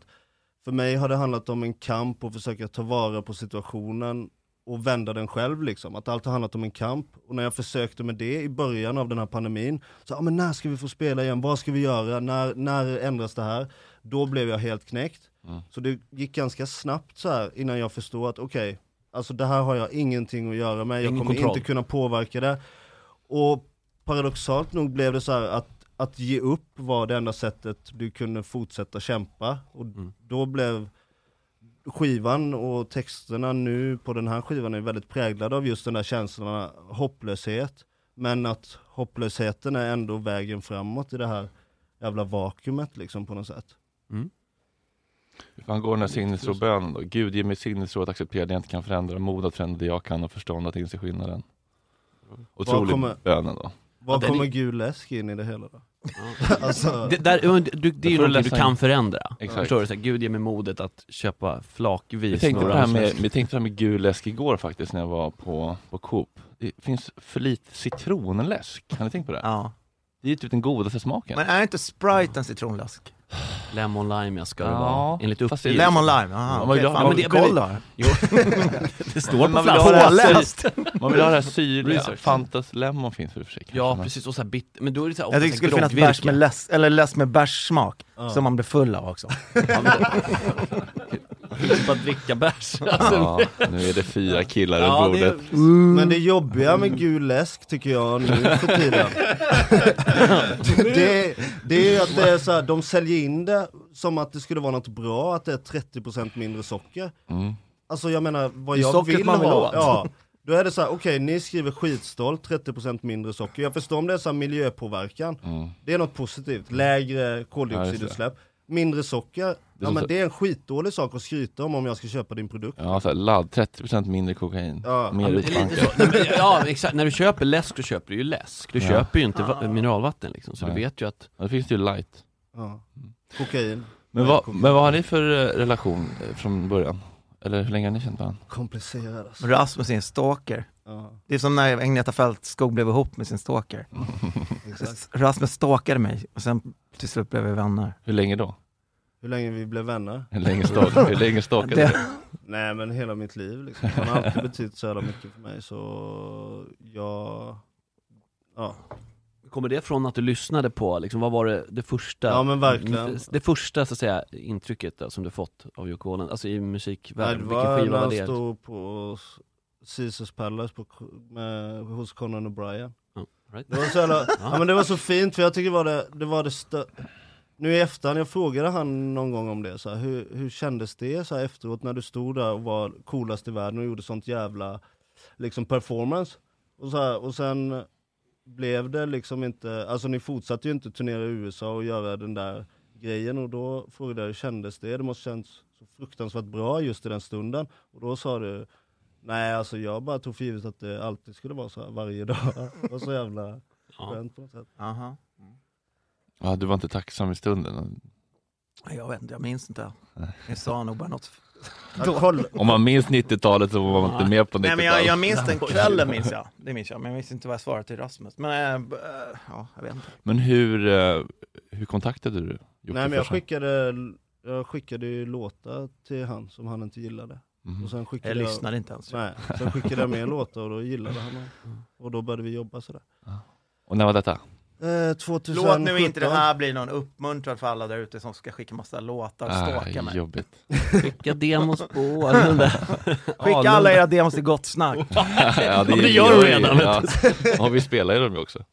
S13: för mig har det handlat om en kamp och försöka ta vara på situationen och vända den själv liksom. Att allt har handlat om en kamp. Och när jag försökte med det i början av den här pandemin, så ah, men när ska vi få spela igen? Vad ska vi göra? När, när ändras det här? Då blev jag helt knäckt.
S1: Mm.
S13: Så det gick ganska snabbt så här innan jag förstod att okej, alltså det här har jag ingenting att göra med. Jag
S1: Ingen
S13: kommer
S1: kontroll.
S13: inte kunna påverka det. Och paradoxalt nog blev det så här att att ge upp var det enda sättet du kunde fortsätta kämpa. Och
S1: Mm.
S13: då blev skivan och texterna nu på den här skivan är väldigt präglade av just den där känslan av hopplöshet. Men att hopplösheten är ändå vägen framåt i det här jävla vakuumet liksom på något sätt.
S1: Hur fan går den här sinnesrobönen då? Gud ge mig sinnesro att acceptera det jag inte kan förändra, mod att förändra det jag kan och förstånd att inse skillnaden. Otrolig
S13: Mm. kommer-
S1: bönen då.
S13: Var
S3: den är-
S13: kommer gul läsk in i det hela då? alltså,
S3: Det, där, du, det, det är ju någonting du kan förändra.
S1: Exakt.
S3: Förstår du? Så här, Gud ger mig modet att köpa flakvis
S1: Vi tänkte, på
S3: några
S1: det här med,
S3: ansvars-
S1: vi tänkte på det här med gul läsk igår faktiskt när jag var på, på Coop. Det finns för lite citronläsk, har ni tänkt på det?
S12: Ja.
S1: Det är ju typ den godaste smaken.
S12: Men är inte Sprite en citronläsk?
S3: Lemon lime, jag ska det
S12: Ja.
S3: vara. Enligt
S12: Fast
S3: uppgift.
S12: det är- Lemon lime, aha, okej, fan, vad vi kollar.
S3: Jo. det står på
S1: Man vill ha det här
S3: flaskan.
S1: läst. Man vill ha det här syrliga.
S3: Research.
S1: Fantas lemon finns väl i och för sig? kanske,
S3: Ja,
S1: men-
S3: precis. Och så här bit... Men då är det så här,
S12: Jag tycker det skulle finnas bärs med läsk, eller läsk med bärssmak,
S3: Ja.
S12: som man blir full av också.
S3: Bara dricka bärs.
S1: Ja, nu är det fyra killar runt
S13: Ja, det är-
S1: bordet.
S12: Mm.
S13: Men det jobbiga med gul läsk tycker jag nu för tiden det, det är ju att det är så här, de säljer in det som att det skulle vara något bra att det är 30% mindre socker
S1: Mm.
S13: Alltså jag menar vad
S12: Det är
S13: jag
S12: sockret
S13: vill,
S12: man vill
S13: ha
S12: åt.
S13: ja, Då är det så här, okej ni skriver skitstolt 30% mindre socker Jag förstår om det är så här miljöpåverkan
S1: Mm.
S13: Det är något positivt, lägre koldioxidutsläpp Mindre socker, ja
S1: som
S13: men
S1: så-
S13: det är en skitdålig sak att skryta om om jag ska köpa din produkt
S1: Ja, så här, ladd, 30% mindre kokain,
S13: Ja.
S1: mer
S3: Det är lite
S1: utbankat.
S3: så. Nej, men, ja, exakt. När du köper läsk, då köper du ju läsk. Du
S1: Ja.
S3: köper ju inte va- mineralvatten liksom, så
S1: Nej.
S3: du vet ju att...
S1: Ja, det finns det ju light.
S13: Ja. Kokain
S1: Men vad, men vad har ni för eh, relation eh, från början? Eller hur länge har ni känt varandra?
S13: Komplicerad alltså.
S12: Rasmus är en stalker.
S13: Ja.
S12: Det är som när Agneta Fältskog blev ihop med sin stalker. Rasmus stalkade mig och sen till slut blev vi vänner.
S1: Hur länge då?
S13: Hur länge vi blev vänner?
S1: Hur länge stalk- hur länge stalkade
S12: Det-
S1: du?
S13: Nej men hela mitt liv liksom. Han har alltid betytt så jävla mycket för mig så jag... Ja.
S3: Kommer det från att du lyssnade på, liksom, vad var det, det första Mm,
S13: Ja, men verkligen.
S3: Det första så att säga, intrycket då, som du fått av Yoko Ono, alltså i
S13: Nej,
S3: musikvärlden,
S13: det
S3: vilken
S13: var
S3: skiva
S13: när
S3: var
S13: han
S3: det?
S13: stod på Caesars Palace på, med, hos Conan O'Brien.
S3: Ja, right.
S13: Det var så jävla,
S3: Ja.
S13: ja men det var så fint för jag tycker det var det, det var det stö- Nu i efterhand, jag frågade han någon gång om det, så här, hur, hur kändes det så här, efteråt när du stod där och var coolast i världen och gjorde sånt jävla liksom performance? Och, så här, och sen blev det liksom inte, alltså ni fortsatte ju inte turnera i USA och göra den där grejen och då frågade jag hur kändes det? Det måste känns så fruktansvärt bra just i den stunden. Och då sa du, nej alltså jag bara tog för givet att det alltid skulle vara så här varje dag. Det var så jävla skönt på något sätt.
S12: Aha.
S1: Ja, du var inte tacksam i stunden.
S12: Jag vet inte, jag minns inte. Jag sa nog bara något.
S1: Om man minns 90-talet så var man inte med på 90-talet.
S12: Nej men jag, jag minns den kvällen minns jag. Det minns jag, men jag minns inte vad jag svarade till Rasmus. Men eh, b- eh, ja, jag vet inte.
S1: Men hur, eh, hur kontaktade du Jocke
S13: Nej men jag
S1: först?
S13: skickade, jag skickade ju låtar till han som han inte gillade.
S1: Mhm.
S13: Och sen skickade
S12: Jag lyssnade inte ens.
S13: Nej, sen skickade jag med låtar och då gillade han dem. Och då började vi jobba sådär.
S1: Och när var detta?
S13: Eh, 2017.
S12: Låt nu inte det här bli någon uppmuntran för alla där ute som ska skicka massa låtar och stalka mig.
S1: jobbigt.
S3: Skicka demos på Anunda.
S12: Skicka alla era demos till Gott Snack.
S1: Ja,
S3: Ja, det gör du redan.
S1: Ja. ja, vi spelar ju dem ju också.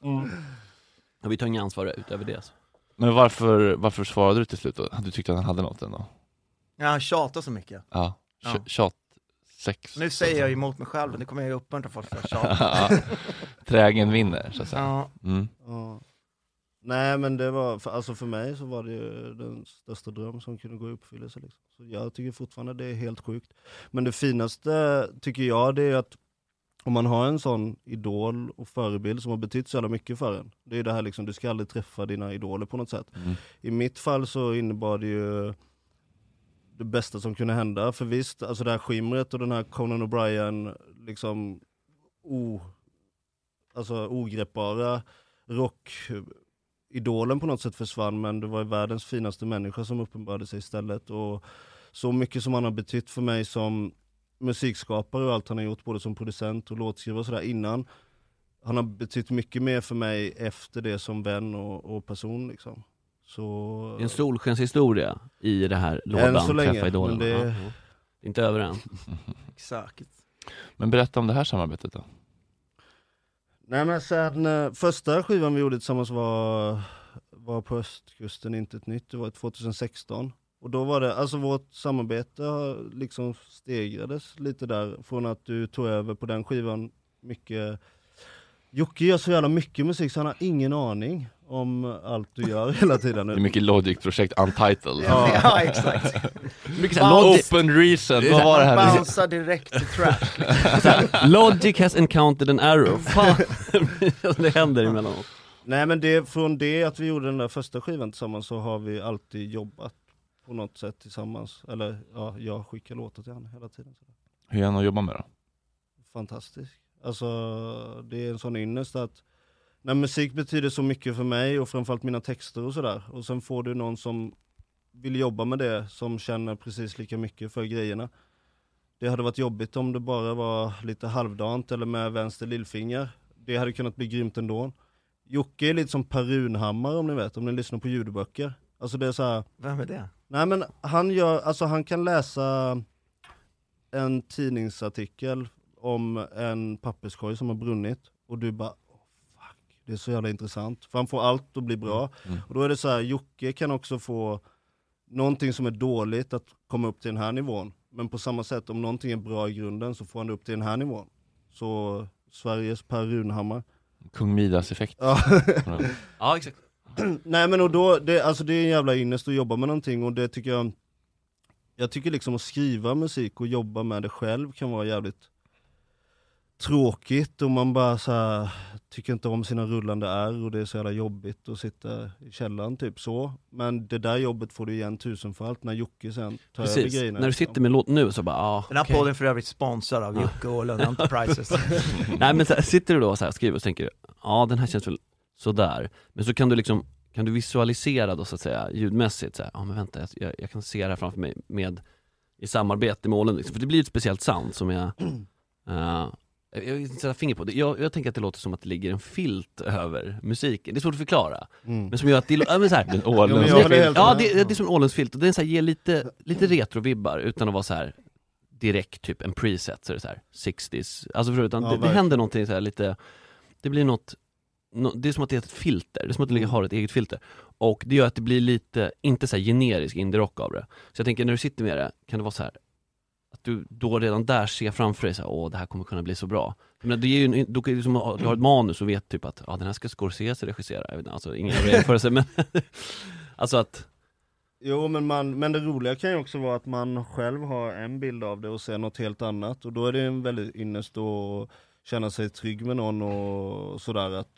S3: Ja, vi tar inga ansvar utöver det. Alltså.
S1: Men varför, varför svarade du till slut då? Du tyckte att han hade något ändå?
S12: Ja, han tjatar så mycket.
S1: Ja.
S12: Ja.
S1: ja. Tjat, sex.
S12: Nu säger jag ju emot mig själv, nu kommer jag ju uppmuntra folk till att
S1: Ja.
S12: tjata.
S1: Trägen vinner, så att säga.
S12: Ja.
S1: Mm.
S13: Ja. Nej men det var, för, alltså för mig så var det ju den största dröm som kunde gå i uppfyllelse. Liksom. Så jag tycker fortfarande det är helt sjukt. Men det finaste tycker jag det är att om man har en sån idol och förebild som har betytt så jävla mycket för en. Det är det här liksom, du ska aldrig träffa dina idoler på något sätt.
S10: Mm.
S13: I mitt fall så innebar det ju det bästa som kunde hända. För visst, alltså det här skimret och den här Conan O'Brien, liksom o, alltså ogreppbara rockidolen på något sätt försvann, men det var ju världens finaste människa som uppenbarade sig istället. Och så mycket som han har betytt för mig som musikskapare och allt han har gjort, både som producent och låtskrivare och sådär innan. Han har betytt mycket mer för mig efter det som vän och, och person liksom. Så...
S3: Det är en solskenshistoria i det här lådan,
S13: Än så länge,
S3: Träffa idolen.
S13: men det-
S3: Ja, ja. Inte över än.
S12: Exakt.
S1: Men berätta om det här samarbetet då.
S13: Nej men sen eh, första skivan vi gjorde tillsammans var, var på östkusten, inte ett nytt, det var 2016. Och då var det, alltså vårt samarbete har liksom stegrades lite där, från att du tog över på den skivan mycket Jocke gör så jävla mycket musik så han har ingen aning om allt du gör hela tiden
S1: Det
S13: nu.
S1: är mycket Logic-projekt, Untitled.
S13: Ja, ja, exakt.
S12: Mycket så här Logic-
S1: Open Reason,
S12: Det är
S1: vad
S12: så
S1: var det här?
S12: Bouncear direkt till trash.
S13: liksom.
S12: liksom.
S3: Så här, Logic has encountered an arrow. Fan, det händer emellanåt.
S13: Nej men det, från det att vi gjorde den där första skivan tillsammans så har vi alltid jobbat på något sätt tillsammans. Eller ja, jag skickar låtar till honom hela tiden.
S1: Hur är han att jobba med då?
S13: fantastisk. Alltså, det är en sån ynnest att när musik betyder så mycket för mig och framförallt mina texter och sådär. Och sen får du någon som vill jobba med det, som känner precis lika mycket för grejerna. Det hade varit jobbigt om det bara var lite halvdant eller med vänster lillfinger. Det hade kunnat bli grymt ändå. Jocke är lite som Per Runhammar om ni vet, om ni lyssnar på ljudböcker. Alltså det är så här,
S12: Vem är det?
S13: Nej men han gör, alltså han kan läsa en tidningsartikel om en papperskorg som har brunnit och du bara oh, fuck, det är så jävla intressant. För han får allt att bli bra.
S10: Mm.
S13: Och då är det så här, Jocke kan också få någonting som är dåligt att komma upp till den här nivån. Men på samma sätt, om någonting är bra i grunden så får han det upp till den här nivån. Så Sveriges Per Runhammar.
S1: Kung Midas-effekt.
S13: Ja.
S3: Ja, exakt.
S13: Nej men och då, det, alltså det är en jävla ynnest att jobba med någonting och det tycker jag Jag tycker liksom att skriva musik och jobba med det själv kan vara jävligt tråkigt och man bara så här, tycker inte om sina rullande R och det är så jävla jobbigt att sitta i källaren typ så. Men det där jobbet får du igen tusenfalt när Jocke sen tar över
S3: Precis,
S13: grejerna. liksom.
S3: när du sitter med låt nu så bara ja.
S12: Den här
S3: okej.
S12: podden för övrigt sponsrad av Jocke och Lund Enterprises.
S3: Nej men så här, sitter du då och så här, skriver och så tänker du, ja den här känns väl sådär. Men så kan du liksom, kan du visualisera då så att säga ljudmässigt, så här, ja men vänta jag- jag, jag kan se det här framför mig med, i samarbete med Ålund liksom. För det blir ett speciellt sound som jag, eh, jag jag vill inte sätta finger på det. Jag, jag tänker att det låter som att det ligger en filt över musiken. Det är svårt att förklara.
S13: Mm.
S3: Men som gör att det låter, ja men såhär. Den
S1: Ålunds-
S13: Jo, men jag håller helt
S3: Ja
S13: med.
S3: det, det är som en Ålundsfilt och den så här, ger lite, lite retrovibbar utan att vara så här direkt typ en preset så är det så här 60s, alltså förutom
S13: Ja,
S3: det, det
S13: verkligen.
S3: händer någonting så här lite, det blir något, nå- det är som att det är ett filter, det är som att det
S13: Mm.
S3: ligger- har ett eget filter. Och det gör att det blir lite, inte så här generisk indie-rock av det. Så jag tänker när du sitter med det, kan det vara så här att du då redan där ser framför dig så här, åh det här kommer kunna bli så bra. Men det är ju, en- då kan du, som, ha- du har ett manus och vet typ att, ja den här ska Scorsese regissera, jag vet inte, alltså ingen jämförelse men Alltså att,
S13: Jo men, man, men det roliga kan ju också vara att man själv har en bild av det och ser något helt annat och då är det en väldigt ynnest att känna sig trygg med någon och sådär att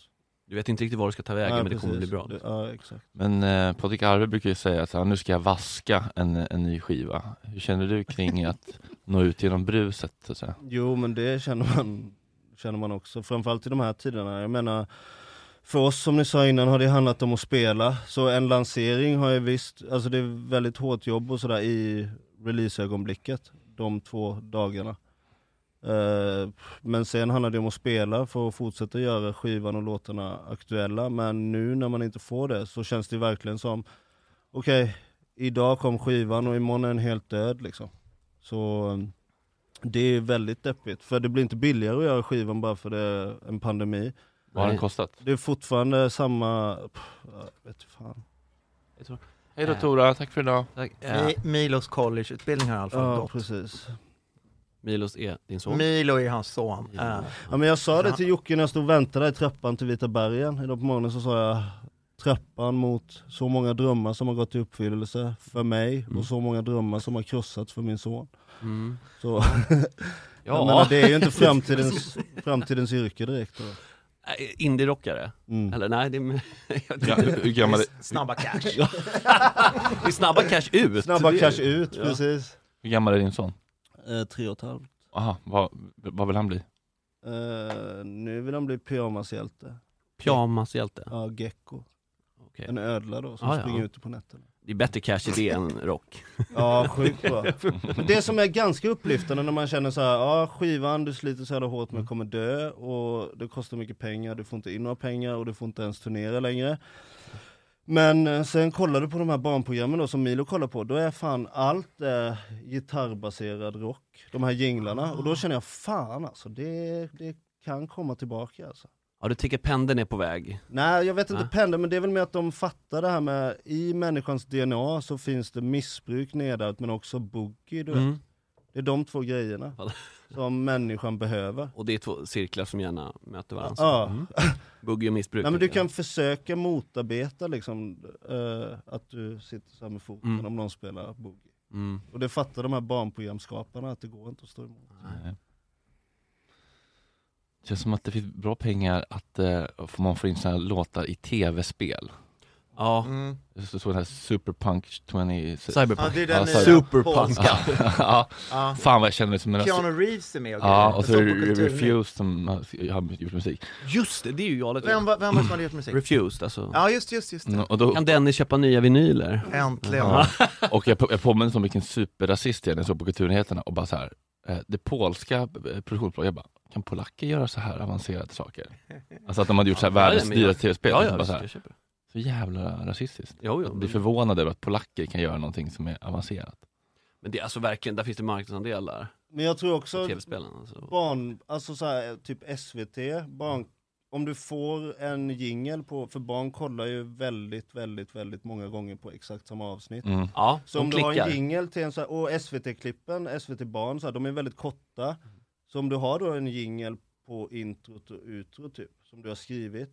S3: du vet inte riktigt var du ska ta vägen
S13: Nej,
S3: men det kommer bli
S13: precis.
S3: bra. liksom.
S13: Det- Ja exakt.
S1: Men eh, Patrik Arve brukar ju säga att så här, nu ska jag vaska en, en ny skiva. Hur känner du kring att nå ut genom bruset så att säga?
S13: Jo men det känner man, känner man också, framförallt i de här tiderna. Jag menar, för oss som ni sa innan har det handlat om att spela, så en lansering har ju visst, alltså det är väldigt hårt jobb och sådär i releaseögonblicket, de två dagarna. Eh, Men sen handlar det om att spela för att fortsätta göra skivan och låtarna aktuella. Men nu när man inte får det så känns det verkligen som, okej, idag kom skivan och imorgon är den helt död liksom. Så eh, det är väldigt deppigt, för det blir inte billigare att göra skivan bara för det är en pandemi.
S1: Vad har den kostat?
S13: Det är fortfarande samma, pff, jag vet fan.
S1: Hej då Tora, tack för idag.
S12: Eh. Mi- Milos collegeutbildning har i alla fall
S13: Ja
S12: gått.
S13: precis.
S3: Milos är din son?
S12: Milo är hans son. Ja.
S13: Ja, men jag sa det till Jocke när jag stod och väntade i trappan till Vita bergen idag på morgonen så sa jag Trappan mot så många drömmar som har gått i uppfyllelse
S1: Mm.
S13: för mig och så många drömmar som har krossats för min son.
S3: Mm.
S13: Så
S3: Ja.
S13: Jag menar, det är ju inte framtidens, framtidens yrke direkt. Då. Mm.
S3: Nej, Äh, Indie-rockare? Eller nej, det är... jag vet
S13: Ja,
S3: inte.
S13: hur gammal är-
S3: Snabba cash. Ja. det är snabba cash ut.
S13: Snabba
S3: Det är-
S13: cash ut,
S3: Ja.
S13: precis.
S1: Hur gammal är din son?
S13: Eh, tre och ett halvt.
S1: Aha, vad, vad vill han bli?
S13: Eh, nu vill han bli pyjamashjälte.
S3: Pyjamashjälte?
S13: Ja, gecko.
S3: Okej.
S13: En ödla då, som
S3: Ah, ja.
S13: springer ute på nätterna.
S3: Det är bättre cash i det än rock.
S13: Ja, sjukt bra. Men det som är ganska upplyftande när man känner så här, ja skivan du sliter så jävla hårt men kommer dö och det kostar mycket pengar, du får inte in några pengar och du får inte ens turnera längre. Men eh, sen kollar du på de här barnprogrammen då som Milo kollar på, då är fan allt eh, gitarrbaserad rock, de här jinglarna. Och då känner jag, fan alltså, det, det kan komma tillbaka alltså.
S3: Ja, du tycker pendeln är på väg.
S13: Nej, jag vet inte
S3: Nej.
S13: pendeln, men det är väl mer att de fattar det här med i människans DNA så finns det missbruk nedärvt men också boogie, du
S3: Mm.
S13: vet. Det är de två grejerna som människan behöver.
S3: Och det är två cirklar som gärna möter varandra.
S13: Ja.
S3: Mm. Boogie och missbruk.
S13: Nej, men du kan försöka motarbeta liksom, eh, att du sitter så här med foten
S3: Mm.
S13: om någon spelar boogie.
S3: Mm.
S13: Och det fattar de här barnprogramskaparna att det går inte att stå emot.
S1: Det känns som att det finns bra pengar att eh, får man får in såna här låtar i tv-spel.
S3: Ja.
S1: Mm. Så såg den här Superpunk 20...
S3: Cyberpunk. Ja, det är den nya
S1: Superpunk.
S3: polska.
S1: ja.
S3: Ja.
S1: Fan vad jag känner mig som en...
S3: Keanu Reeves är med och
S1: Ja,
S3: grejer.
S1: och så
S3: Jag
S1: är
S3: såg på
S1: det
S3: Kulturnytt.
S1: Refused som har har gjort musik.
S3: Just det, det är ju galet.
S12: Vem var- vem var det som hade gjort musik?
S3: Refused alltså.
S12: Ja, just, just, just.
S1: Mm, och då...
S3: Kan Dennis köpa nya vinyler?
S12: Äntligen.
S1: Ja. Och jag, på- jag påminns om vilken superrasist jag är när jag såg på Kulturnyheterna och bara så här, eh, det polska eh, produktionsbolaget, jag bara, kan polacker göra så här avancerade saker? Alltså att de hade gjort så här
S3: Ja, ja,
S1: världens
S3: men jag-
S1: dyraste tv-spel.
S3: Ja, ja,
S1: Så bara
S3: visst,
S1: så, här,
S3: jag köper.
S1: så jävla rasistiskt.
S3: Jo, jo,
S1: att bli
S3: men-
S1: förvånad över att polacker kan göra någonting som är avancerat.
S3: Men det är alltså verkligen, där finns det marknadsandelar.
S13: Men jag tror också
S3: På TV-spelen, alltså.
S13: barn, alltså så här, typ SVT, barn, om du får en jingel på, för barn kollar ju väldigt, väldigt, väldigt många gånger på exakt samma avsnitt.
S1: Mm.
S3: Ja,
S13: så
S3: de
S13: om du har en
S3: klickar.
S13: jingel till en så här, och SVT-klippen, SVT barn, så här, de är väldigt korta. Så om du har då en jingel på introt och utro typ, som du har skrivit,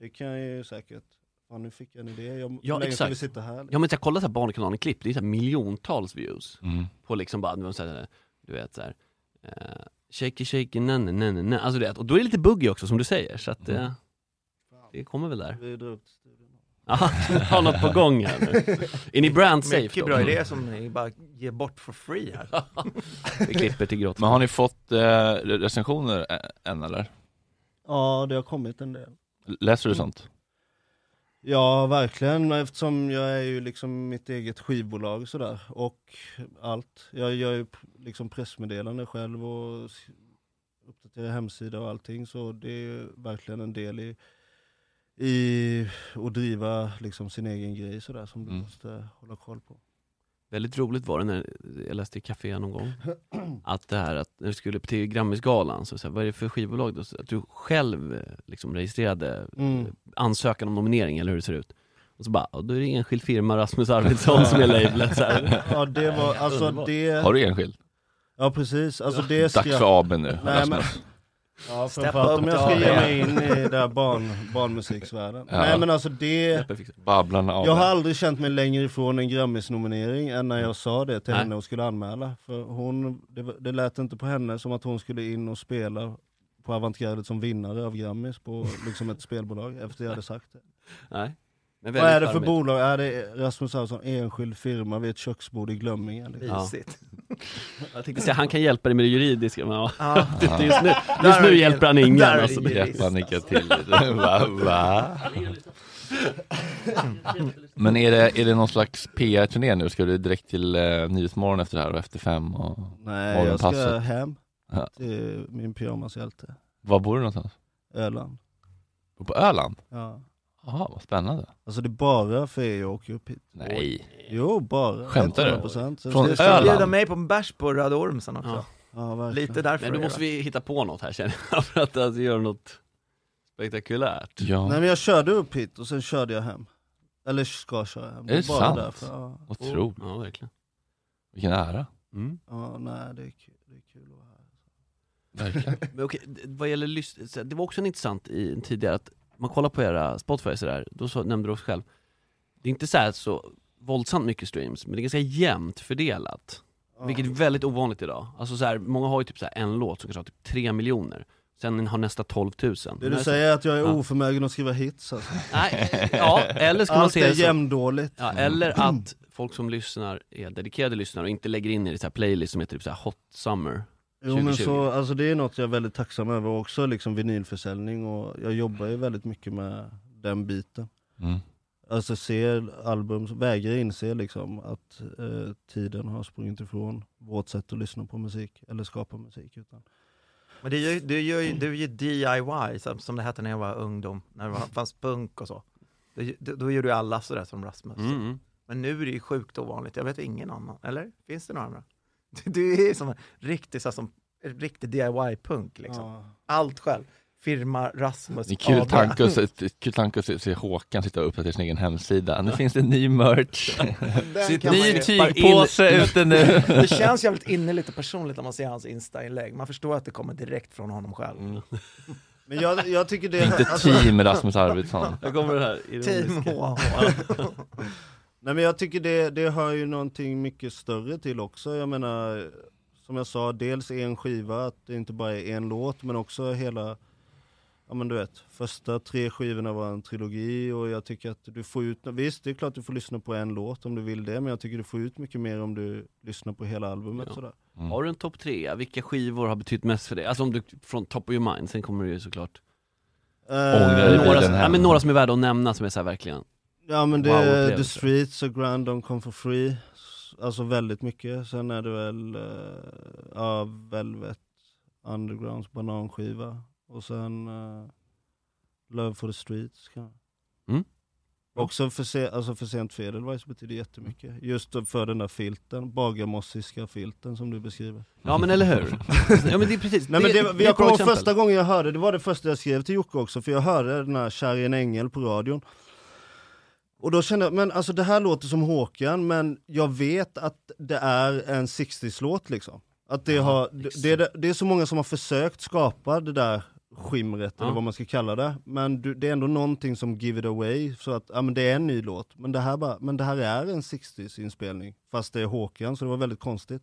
S13: det kan ju säkert, fan nu fick jag en idé, jag, hur
S3: Ja
S13: länge ska
S3: exakt.
S13: vi sitta här?
S3: Ja men jag kollar så här Barnkanalen-klipp, det är så här miljontals views.
S1: Mm.
S3: På liksom bara, du vet, så här, du vet såhär, uh, shaky shaky na na na na na, alltså det, och då är det lite buggy också som du säger, så att eh, det kommer väl där.
S13: Vi drar upp till studion.
S3: Jaha, ni har något på gång här nu. Är ni brand safe
S12: Mycket
S3: då? Mm.
S12: bra idé som ni bara ger bort for free här.
S3: Vi klipper till gråt.
S1: Men har ni fått eh, recensioner ä- än eller?
S13: Ja, det har kommit en del.
S1: Läser
S13: Mm.
S1: du sånt?
S13: Ja, verkligen. Eftersom jag är ju liksom mitt eget skivbolag sådär. Och allt. Jag gör ju p- liksom pressmeddelanden själv och s- uppdaterar hemsida och allting. Så det är ju verkligen en del i, i att driva liksom sin egen grej sådär som du
S1: Mm.
S13: måste hålla koll på.
S3: Väldigt roligt var det när jag läste i Café någon gång Att det här att när du skulle upp till Grammisgalan, så, så här, vad är det för skivbolag då? Så att du själv eh, liksom registrerade eh,
S13: Mm.
S3: ansökan om nominering eller hur det ser ut Och så bara, ja, då är det enskild firma Rasmus Arvidsson som är lablet så här.
S13: Ja, det var, alltså
S3: Underbart.
S13: det...
S1: Har du enskild?
S13: Ja, precis. Alltså det
S1: Dags
S13: skratt-
S1: för AB nu,
S13: Nej, men...
S1: Rasmus.
S13: Ja,
S1: Step
S13: framförallt
S1: up
S13: om jag
S1: to
S13: ska ge
S1: AB.
S13: mig in i den där barn, barnmusiksvärlden.
S1: Ja.
S13: Nej men alltså det...
S1: Babblarna av
S13: Jag har
S1: det.
S13: aldrig känt mig längre ifrån en Grammis-nominering än när
S3: Mm.
S13: jag sa det till
S1: Nej.
S13: henne och skulle anmäla. För hon, det, var- det lät inte på henne som att hon skulle in och spela på Avantgardet som vinnare av Grammis på liksom ett spelbolag efter jag hade sagt det.
S3: Nej. Men
S13: Vad är det
S3: väldigt
S13: för
S3: charmigt.
S13: bolag? Är det Rasmus Alfsson, enskild firma vid ett köksbord i Glömminge? liksom?
S3: Ja. Jag tänkte säga, han kan hjälpa dig med det juridiska men ja,
S13: Ja.
S3: just nu, just
S13: Ah. Där har
S3: nu
S13: vi-
S3: hjälper han ingen
S13: där har vi
S3: alltså, det-
S1: jurist, Han nickar alltså. till lite. Va, va? Men är det, är det någon slags PR-turné nu? Ska du direkt till eh, Nyhetsmorgon efter det här och efter fem och
S13: Nej, jag ska
S1: Morgonpasset?
S13: hem
S1: Ja.
S13: till min pyjamashjälte,
S1: Var bor du någonstans?
S13: Öland.
S1: Bor På Öland?
S13: Ja.
S1: Jaha, vad spännande.
S13: Alltså det är bara för er jag åker upp hit.
S1: Nej.
S13: Jo, bara.
S1: Skämtar du?
S13: 100%. Så
S1: Från
S13: det-
S12: Du ska
S1: Öland?
S12: bjuda mig på en bärs på Röda Orm sen också.
S13: Ja, verkligen.
S12: Lite därför.
S3: Men då måste vi hitta på något här känner jag, för att alltså, göra något spektakulärt
S1: Ja.
S13: Nej men jag körde upp hit och sen körde jag hem. Eller ska köra hem.
S1: Är det
S13: Bara
S1: sant?
S13: därför, ja.
S1: Otroligt.
S3: Ja verkligen
S1: Vilken ära.
S13: Ja, nej det är kul, det är kul att vara här.
S1: Verkligen.
S3: Men okej, d- vad gäller lyssn- så det var också en intressant i, tidigare att man kollar på era Spotify sådär, då så, nämnde du också själv, det är inte så här så våldsamt mycket streams, men det är ganska jämnt fördelat. Vilket är väldigt ovanligt idag. Alltså så här, många har ju typ så här en låt som kanske har typ 3 miljoner, sen har nästa 12 000.
S13: Det du säger är att jag är oförmögen att skriva hits alltså.
S3: Nej, ja, eller ska man
S13: Allt
S3: se det
S13: är
S3: så-
S13: jämndåligt.
S3: Ja, eller att folk som lyssnar är dedikerade lyssnare och inte lägger in i det så här playlist som heter typ så här Hot Summer
S13: Jo
S3: 2020.
S13: men så, alltså det är något jag är väldigt tacksam över också, liksom vinylförsäljning och jag jobbar ju väldigt mycket med den biten.
S1: Mm.
S13: Alltså ser album, vägrar inse liksom att eh, tiden har sprungit ifrån vårt sätt att lyssna på musik, eller skapa musik. Utan.
S12: Men det är ju, du, gör ju, du är ju DIY, som, som det hette när jag var ungdom, när det var, fanns punk och så. Då, då, då gjorde ju alla sådär som Rasmus.
S3: Mm.
S12: Men nu är det ju sjukt ovanligt, jag vet ingen annan, eller? Finns det några andra? Du, du är som en riktig, så här, som, en riktig DIY-punk liksom. Allt själv. Firma Rasmus
S1: Det är kul
S12: AB.
S1: tanke, att, se- ett kul tanke att se, se Håkan sitta och uppdatera sin egen hemsida. Nu finns det ny merch.
S12: Den
S1: Sitt
S12: kan man
S1: ny
S12: ju-
S1: tygpåse ute nu.
S12: Det känns jävligt innerligt och personligt när man ser hans Insta-inlägg. Man förstår att det kommer direkt från honom själv.
S3: Mm.
S13: Men jag, jag tycker det... alltså-
S1: Inte team Rasmus Arvidsson.
S3: Här kommer det här
S12: Team HH.
S13: Nej men jag tycker det, det hör ju någonting mycket större till också. Jag menar, som jag sa, dels en skiva, att det inte bara är en låt, men också hela, ja men du vet, första tre skivorna var en trilogi och jag tycker att du får ut, visst det är klart du får lyssna på en låt om du vill det, men jag tycker du får ut mycket mer om du lyssnar på hela albumet
S3: Ja.
S13: sådär.
S3: Har du en topp tre? Vilka skivor har betytt mest för dig? Alltså om du, från top of your mind, sen kommer du ju såklart
S13: Ångrar dig
S3: några,
S13: bilen
S3: som,
S13: hem.
S3: ja, men några som är värda att nämna som är såhär verkligen
S13: Ja men det är
S3: wow-upplevelse.
S13: The Streets och Grand Don't Come For Free, alltså väldigt mycket. Sen är det väl, eh, ja, Velvet Undergrounds bananskiva och sen eh, Love For The Streets kanske.
S3: Mm.
S13: Också för, se, alltså för sent för Edelweiss betyder jättemycket. Just för den där filten, bagarmossiska filten som du beskriver.
S3: Ja men eller hur? ja men det är precis,
S13: Nej, men det,
S3: är ett
S13: jag
S3: bra
S13: kommer ihåg
S3: exempel.
S13: första gången jag hörde, det var det första jag skrev till Jocke också, för jag hörde den här Kär i en ängel på radion. Och då kände jag, men alltså det här låter som Håkan, men jag vet att det är en 60s-låt liksom. Att det, har, det, det, det är så många som har försökt skapa det där skimret,
S1: Ja.
S13: eller vad man ska kalla det. Men du, det är ändå någonting som give it away, så att ja, men det är en ny låt. Men det här, bara, men det här är en 60s-inspelning, fast det är Håkan, så det var väldigt konstigt.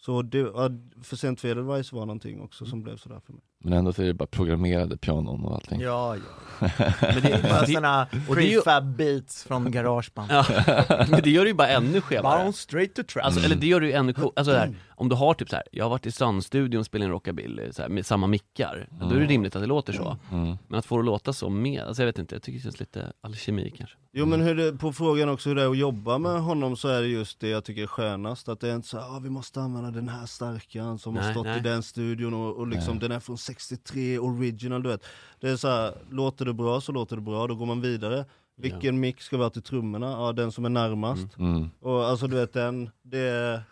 S13: Så det, ja, för sent för Edelweiss var någonting också som blev sådär för mig.
S1: Men ändå så är det bara programmerade pianon och allting.
S12: Ja, ja. Men det är bara sådana
S3: och det är ju-
S12: prefab beats från garageband.
S3: Ja. Men det gör det ju bara ännu skevare.
S12: Bounce straight to trap.
S3: Alltså, eller det gör det ju ännu cool. alltså, så här, Om du har typ så här, jag har varit i Sandstudion och spelat in rockabilly så här, med samma mickar, ja, då är det
S13: Mm.
S3: rimligt att det låter så.
S13: Mm.
S3: Men att få det att låta så med, alltså jag vet inte, jag tycker det känns lite alkemi kanske.
S13: Jo men hur det, på frågan också hur det är att jobba med honom så är det just det jag tycker är skönast, att det är inte så här, ah, vi måste använda den här starkan som har
S1: Nej,
S13: stått
S1: nej.
S13: i den studion och, och liksom
S1: Nej.
S13: den är från 63 original du vet. Det är så här, låter det bra så låter det bra, då går man vidare. Vilken
S1: Ja.
S13: mick ska vara till trummorna? Ja den som är närmast.
S1: Mm, mm.
S13: Och alltså du vet den, det är,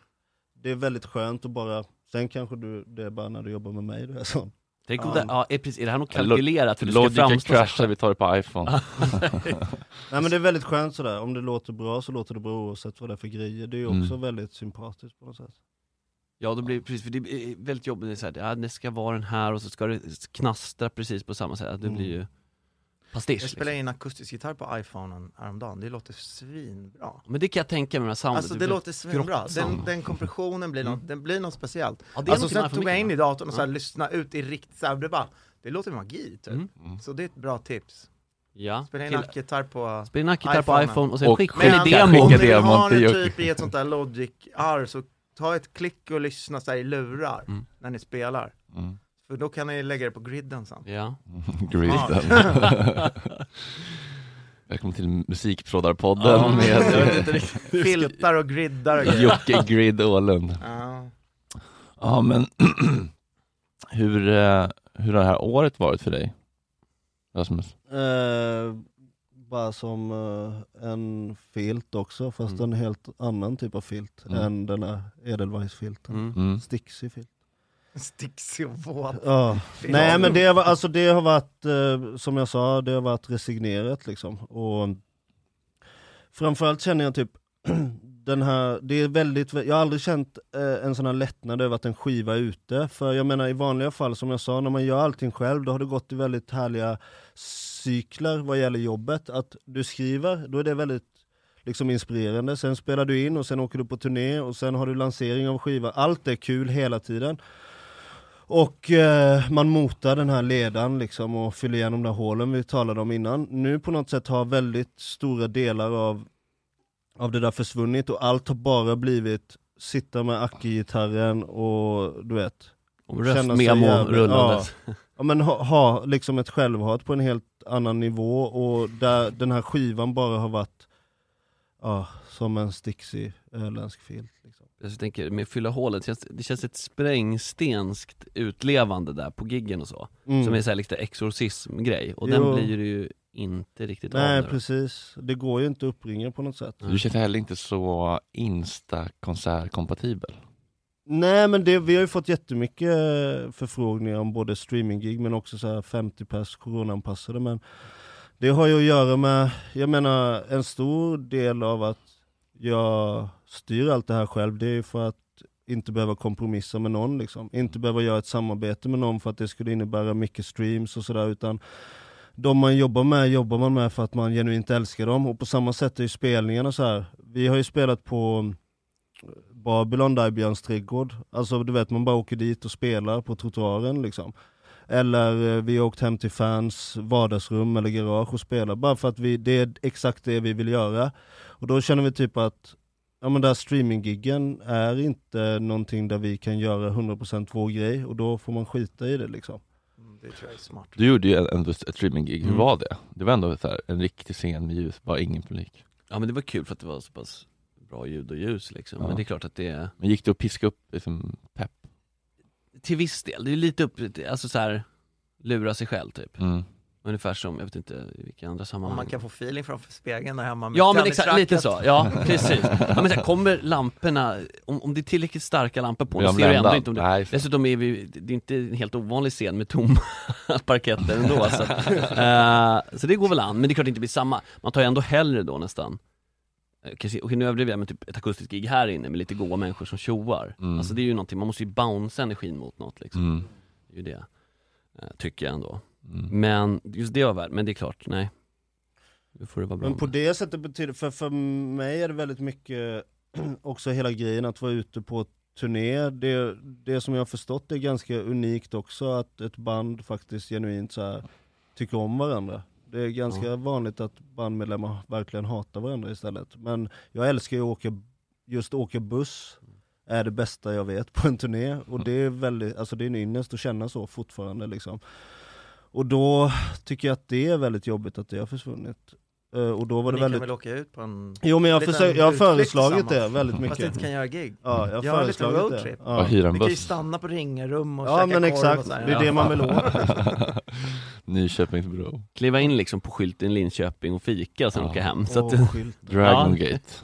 S13: det är väldigt skönt att bara, sen kanske du, det är bara när du jobbar med mig du är sån.
S3: Tänk om det, ja är precis, är det här något
S1: Lo-
S3: kalkylerat för att det ska
S1: Logica
S3: framstå så här?
S1: kraschar, vi tar det på iPhone.
S13: Nej men det är väldigt skönt sådär, om det låter bra så låter det bra oavsett vad det är för grejer. Det är ju också
S1: Mm.
S13: väldigt sympatiskt på något sätt.
S3: Ja, då blir det precis, för det är väldigt jobbigt, det, är så här, ja, det ska vara den här och så ska det knastra precis på samma sätt, det blir ju pastisch.
S12: Mm.
S3: liksom.
S12: Jag spelade in akustisk gitarr på iPhonen häromdagen, det låter svinbra.
S3: liksom. Men det kan jag tänka mig med det här soundet.
S12: Alltså det,
S3: blir
S12: låter svinbra,
S3: grått typ sound. Mm.
S12: den, den kompressionen blir, något, den blir något speciellt.
S3: Ja, det är
S12: alltså
S3: något man
S12: sen
S3: får
S12: tog jag
S3: mycket, Mm.
S12: in i
S3: va?
S12: datorn och så här,
S3: Ja.
S12: lyssna ut i riktigt, så här, det, bara, det låter magi typ. Så det är ett bra tips.
S3: Mm. Ja.
S12: Spela in
S3: Till-
S12: ackgitarr på
S3: Spela in ackgitarr på iPhone och sen skicka
S12: Men
S3: in demon.
S12: Om ni vill
S3: Skicka
S12: ha
S3: demon till
S12: den
S3: Jocke.
S12: typ i ett sånt där Logic-arr så ta ett klick och lyssna så här, i lurar när ni spelar.
S1: Mm.
S12: För då kan ni lägga det på griden sen.
S3: Ja.
S1: Greeten.
S12: Smart.
S1: Välkommen till Musikproddarpodden
S12: Ja,
S1: med
S12: jag vet inte riktigt. Filtar och griddar och grejer.
S1: Jocke Grid Åhlund.
S12: Ja.
S1: Ja, men hur, eh, hur har det här året varit för dig? Rasmus?
S13: Eh, bara som eh, en filt också, fast en helt annan typ av filt
S1: Mm.
S13: än den här Edelweiss-filten.
S1: Mm. Mm.
S13: Sticksig filt.
S12: Sticksig och våt.
S13: Ja.
S12: Fy
S13: Nej
S12: fan.
S13: men det, var, alltså, det har varit, eh, som jag sa, det har varit resignerat liksom. Och framförallt känner jag typ, den här, det är väldigt, jag har aldrig känt eh, en sån här lättnad över att en skiva är ute. För jag menar i vanliga fall, som jag sa, när man gör allting själv, då har det gått i väldigt härliga cykler vad gäller jobbet. Att du skriver, då är det väldigt liksom inspirerande. Sen spelar du in och sen åker du på turné och sen har du lansering av skiva. Allt är kul hela tiden. Och eh, man motar den här ledan liksom och fyller igen de där hålen vi talade om innan. Nu på något sätt har väldigt stora delar av, av det där försvunnit och allt har bara blivit sitta med Aki-gitarren och du vet
S3: Och
S13: känna sig
S3: röstmemo
S13: jävligt-
S3: rullandes.
S13: Ja. ja men ha, ha liksom ett självhat på en helt annan nivå och där den här skivan bara har varit ja, som en sticksig öländsk filt.
S3: Jag tänker med fylla hålet, det känns, det känns ett sprängstenskt utlevande där på giggen och så.
S13: Mm.
S3: Som är så här lite exorcism-grej, och
S13: Jo.
S3: den blir det ju inte riktigt av
S13: Nej
S3: nu.
S13: precis, det går ju inte att uppringa på något sätt.
S1: Du känns heller inte så Insta-konsertkompatibel.
S13: Nej men det, vi har ju fått jättemycket eh, förfrågningar om både streaminggig men också så här 50 pers coronaanpassade men det har ju att göra med, jag menar en stor del av att jag styr allt det här själv det är ju för att inte behöva kompromissa med någon liksom. Inte behöva göra ett samarbete med någon för att det skulle innebära mycket streams och sådär utan de man jobbar med jobbar man med för att man genuint älskar dem och på samma sätt är ju spelningarna så här. Vi har ju spelat på Babylon där i Björns trädgård. Alltså du vet man bara åker dit och spelar på trottoaren liksom. Eller eh, vi har åkt hem till fans vardagsrum eller garage och spelar bara för att vi, det är exakt det vi vill göra. Och då känner vi typ att ja men där streaminggiggen är inte någonting där vi kan göra 100% vår grej och då får man skita i det liksom.
S12: Mm, Det tror jag är smart.
S1: Du gjorde ju ändå ett streaminggig, hur
S3: Mm.
S1: var det? Det var ändå så här, en riktig scen med ljus, bara ingen publik.
S3: Ja men det var kul för att det var så pass bra ljud och ljus liksom,
S1: Ja.
S3: men det är klart att det är
S1: Men gick det att piska upp liksom, pepp?
S3: till viss del, det är lite upp, alltså så här lura sig själv typ
S1: Mm.
S3: Ungefär som, jag vet inte i vilka andra
S12: Om
S3: sammanhang
S12: man kan få feeling från spegeln där hemma med
S3: Ja men
S12: tennis-
S3: exakt,
S12: racket.
S3: lite så, ja precis. Ja, men så här, kommer lamporna, om, om det är tillräckligt starka lampor på
S1: Blir
S3: så
S1: de
S3: ser du ändå
S1: bländad?
S3: inte om det,
S1: Nej, så.
S3: dessutom är vi, det är inte en helt ovanlig scen med tomma parketter ändå så, Eh, så det går väl an, men det är klart det inte blir samma, man tar ju ändå hellre då nästan eh, Kanske, okej nu överdriver jag men typ ett akustiskt gig här inne med lite goa människor som tjoar
S1: Mm.
S3: Alltså det är ju någonting, man måste ju bounce energin mot något liksom
S1: Mm.
S3: Det är ju det, eh, tycker jag ändå
S1: Mm.
S3: Men just det var värt, men det är klart, nej Nu får det vara bra
S13: Men på det sättet betyder för för mig är det väldigt mycket också hela grejen att vara ute på turné. Det, det som jag har förstått är ganska unikt också att ett band faktiskt genuint så här, tycker om varandra. Det är ganska vanligt att bandmedlemmar verkligen hatar varandra istället. Men jag älskar ju att åka, just åka buss är det bästa jag vet på en turné och det är väldigt, alltså det är en ynnest att känna så fortfarande liksom. Och då tycker jag att det är väldigt jobbigt att det har försvunnit. Eh, och då var
S12: Ni
S13: det
S12: kan
S13: väldigt...
S12: väl åka ut på en
S13: Jo men jag,
S12: liten
S13: försöker, jag har
S12: utflykt
S13: föreslagit det
S12: tillsammans.
S13: väldigt
S12: Fast
S13: mycket.
S12: inte kan göra gig.
S13: Ja, jag har
S12: Gör en liten
S13: föreslagit det.
S12: roadtrip.
S13: Ja. Och hyra en
S12: Vi kan ju
S1: buss.
S12: stanna på ringrum och
S13: Ja,
S12: käka
S13: men
S12: korv
S13: exakt.
S12: och så här.
S13: Det är det man vill åt.
S1: Nyköpingsbro.
S3: Kliva in liksom på skylten Linköping och fika och sen
S1: Ja.
S3: åka hem så
S13: Åh,
S3: att,
S13: skylten.
S1: Dragon
S3: Ja.
S1: Gate.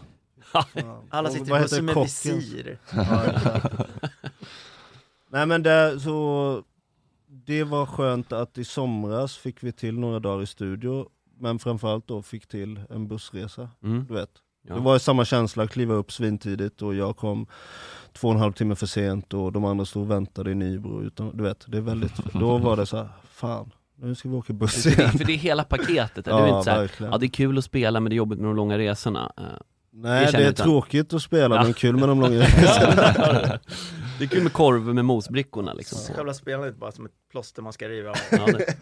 S12: Alla
S13: Och
S12: sitter
S13: vad
S12: i
S13: heter
S12: bussen med
S13: kocken?
S12: visir.
S13: Ja, exakt. Nej men det, så, det var skönt att i somras fick vi till några dagar i studio, men framförallt då fick till en bussresa.
S3: Mm.
S13: Du vet.
S3: Ja.
S13: Det var ju samma känsla, att kliva upp svintidigt och jag kom två och en halv timme för sent och de andra stod och väntade i Nybro. Utan, du vet, det är väldigt, då var det så här, fan, nu ska vi åka buss
S3: För det,
S13: igen.
S3: för det är hela paketet, det är
S13: Ja,
S3: inte så här,
S13: verkligen.
S3: ja det är kul att spela men det är jobbigt med de långa resorna Eh,
S13: Nej det
S3: känner
S13: är
S3: utan-
S13: tråkigt att spela men kul med de långa
S3: Ja. Det är kul med korv med mosbrickorna liksom
S12: Själva spelandet är bara som ett plåster man ska riva av.
S3: Ja, det-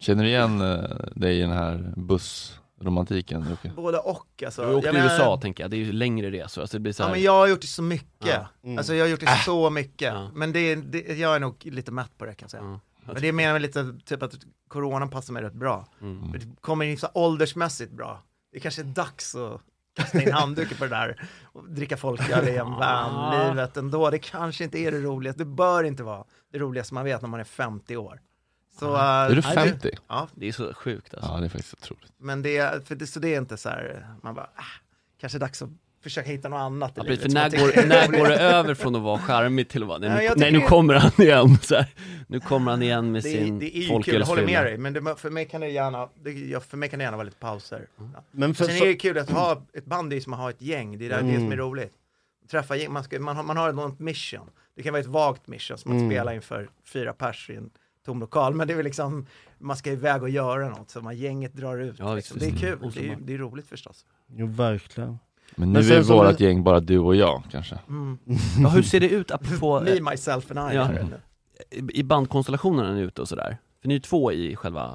S1: Känner du igen eh, dig i den här bussromantiken Jocke?
S12: Både och alltså.
S3: Du har ju åkt
S12: Jag
S3: till
S12: menar-
S3: USA tänker jag, det är ju längre resor, alltså det blir så
S12: Ja
S3: här,
S12: men jag har gjort det så mycket.
S3: Ja. Äh.
S13: Mm.
S12: Alltså jag har gjort det så mycket. Men det, är- det, jag är nog lite mätt på det kan jag säga. Men det är mer med lite typ att coronan passar mig rätt bra.
S3: Mm.
S12: För Det kommer in så här åldersmässigt bra. Det kanske är dags att kasta in handduken på det där och dricka folköl i en van, livet ändå. Det kanske inte är det roligaste, det bör inte vara det roligaste man vet när man är 50 år. Så,
S1: Är du
S12: eh,
S1: 50?
S12: Ja,
S3: det är så sjukt alltså
S1: Ja det är faktiskt otroligt.
S12: men det, för det, så det är inte så här, man bara, ah, kanske är dags att försöka hitta något annat i
S3: Ja,
S12: livet.
S3: precis, för
S12: som
S3: när
S12: man tycker
S3: går,
S12: är
S3: när
S12: roligt.
S3: går det över från att vara charmig till att vara, nej,
S12: Ja,
S3: nu,
S12: jag
S3: nej nu
S12: tycker det-
S3: kommer han igen så här. Nu kommer han igen med
S12: det,
S3: sin
S12: är- det är ju kul, jag
S3: folkölsfylla.
S12: håller med dig, men det, för, mig kan det gärna, det, ja, för mig kan det gärna vara lite pauser. Ja.
S13: Mm. Men för-
S12: Sen är det ju kul att ha ett band, det är som att ha ett gäng, det är där- det är det som är
S13: Mm.
S12: roligt. Träffa gäng, man, ska, man, har- man har något mission, det kan vara ett vagt mission som att
S13: Mm.
S12: spela inför fyra pers i en tom lokal. Men det är väl liksom, man ska iväg och göra något, så man, gänget drar ut.
S13: Ja, visst,
S12: liksom. Det är
S13: visst.
S12: kul,
S13: Och så
S12: det är,
S13: man-
S12: det är roligt förstås.
S13: Jo, verkligen.
S1: Men nu är
S13: sen som
S1: vårat
S13: du-
S1: gäng bara du och jag kanske.
S12: Mm.
S3: Ja, hur ser det ut apropå...
S12: Me, myself and I.
S3: Ja.
S12: Mm.
S3: I- I bandkonstellationen är ni ute och sådär? För ni är ju två i själva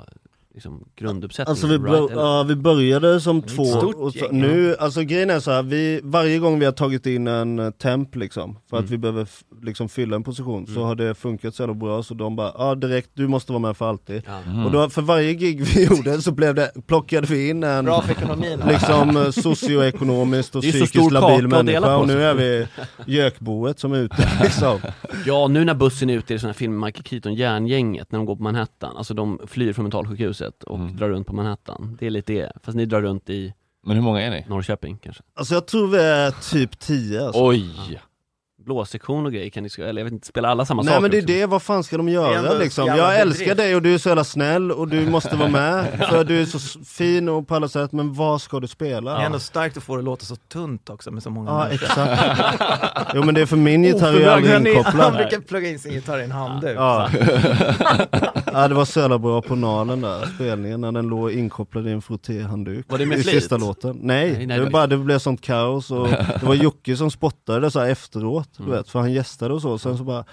S3: liksom, grunduppsättningen
S13: Alltså vi,
S3: right?
S13: bör, ja, vi började som
S3: Det är ett
S13: två,
S3: stort
S13: och så,
S3: gäng, ja.
S13: nu, alltså grejen är så här, vi, varje gång vi har tagit in en eh, temp liksom, för
S3: Mm.
S13: att vi behöver f- liksom fylla en position, så
S10: Mm.
S13: har det funkat så jävla bra så de bara, ja ah, direkt, du måste vara med för alltid.
S10: Mm.
S13: Och då, för varje gig vi gjorde så blev det, plockade vi in en
S12: Bra för ekonomin.
S13: liksom eh, socioekonomiskt och
S3: Det är så
S13: psykiskt
S3: stor
S13: labil
S3: kaka att dela
S13: människa,
S3: på.
S13: och nu är vi gökboet som är ute liksom.
S3: Ja, nu när bussen är ute i sådana här filmer, Michael Keaton, Järngänget, när de går på Manhattan, alltså de flyr från mentalsjukhuset och drar runt på Manhattan. Det är lite det, fast ni drar runt i
S1: Mm. Men hur många är ni?
S3: Norrköping kanske?
S13: Alltså jag tror vi är typ 10 alltså.
S1: Oj!
S3: Blåsektion och grejer kan ni, sk- eller jag vet inte, spela alla samma
S13: Nej
S3: saker?
S13: men det är
S3: liksom.
S13: det, vad fan ska de
S3: Det är
S13: göra
S3: ändå
S13: liksom?
S3: jävla
S13: Jag
S3: bedrift.
S13: älskar dig och du är så jävla snäll och du måste vara med för du är så s- fin och på alla sätt men vad ska du spela?
S12: Det är ändå starkt att få det att låta så tunt också med så många
S13: Ja,
S12: människor.
S13: exakt. Jo, men det är för min gitarr är ju aldrig
S12: Oförmögen är-
S13: inkopplad.
S12: Han brukar plugga in sin gitarr i en handduk.
S13: Ja.
S12: Så.
S13: ja det var så jävla bra på Nalen där, spelningen, när den låg inkopplad i en frottéhandduk
S10: Var det med
S13: i
S10: flit?
S13: sista låten. Nej,
S10: Nej, nej,
S13: det,
S10: det var-
S13: var bara, det blev sånt kaos och det var Jocke som spottade så här efteråt, du
S10: Mm.
S13: vet, för han gästade och så, sen så bara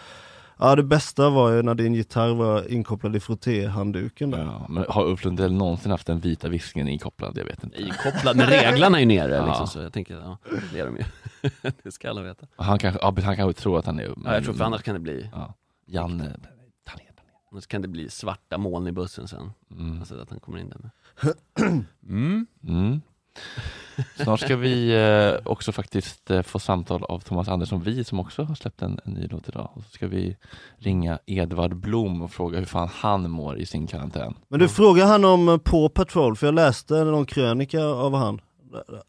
S13: Ja det bästa var ju när din gitarr var inkopplad i frottéhandduken där.
S1: Ja, men har Ulf Lundell någonsin haft den vita visken inkopplad? Jag vet inte.
S3: Inkopplad, men reglarna är ju nere
S1: Ja.
S3: liksom, så jag tänker, ja, det är de ju. det ska alla veta.
S1: Han kanske, ja, men han kanske tror att han är...
S3: Ja, jag tror för
S1: men-
S3: annars kan det bli
S1: Mm. Ja. Janne.
S3: Annars kan det bli svarta moln i bussen sen.
S1: Mm.
S3: Alltså att han kommer in där med.
S1: Mm. Snart ska vi eh, också faktiskt eh, få samtal av Thomas Andersson Vi som också har släppt en, en ny låt idag. Och så ska vi ringa Edvard Blom och fråga hur fan han mår i sin karantän.
S13: Men du frågar han om eh, Paw Patrol, för jag läste någon krönika av han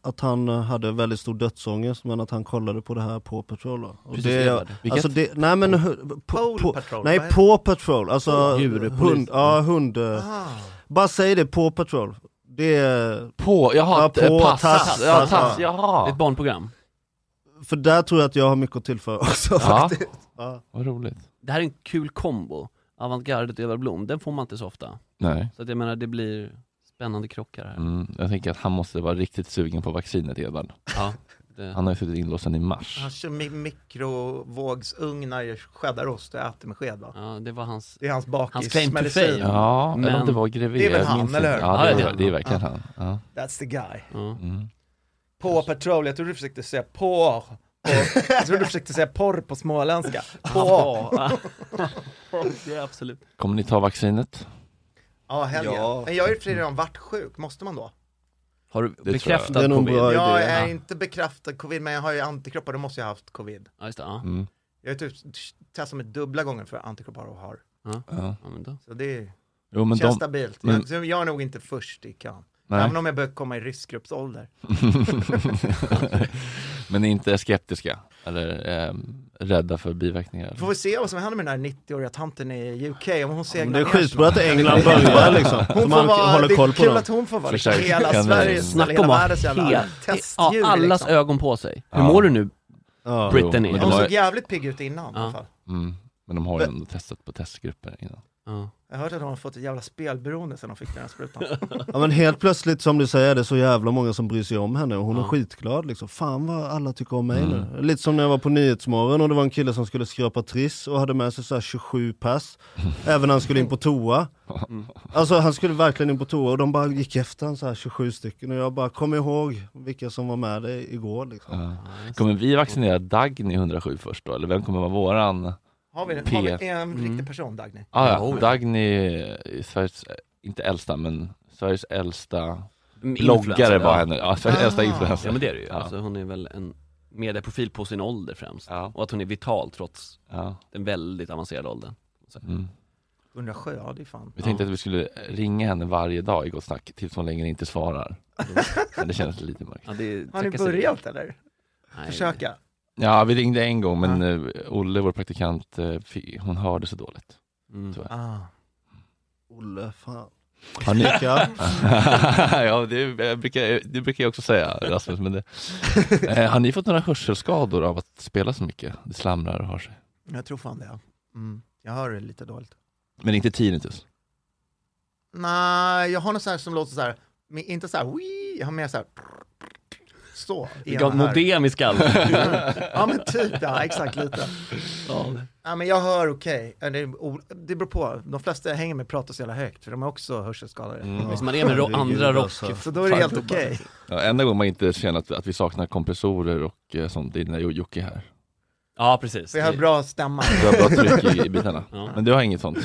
S13: att han eh, hade väldigt stor dödsångest men att han kollade på det här Paw Patrol då. Och
S10: Precis,
S13: det,
S10: Edvard.
S13: alltså
S10: Vilket?
S13: det, nej men hur-
S12: Paw
S13: på-
S12: Patrol,
S13: Nej
S12: vad heter
S13: Paw Patrol, alltså
S10: Djurpolisen.
S13: hund, ja hund eh,
S12: Ah.
S13: Bara säg det, Paw Patrol Det är...
S1: På, jaha,
S13: ja, på,
S1: pass,
S13: tass,
S1: tass, ja,
S13: tass,
S1: tass,
S13: ja.
S1: jaha.
S3: Ett barnprogram.
S13: För där tror jag att jag har mycket att tillföra också faktiskt Ja.
S1: Vad roligt.
S3: Det här är en kul kombo. Avantgardet och Edvard Blom, den får man inte så ofta.
S1: Nej.
S3: Så att jag menar, det blir spännande krockar här.
S1: Mm, jag tänker att han måste vara riktigt sugen på vaccinet Edvard.
S3: Ja, det-
S1: Han har ju suttit inlåst sedan i mars.
S12: Han kör mi- mikrovågsugnar i cheddarost och äter med sked va?
S3: Ja, det var hans...
S12: Det är hans
S3: hans claim to
S12: bakismedicin.
S3: fame.
S1: Ja, men, om det var grevé.
S12: Det är väl
S1: jag minns
S12: han, eller
S1: inte.
S12: hur?
S1: Ja, det, är, det är verkligen han. Ja.
S12: That's the guy.
S1: Mm.
S12: På patrol, jag trodde du försökte säga porr. Porr. Jag trodde du försökte säga porr på småländska. Porr.
S3: det är absolut.
S1: Kommer ni ta vaccinet?
S12: Ja, helgen.
S10: Ja.
S12: Men jag är ju för sig redan varit sjuk, måste man då?
S3: Har du
S1: tror
S3: bekräftat
S1: jag.
S3: covid?
S12: Jag är inte bekräftad covid, men jag har ju antikroppar, då måste jag ha haft covid.
S3: Ja, just det, ja.
S1: Mm.
S12: Jag har typ testat mig dubbla gånger för antikroppar och har.
S3: Ja.
S1: Ja.
S3: Ja, men då.
S12: Så det
S1: Jo, men
S12: känns
S1: de-
S12: stabilt.
S1: men-
S12: Jag, jag är nog inte först i kan.
S1: Nej.
S12: Även om jag börjar komma i riskgruppsålder.
S1: men ni är inte skeptiska? Eller ehm, rädda för biverkningar? eller?
S12: Får vi se vad som händer med den här 90-åriga tanten i UK, om hon segnar
S13: det är
S12: ner
S13: skitbra
S12: sig.
S13: att England börjar, liksom.
S12: Hon
S13: Så man
S12: får vara,
S13: håller koll på
S12: Det är kul
S13: dem.
S12: att hon får vara liksom,
S13: Försök,
S12: hela
S13: kanin.
S12: Sveriges,
S13: Snacka
S12: eller hela
S13: om att
S12: världens jävla
S13: helt-
S12: testdjur.
S3: Ja, allas
S12: liksom.
S3: ögon på sig. Hur
S1: Ja.
S3: mår du nu?
S1: Ja.
S3: Brittany.
S1: Jo, men det
S12: Hon
S1: var-
S12: såg jävligt pigg ut innan i alla fall.
S1: Mm. Men de har ju
S12: Men-
S1: ändå testat på testgrupper innan.
S12: Jag hörde att hon har fått ett jävla spelberoende sen hon fick den här sprutan.
S13: Ja men helt plötsligt som du säger, är det är så jävla många som bryr sig om henne och hon är
S12: Ja.
S13: skitglad liksom. Fan vad alla tycker om mig nu. Lite som när jag var på Nyhetsmorgon och det var en kille som skulle skrapa triss och hade med sig så här 27 pass. Även när han skulle in på toa. Alltså han skulle verkligen in på toa och de bara gick efter han så här 27 stycken och jag bara kom ihåg vilka som var med dig igår liksom.
S1: Ja. Kommer vi vaccinera Dagny 107 först då? Eller vem kommer vara våran?
S12: Har vi,
S1: P-
S12: har vi en
S3: Mm.
S12: riktig person, Dagny?
S1: Ah, ja. Dagny är Sveriges, inte äldsta, men Sveriges äldsta
S3: Mm,
S1: bloggare var henne. Ja,
S14: Ah.
S1: Sveriges äldsta influencer.
S3: Ah. Ja men det är det ju.
S1: Ja.
S3: Alltså, hon är väl en medieprofil på sin ålder främst. Och att hon är vital trots den väldigt avancerade åldern. Så.
S1: Mm.
S12: 107, ja det är fan.
S1: Vi tänkte att vi skulle ringa henne varje dag i Gott Snack tills hon längre inte svarar. men det känns lite mörkt.
S3: Ja, det är
S12: Har ni
S3: trakasserier.
S12: börjat eller?
S3: Nej.
S12: Försöka?
S1: Ja, vi ringde en gång men eh, Olle, vår praktikant, eh, fi- hon hörde så dåligt.
S3: Mm.
S1: Tyvärr.
S12: Ah.
S13: Olle, fan.
S1: Har ni...
S13: Picka.
S1: ja, det, jag brukar, det brukar jag också säga Rasmus. Men det... eh, har ni fått några hörselskador av att spela så mycket? Det slamrar och har sig.
S12: Jag tror fan det ja. Mm. Jag hör det lite dåligt.
S1: Men inte tinnitus.
S14: Nej, jag har något så här som låter så här, men inte så här, wii, jag har mer så här, så. i
S3: Vilka
S14: ena örat.
S3: modem i skallen.
S14: ja men typ ja, exakt lite. Ja. men jag hör okej, Eh, det, o- det beror på, de flesta jag hänger med pratar så jävla högt för de är också hörselskadade.
S3: Mm. Som man är med ro- andra
S13: alltså.
S3: rock-
S14: Så då är det helt okej.
S1: Ja, enda gången man inte känner att, att vi saknar kompressorer och eh, sånt, det är när Jo- Jocke är här.
S3: Ja precis.
S14: För jag har bra stämma.
S1: Du har bra tryck i, i bitarna. Men du har inget sånt.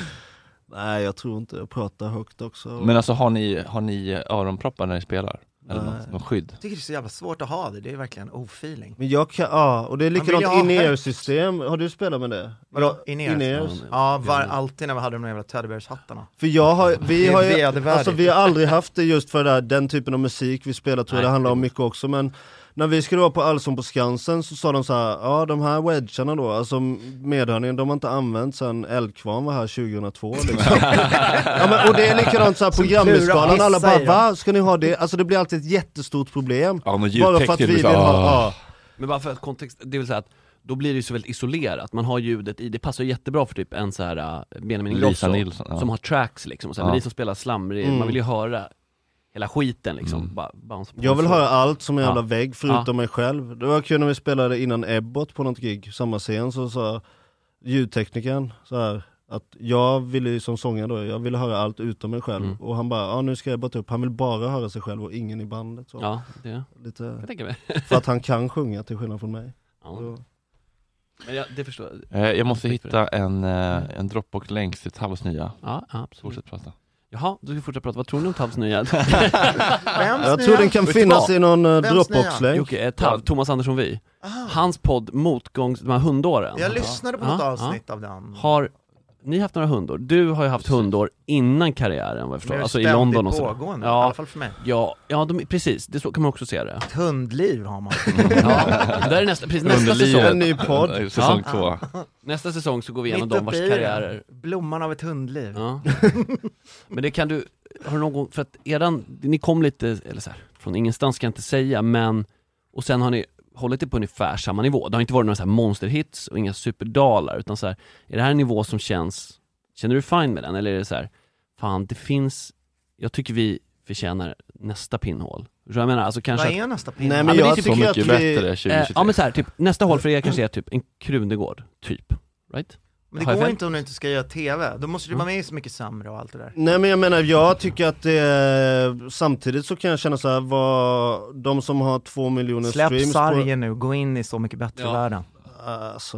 S13: Nej jag tror inte, jag pratar högt också.
S1: Men alltså har ni, har ni eh, öronproppar när ni spelar? Eller
S13: Nej.
S1: något, något skydd?
S14: Jag tycker det är så jävla svårt att ha det, det är verkligen ofeeling.
S13: Men jag kan, ja, och det är
S14: Men vill jag
S13: likadant
S14: ha
S13: in-ear-system, har du spelat med det?
S14: Vadå,
S13: Ja,
S14: in-ears?
S13: in-ears.
S14: Ja, var alltid när vi hade de där jävla teddybears-hattarna.
S13: För jag har, vi
S14: Det är
S13: har ju,
S14: vedervärdigt.
S13: alltså vi har aldrig haft det just för det där, den typen av musik vi spelar tror jag det handlar om mycket också men när vi skulle vara på Allsång på Skansen så sa de så här, ja de här wedgarna då, alltså medhörningen, de har inte använts sedan Eldkvarn var här 2002 liksom. ja, men, och det är likadant så här
S14: Som
S13: programskalan,
S14: Plura
S13: alla
S14: missar i
S13: bara va, ska ni ha det? Alltså det blir alltid ett jättestort problem.
S1: Ja, men
S13: bara för att vi vill ha,
S3: "Ah."
S1: ah.
S13: ja.
S3: Men bara för att kontext, det vill säga att då blir det ju så väldigt isolerat, man har ljudet i, det passar ju jättebra för typ en så här äh, Benjamin
S1: Lisa
S3: Ingrosso
S1: Nilsson, ja.
S3: som har tracks liksom, och så här,
S1: Ja.
S3: men ni som spelar slamrig,
S13: Mm.
S3: man vill ju höra hela skiten liksom,
S1: Mm.
S3: bara bounce
S13: Jag vill
S3: bounce.
S13: höra allt som en jävla
S3: Alltså- Ja.
S13: vägg
S3: Ja.
S13: förutom mig själv. Det var kul när vi spelade innan Ebbot på något gig, samma scen, så sa ljudteknikern så här att jag ville ju som sångare då, jag ville höra allt utom mig själv.
S3: Mm.
S13: Och han bara, ja nu ska Ebbot upp, han vill bara höra sig själv och ingen i bandet. Så.
S3: Ja, det
S13: Lite,
S3: kan jag tänka mig.
S13: för att han kan sjunga till skillnad från mig. Så-
S3: Men jag, det förstår jag.
S1: Eh, jag måste
S3: Respekt för det.
S1: hitta en, eh, en Dropbox-länk till Tavs nya.
S3: Ja, absolut.
S1: Fortsätt prata.
S3: Jaha, du ska vi fortsätta prata, vad tror ni om Tavs nya?
S13: Jag tror nya? den kan
S3: Vet du
S13: finnas
S3: vad?
S13: i någon, eh, Vems Dropbox-länk. nya?
S3: Jocke, eh, Tav, Thomas Andersson Vi. Hans podd Motgångs, de här hundåren.
S14: Ah. Jag lyssnade på något avsnitt av den.
S3: Har ni haft några hundår? Du har ju haft hundår innan karriären vad jag förstår,
S14: Men
S3: alltså i
S14: ständigt
S3: London och sådär.
S14: pågående, i alla fall för mig.
S3: Ja, ja de, precis, det så kan man också se det.
S14: Ett hundliv har man.
S3: Ja, det där är nästa, precis, nästa säsong.
S14: Ja.
S3: Nästa säsong så går vi igenom
S14: Mitt
S3: de vars
S14: uppe i det.
S3: karriärer
S14: Blomman av ett hundliv.
S3: Ja. Men det kan du, har du någon gång, för att eran, ni kom lite, eller så här, från ingenstans kan jag inte säga, men, och sen har ni hållit det på ungefär samma nivå. Det har inte varit några så här monsterhits och inga superdalar, utan så här, är det här en nivå som känns, känner du fine med den? Eller är det så här, fan det finns, jag tycker vi förtjänar nästa pinnhål. Förstår du Vad jag menar? Alltså kanske
S14: Vad är
S3: att-
S14: nästa pinnhål?
S3: Ja,
S14: Nej, men
S3: det är typ
S14: jag Så tycker mycket att vi- bättre
S3: Eh,
S14: 2023.
S3: Ja men så här, typ, nästa hål för er kanske är typ en Krunegård, typ. Right? Har
S14: Men
S3: jag
S14: det
S3: Mm.
S14: går
S3: fel?
S14: inte om du inte ska göra TV, då måste du vara med i Så Mycket Sämre och allt det där.
S13: Nej men jag menar, jag tycker att det är, samtidigt så kan jag känna så här, vad, de som har två miljoner
S14: Släpp
S13: streams
S14: sargen nu, gå in i Så Mycket Bättre-världen.
S13: Alltså,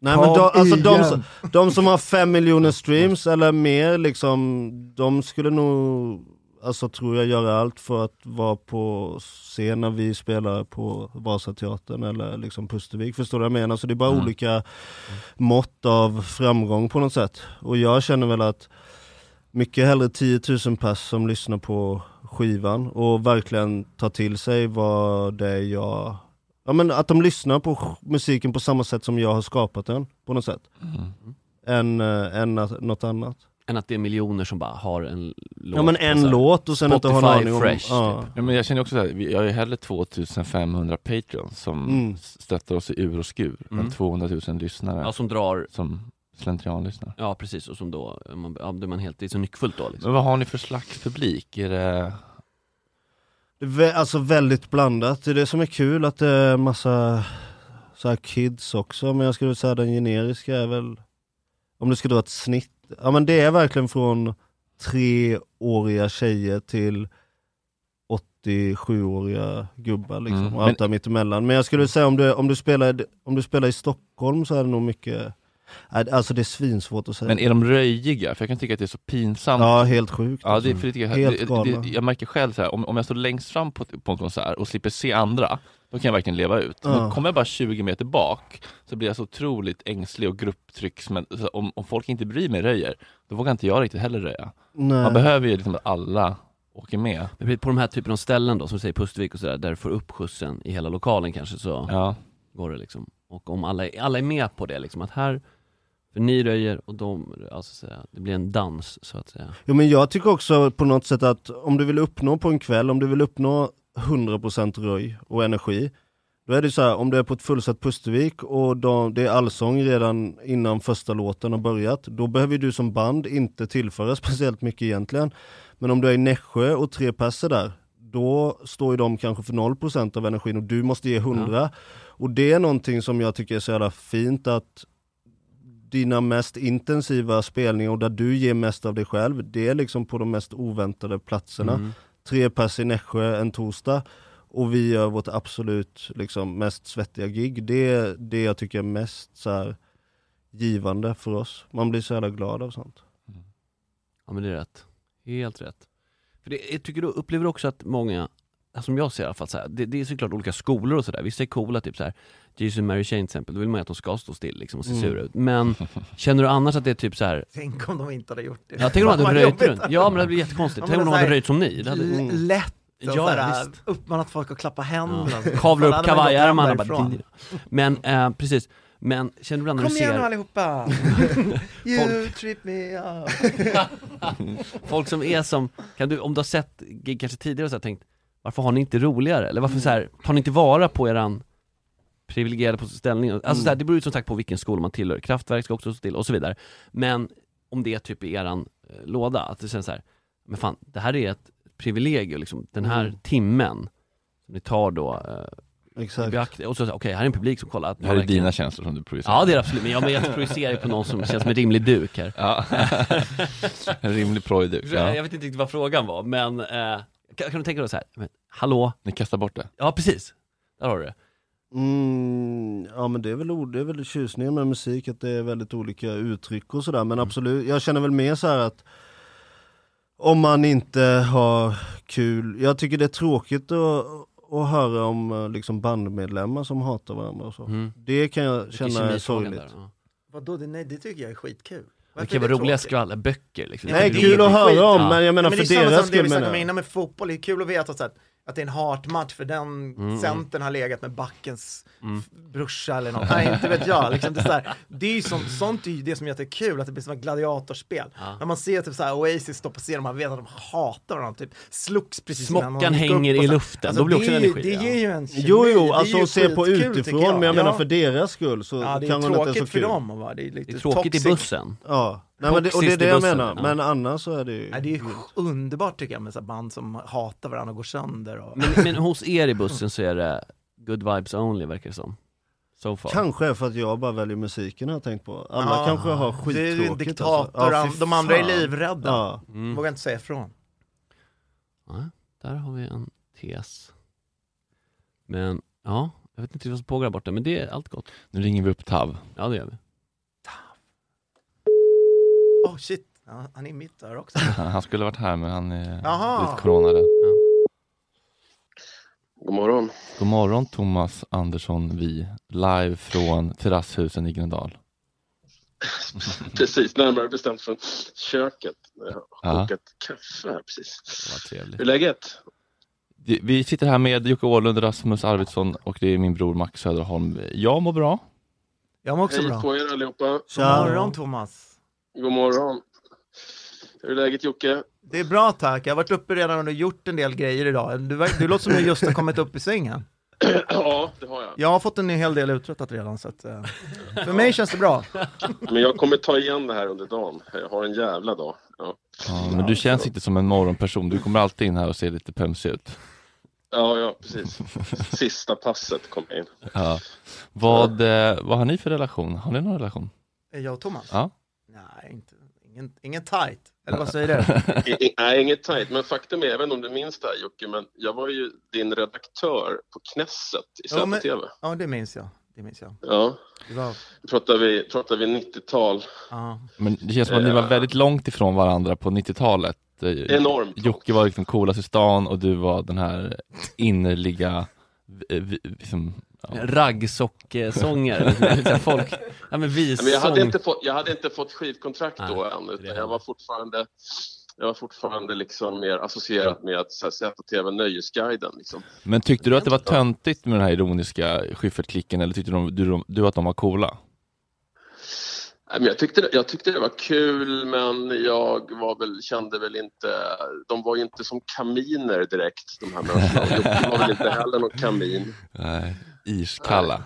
S13: Nej men de,
S14: Kom
S13: alltså de,
S14: igen.
S13: som- de som har 5 miljoner streams eller mer liksom, de skulle nog, alltså tror jag, göra allt för att vara på scen när vi spelar på Vasateatern eller liksom Pustervik, förstår du vad jag menar? Så det är bara
S1: Mm.
S13: olika mått av framgång på något sätt. Och jag känner väl att mycket hellre 10 000 pass som lyssnar på skivan och verkligen tar till sig vad det är jag Ja men att de lyssnar på sk- musiken på samma sätt som jag har skapat den, på något sätt. Än, eh, än att, något annat.
S3: Än att det är miljoner som bara har en låt
S13: Ja, men
S3: på
S13: en
S3: så här
S13: låt och sen inte ha någon
S3: Spotify
S13: aning om-
S3: Fresh,
S13: ja.
S3: typ.
S1: Ja, men jag känner också att jag har ju hellre 2500 patrons som
S13: Mm.
S1: stöttar oss i ur och skur
S3: Mm.
S1: än 200 000 lyssnare.
S3: Ja, som drar...
S1: Som slentrianlyssnare.
S3: Ja precis, och som då, eh, man, ja, då är man helt, det är så nyckfullt då liksom.
S1: Men vad har ni för slags publik? Är det...
S13: Det är vä- alltså väldigt blandat, det är det som är kul att det är massa så här kids också, men jag skulle säga den generiska är väl, om du ska dra ett snitt, ja men det är verkligen från treåriga tjejer till 87-åriga gubbar liksom,
S1: Mm,
S13: och allt
S1: men-
S13: där mittemellan. Men jag skulle säga om du, om, du spelar, om du spelar i Stockholm så är det nog mycket, nej, alltså det är svinsvårt att säga.
S1: Men är de röjiga? För jag kan tycka att det är så pinsamt.
S13: Ja, helt sjukt. alltså.
S1: Ja, det, är- för det tycker jag,
S13: Helt
S1: det-
S13: galna.
S1: det, jag märker själv så här, om, om jag står längst fram på, på en konsert och slipper se andra, då kan jag verkligen leva ut.
S13: Ja.
S1: Men kommer jag bara 20 meter bak, så blir jag så otroligt ängslig och grupptrycks. Men så om, om folk inte bryr mig röjer, då vågar inte jag riktigt heller röja.
S13: Nej.
S1: Man behöver ju liksom att alla åker med.
S3: Men på de här typen av ställen då, som du säger Pustervik och sådär, där du får upp skjutsen i hela lokalen kanske så går det liksom. Och om alla, är- alla är med på det liksom, att här, för ni röjer och de, alltså så att säga, det blir en dans så att säga.
S13: Jo men jag tycker också på något sätt att om du vill uppnå på en kväll, om du vill uppnå 100% röj och energi, Då är det ju så här, om du är på ett fullsatt Pustervik och de, det är allsång redan innan första låten har börjat, då behöver ju du som band inte tillföra speciellt mycket egentligen. Men om du är i Nässjö och tre passer där, då står ju de kanske för 0% av energin och du måste ge 100. Och det är någonting som jag tycker är så jävla fint att dina mest intensiva spelningar och där du ger mest av dig själv, det är liksom på de mest oväntade platserna.
S15: Mm.
S13: Tre pass i Nässjö en torsdag och vi gör vårt absolut liksom, mest svettiga gig. Det är det jag tycker är mest så här, givande för oss. Man blir så jävla glad av sånt.
S3: Ja men det är rätt. Helt rätt. För det, jag tycker du upplever också att många, alltså som jag ser i alla fall, så här, det, det är såklart olika skolor och sådär. Vissa är coola, typ så här, Jesus and Mary Chain till exempel, då vill man ju att de ska stå still liksom och se
S12: Mm.
S3: sura ut. Men känner du annars att det är typ så här
S12: Tänk om de inte hade gjort det.
S3: Ja, tänk om de hade
S12: Fan, vad
S3: röjt
S12: jobbigt.
S3: runt. Ja, men det blir jättekonstigt. Tänk om
S12: men
S3: de
S12: så här,
S3: hade röjt som ni. Det hade-
S12: l-
S3: Mm.
S12: Lätt och
S3: Ja,
S12: sådär,
S3: visst.
S12: uppmanat folk att klappa händerna.
S3: Ja. Kavla
S12: Fan,
S3: upp
S12: hade man gått
S3: kavajärmarna
S12: hemifrån.
S3: bara. Men eh, precis, men känner du ibland när du
S12: Kom
S3: ser...
S12: igen nu allihopa! you
S3: Folk-
S12: trip me up!
S3: Folk som är som, kan du, om du har sett gig kanske tidigare och så här, tänkt Varför har ni inte roligare? Eller varför
S13: Mm.
S3: så här, tar ni inte vara på eran privilegierade pos- ställning? Alltså
S4: Mm.
S3: så här, det beror ju som sagt på vilken skola man tillhör, kraftverk ska också stå till och så vidare Men om det är typ i eran eh, låda, att det känns så här, men fan det här är ett privilegium liksom, den här
S13: Mm.
S3: timmen som ni tar då eh,
S13: Exakt.
S3: i beakt- Och så, så här, okej, här är en publik som kollar att
S1: Det här är dina känslor som du projicerar.
S3: Ja det är det absolut, men jag, men jag projicerar ju på någon som känns som en rimlig duk här
S1: Ja. En rimlig projduk, ja.
S3: Jag vet inte riktigt vad frågan var, men eh, kan, kan du tänka dig så här, men, hallå?
S1: Ni kastar bort det?
S3: Ja precis, där har du det
S13: Mm, ja men det är, väl, o- det är väl tjusningen med musik, att det är väldigt olika uttryck och sådär.
S3: Mm.
S13: Men absolut, jag känner väl mer så här att om man inte har kul. Jag tycker det är tråkigt att, att höra om eh, liksom bandmedlemmar som hatar varandra och så. Det kan jag
S3: Vilken
S13: känna är
S3: Mm. kemifrågan
S13: sorgligt.
S3: där, ja.
S12: Vadå, det, nej, det tycker jag är skitkul.
S3: Det
S12: Varför
S3: kan
S12: är
S3: vara roliga
S12: tråkigt?
S3: skvaller, böcker liksom
S13: Nej, kul att höra om, men jag menar
S12: Men
S13: för
S12: det är samma
S13: deras
S12: som det vi
S13: skull
S12: snackade om
S13: menar jag.
S12: innan med fotboll, det är kul att veta så att, att det är en hatmatch för den
S13: Mm.
S12: centern har legat med backens
S13: Mm.
S12: f- brorsa eller något, nej inte vet jag. Liksom det, är så här, det är ju sånt, sånt är ju det som är jättekul, att det blir som ett gladiatorspel. När man ser typ så här Oasis stå på scen och man vet att de hatar varandra, typ slogs precis innan
S3: Smockan
S12: de gick upp
S3: hänger
S12: och
S3: i
S12: så här. Alltså,
S3: luften, då blir
S12: det
S3: också en
S12: är ju-
S3: energi,
S12: Det
S3: ja.
S12: ger ju en kemi,
S13: Jo,
S12: det
S13: jo,
S12: är
S13: alltså
S12: ju
S13: att se på
S12: skitkul, tycker
S13: utifrån,
S12: jag.
S13: men jag menar
S12: Ja.
S13: för deras skull så
S12: Ja, det är
S13: kanske det inte är så
S12: tråkigt
S13: kul.
S12: för dem, va? Det är lite Det är tråkigt i
S3: toxic. bussen.
S13: Ja, Nej, men det, och det är
S12: Toxiskt i
S13: det jag
S12: bussen,
S13: menar.
S12: ja.
S13: Men annars så är det ju...
S12: Nej, det är ju underbart tycker jag med så här band som hatar varandra och går sönder. Och...
S3: men, men hos er i bussen så är det good vibes only verkar det som So far
S13: Kanske är för att jag bara väljer musiken har jag tänkt på. Alla
S12: Ja,
S13: kanske har
S12: Det är
S13: skittråkigt.
S12: ju en diktator,
S13: alltså.
S12: an-
S13: fy
S12: de andra är
S13: fan.
S12: livrädda.
S13: Ja. Mm.
S12: Vågar inte säga ifrån.
S3: ja, Där har vi en tes Men, ja, jag vet inte vad som pågår där borta, men det är allt gott
S1: Nu ringer vi upp Tav.
S3: Ja det gör vi
S12: Åh Oh, shit, ja, han är i mitt där också.
S1: Han skulle ha varit här men han är
S12: Jaha.
S1: lite coronad.
S16: God morgon.
S1: God morgon Thomas Andersson Vi, live från Terrasshusen i Gröndal.
S16: Precis, närmare bestämt från köket. Jag har
S1: Ja.
S16: kokat kaffe här precis.
S3: Vad trevligt.
S16: Hur är läget?
S1: Det- Vi sitter här med Jocke Åhlund, Rasmus Arvidsson och det är min bror Max Söderholm. Jag mår bra.
S12: Jag mår också
S16: Hej
S12: bra.
S16: på er allihopa.
S12: God morgon Thomas.
S16: God morgon. Hur är läget Jocke?
S12: Det är bra tack, jag har varit uppe redan och gjort en del grejer idag. Du, ver- du låter som du just har kommit upp i sängen.
S16: ja, det har jag.
S12: Jag har fått en hel del uträttat redan så att, eh, för mig känns det bra.
S16: Men jag kommer ta igen det här under dagen. Jag har en jävla dag. Ja,
S1: Ja, men du känns inte som en morgonperson. Du kommer alltid in här och ser lite pömsig ut.
S16: ja, ja precis. Sista passet kom jag in.
S1: Ja. Vad, eh, vad har ni för relation? Har ni någon relation?
S12: Är Eh, jag och Thomas?
S1: Ja.
S12: Nej, inte, ingen, ingen tight. Eller vad säger du?
S16: I, i, nej, inget tajt. Men faktum är, jag vet inte om du minns det här Jocke, men jag var ju din redaktör på Knesset i
S12: Ja, men-
S16: ZTV.
S12: ja, det minns jag. Det minns jag.
S16: Ja,
S12: Det var,
S16: pratar vi, pratar vi 90-tal.
S12: ja.
S1: Men det känns som att ni var väldigt långt ifrån varandra på 90-talet. Eh,
S16: Eh. Enormt.
S1: Jocke var liksom coolast i stan och du var den här innerliga... eh, vi- Liksom, ja.
S3: Raggsockesångare, lite liksom. folk, ja men
S16: Nej, Men jag, hade
S3: vissång
S16: inte fått, jag hade inte fått skivkontrakt då än, utan jag var fortfarande, jag var fortfarande liksom mer associerad med så här, ZTV Nöjesguiden. Liksom.
S1: Men tyckte du att det var töntigt med den här ironiska skyfferklicken eller tyckte de, du, du att de var coola?
S16: Nej, men Jag, tyckte, det- jag tyckte det var kul, men jag var väl, kände väl inte... De var ju inte som kaminer direkt, de här människorna. Och Jocke var väl inte heller någon kamin.
S1: Nej. Iskalla.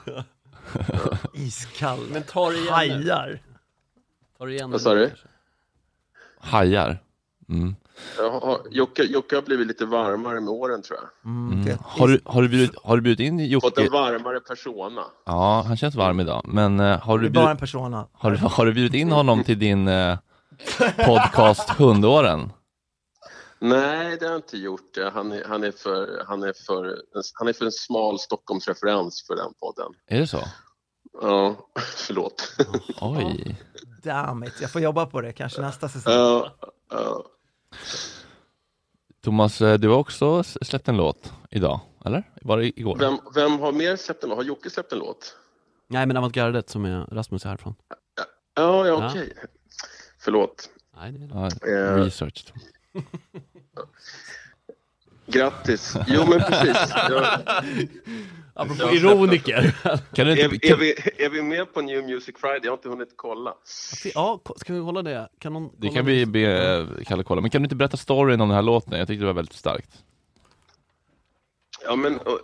S14: Iskall.
S3: Men ta det igen nu.
S14: Hajar.
S3: Tar du igen
S16: Vad sa du?
S1: Hajar. Mm.
S16: Jag har- Jocke, Jocke har blivit lite varmare med åren tror jag.
S1: Mm. Har, du, har, du bjudit, har du bjudit in
S16: Fått en
S1: Jocke?
S16: varmare persona.
S1: Ja, han känns varm idag. Men eh, har
S16: Mm. Det
S1: du
S16: är bara
S1: bjud-
S16: en persona.
S1: Har du, har du bjudit in honom till din eh, podcast Hundåren?
S16: Nej, det har jag inte gjort. Han är, han är, för, han är, för, han är för en smal Stockholmsreferens för den podden.
S1: Är det så?
S16: Ja, förlåt.
S1: Oj.
S14: Damn it, jag får jobba på det kanske nästa säsong.
S16: Ja, ja.
S1: Thomas, eh, du har också s- släppt en låt idag, eller? Var det igår?
S16: Vem, vem har mer släppt en låt? Har Jocke släppt en låt?
S3: Nej men avantgardet som är Rasmus är härifrån.
S16: Ja, ja
S3: Ja.
S16: okej. Förlåt.
S3: Nej, det
S1: Ja,
S16: Eh,
S1: research.
S16: Grattis. Jo, men precis. Jag...
S3: Apropå
S16: Jag har
S3: ironiker.
S16: släppt-
S3: Kan du inte-
S16: är, är, vi, är vi med på New Music Friday? Jag har inte hunnit kolla.
S3: Ja, ko- ska vi hålla det? Kan någon
S1: Det
S3: kolla
S1: kan vi be eh, Kalle kolla. Men kan du inte berätta storyn om den här låten? Jag tyckte det var väldigt starkt.
S16: Ja, men, eh,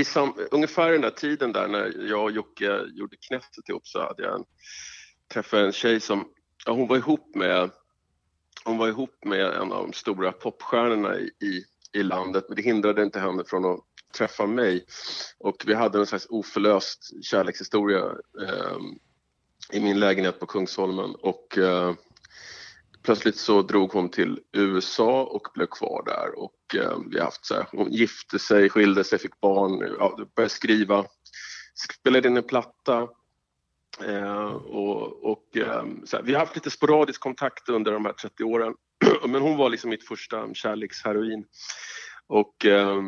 S16: i sam, ungefär den där tiden där när jag och Jocke gjorde Knässet ihop så hade jag en, träffade en tjej som ja, hon var ihop med hon var ihop med en av de stora popstjärnorna i, i, i landet men det hindrade inte henne från att träffa mig. Och vi hade en slags oförlöst kärlekshistoria ehm, i min lägenhet på Kungsholmen och eh, plötsligt så drog hon till USA och blev kvar där och eh, vi har haft så här, hon gifte sig, skilde sig, fick barn, ja, började skriva, spelade in en platta eh, och, och eh, så här, vi har haft lite sporadisk kontakt under de här 30 åren men hon var liksom mitt första kärleksheroin och eh,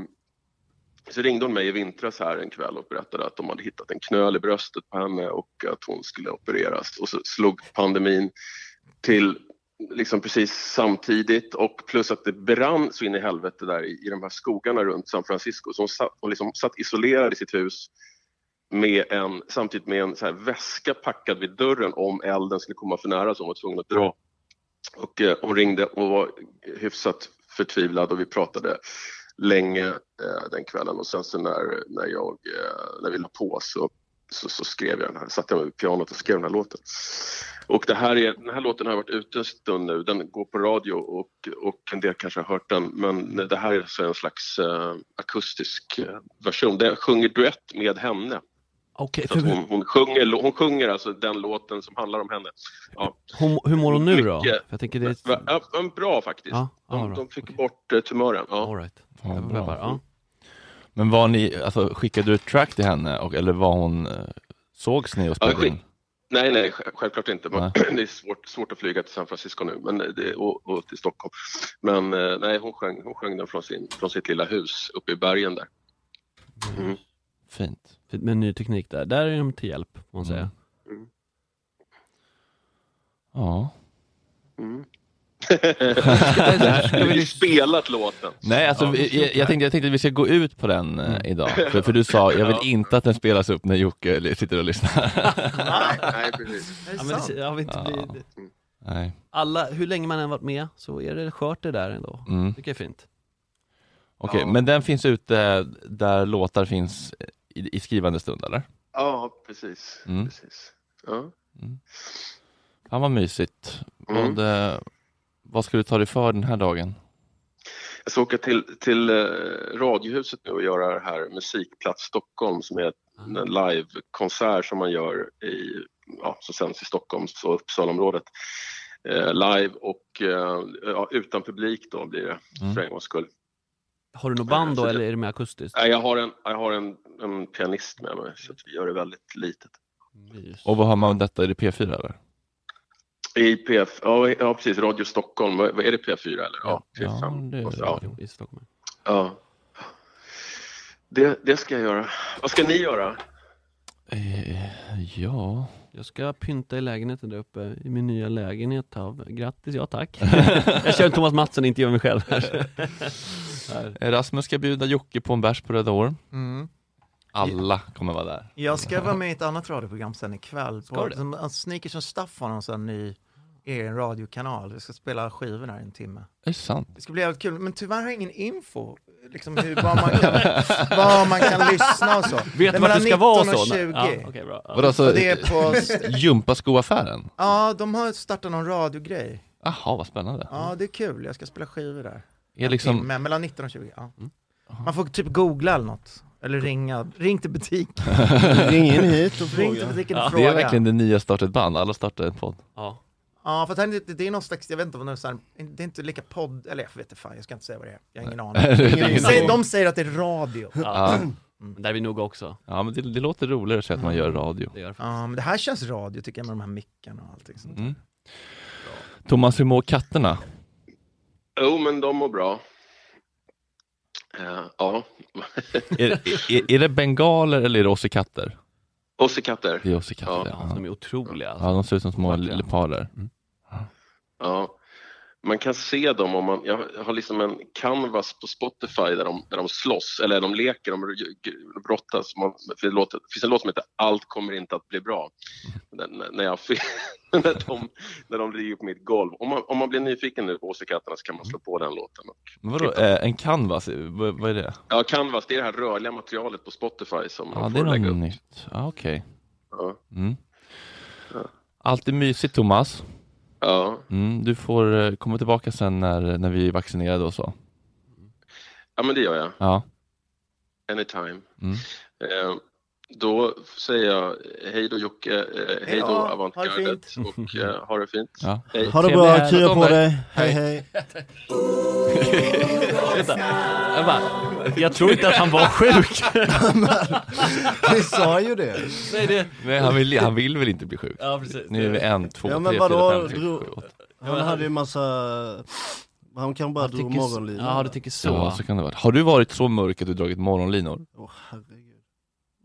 S16: så ringde hon mig i vintras här en kväll och berättade att de hade hittat en knöl i bröstet på henne och att hon skulle opereras och så slog pandemin till liksom precis samtidigt och plus att det brann så in i helvete där i, i de här skogarna runt San Francisco. Så hon satt, hon liksom satt isolerad i sitt hus med en, samtidigt med en så här väska packad vid dörren om elden skulle komma för nära så hon var tvungen att dra. Och eh, hon ringde och var hyfsat förtvivlad och vi pratade länge eh, den kvällen och sen så när, när, jag, eh, när vi la på så, så, så skrev jag den här, satte jag mig vid pianot och skrev den här låten. Och det här är, den här låten har varit ute en stund nu, den går på radio och, och en del kanske har hört den men det här är så en slags eh, akustisk eh, version där jag sjunger duett med henne.
S3: Okej,
S16: Så att
S3: för-
S16: hon, hon, sjunger, lo- hon sjunger alltså den låten som handlar om henne. Ja.
S3: Hon, hur mår hon nu då?
S16: Mycket-
S3: För Jag tänker det är...
S16: Va- Ja, men bra faktiskt.
S3: Ja, ja,
S16: de,
S3: bra.
S16: de fick bort eh, tumören. Ja.
S3: All right.
S1: Ja,
S3: Jag peppar, ja.
S1: Men var ni, alltså, skickade du ett track till henne? Och, eller var hon, eh, sågs ni och
S16: Ja,
S1: spelade in?
S16: skick- Nej, nej, sj- självklart inte. Men det är svårt, svårt att flyga till San Francisco nu men det, och, och till Stockholm. Men eh, nej, hon sjöng, hon sjöng den från, sin, från sitt lilla hus uppe i bergen där. Mm.
S1: Fint.
S3: Fint med ny teknik där. Där är de till hjälp, får man säga.
S1: Ja.
S16: Mm. det här, du har ju spelat låten.
S1: Nej, alltså,
S16: Ja.
S1: vi- jag, jag, tänkte, jag tänkte att vi ska gå ut på den eh, idag. För, för du sa, jag vill
S16: Ja.
S1: inte att den spelas upp när Jocke li- sitter och lyssnar.
S16: nej, nej, precis.
S3: Ja, men det, har vi inte blivit...
S1: Nej.
S3: Alla, hur länge man än varit med så är det skört det där ändå.
S1: Mm.
S3: Tycker jag är fint.
S1: Okej, men den finns ute där låtar finns eh, i, i skrivande stund, eller?
S16: Ja, precis.
S1: Mm.
S16: precis. Ja.
S1: Fan vad mysigt.
S16: Mm.
S1: Vad, eh, vad ska du ta dig för den här dagen?
S16: Jag ska åka till, till eh, Radiohuset nu och göra det här Musikplats Stockholm som är en livekonsert som man gör i, ja, som sänds i Stockholms och Uppsalaområdet. Eh, live och eh, ja, utan publik då blir det för en gångs skull.
S3: Har du något band då
S16: Så det-
S3: eller är det mer akustiskt?
S16: Nej, Jag har, en, jag har en, en pianist med mig så att vi gör det väldigt litet.
S1: Och vad hör man om detta? Är det P4 eller?
S16: I PF, ja, ja precis, Radio Stockholm, vad vad är det P4 eller? Ja, P5.
S1: Ja, det-
S16: ja.
S3: I Stockholm.
S16: Ja. Det, det ska jag göra. Vad ska ni göra?
S1: Eh, ja...
S3: Jag ska pynta i lägenheten där uppe, i min nya lägenhet. Av. Grattis, ja tack. jag kör Thomas Mattsson, inte jag mig själv här. här.
S1: Eh, Rasmus ska bjuda Jocke på en bärs på Röda År.
S14: Mm.
S1: Alla kommer vara där.
S14: Jag ska vara med i ett annat radioprogram sen ikväll.
S3: Ska
S14: På,
S3: du?
S14: som, Sneakers and Stuff har någon sån här ny egen radiokanal. Vi ska spela skivor där i en timme.
S1: Är det sant?
S14: Det ska bli jävligt kul, men tyvärr har jag ingen info liksom hur, vad, man kan, vad man kan lyssna och så.
S1: Vet
S14: Det är
S1: du vart
S14: mellan
S1: det ska vara
S14: 19 och
S1: så?
S14: 20.
S1: Ja, okej, bra. Vadå, alltså,
S14: Och det är på...
S1: Gympaskoaffären?
S14: Ja, de har startat någon radiogrej.
S1: Jaha, vad spännande.
S14: Ja, det är kul. Jag ska spela skivor där.
S1: Är liksom- Mm.
S14: Timme, mellan 19 och 20. Ja. Man får typ googla eller något. Eller ringa. Ring till butiken.
S13: Ring in hit och
S14: Ring till
S13: fråga.
S14: butiken och
S1: Ja. Det
S14: fråga.
S1: är verkligen det nya starta ett band, alla startar en podd.
S3: Ja.
S14: Ja, för att här är det, det är någon slags, jag vet inte vad det är, så här, det är inte lika podd, eller jag vet inte fan, jag ska inte säga vad det är. Jag har ingen aning. De säger, de säger att det är radio.
S3: Ja. Mm, Där är vi nog också.
S1: Ja, men det, det låter roligare att säga att man gör radio.
S3: Mm. Det gör
S14: Ja, men det här känns radio tycker jag med de här mickarna och allting sånt.
S1: Mm. Thomas, hur mår katterna?
S16: Jo, men de mår bra. Eh, ja.
S1: är, är, är det bengaler eller är det ossekatter?
S16: Ossekatter.
S1: Det är ossekatter, ja.
S3: De är otroliga. Alltså.
S1: Ja, de ser ut som små leoparder.
S16: Ja, man kan se dem om man... Jag har liksom en canvas på Spotify där de, där de slåss, eller de leker, de brottas. Man, för det, låter, det finns en låt som heter Allt kommer inte att bli bra. När, när, jag, när, de, när de ligger på mitt golv. Om man, om man blir nyfiken nu på Åsekatterna så kan man slå på den låten.
S1: Men vadå, eh, en canvas, vad, vad är det?
S16: Ja, canvas, det är det här rörliga materialet på Spotify som
S1: Ja,
S16: man
S1: det
S16: får
S1: är
S16: lägga
S1: något
S16: upp.
S1: nytt. Ja, okej.
S16: Ja.
S1: Mm. Alltid mysigt, Thomas.
S16: Ja.
S1: Mm, du får eh, komma tillbaka sen när, när vi är vaccinerade och så.
S16: ja, men det gör jag.
S1: Ja.
S16: Anytime.
S1: Mm.
S16: Eh, då säger jag hej då Jocke, eh, hej då
S13: Ja, ha det
S16: Avantgardet och
S3: Mm.
S16: eh, ha det fint.
S1: Ja.
S16: Hej.
S13: Ha det bra, krya på dig. Hej hej.
S3: Vänta. Jag, bara, jag tror inte att han var sjuk.
S13: Vi sa ju det.
S3: Nej, det...
S1: Nej, han vill, han vill väl inte bli sjuk?
S3: Ja, precis.
S1: Nu är vi en, två,
S13: Ja
S1: tre,
S13: men
S1: fyra,
S13: vadå,
S1: fem, sex, sju,
S13: dro...
S1: åtta.
S13: han hade ju massa, han kan bara dra morgonlinan.
S1: Ja, så kan det vara. Har du varit så mörk att du dragit morgonlinor?
S13: Åh herregud.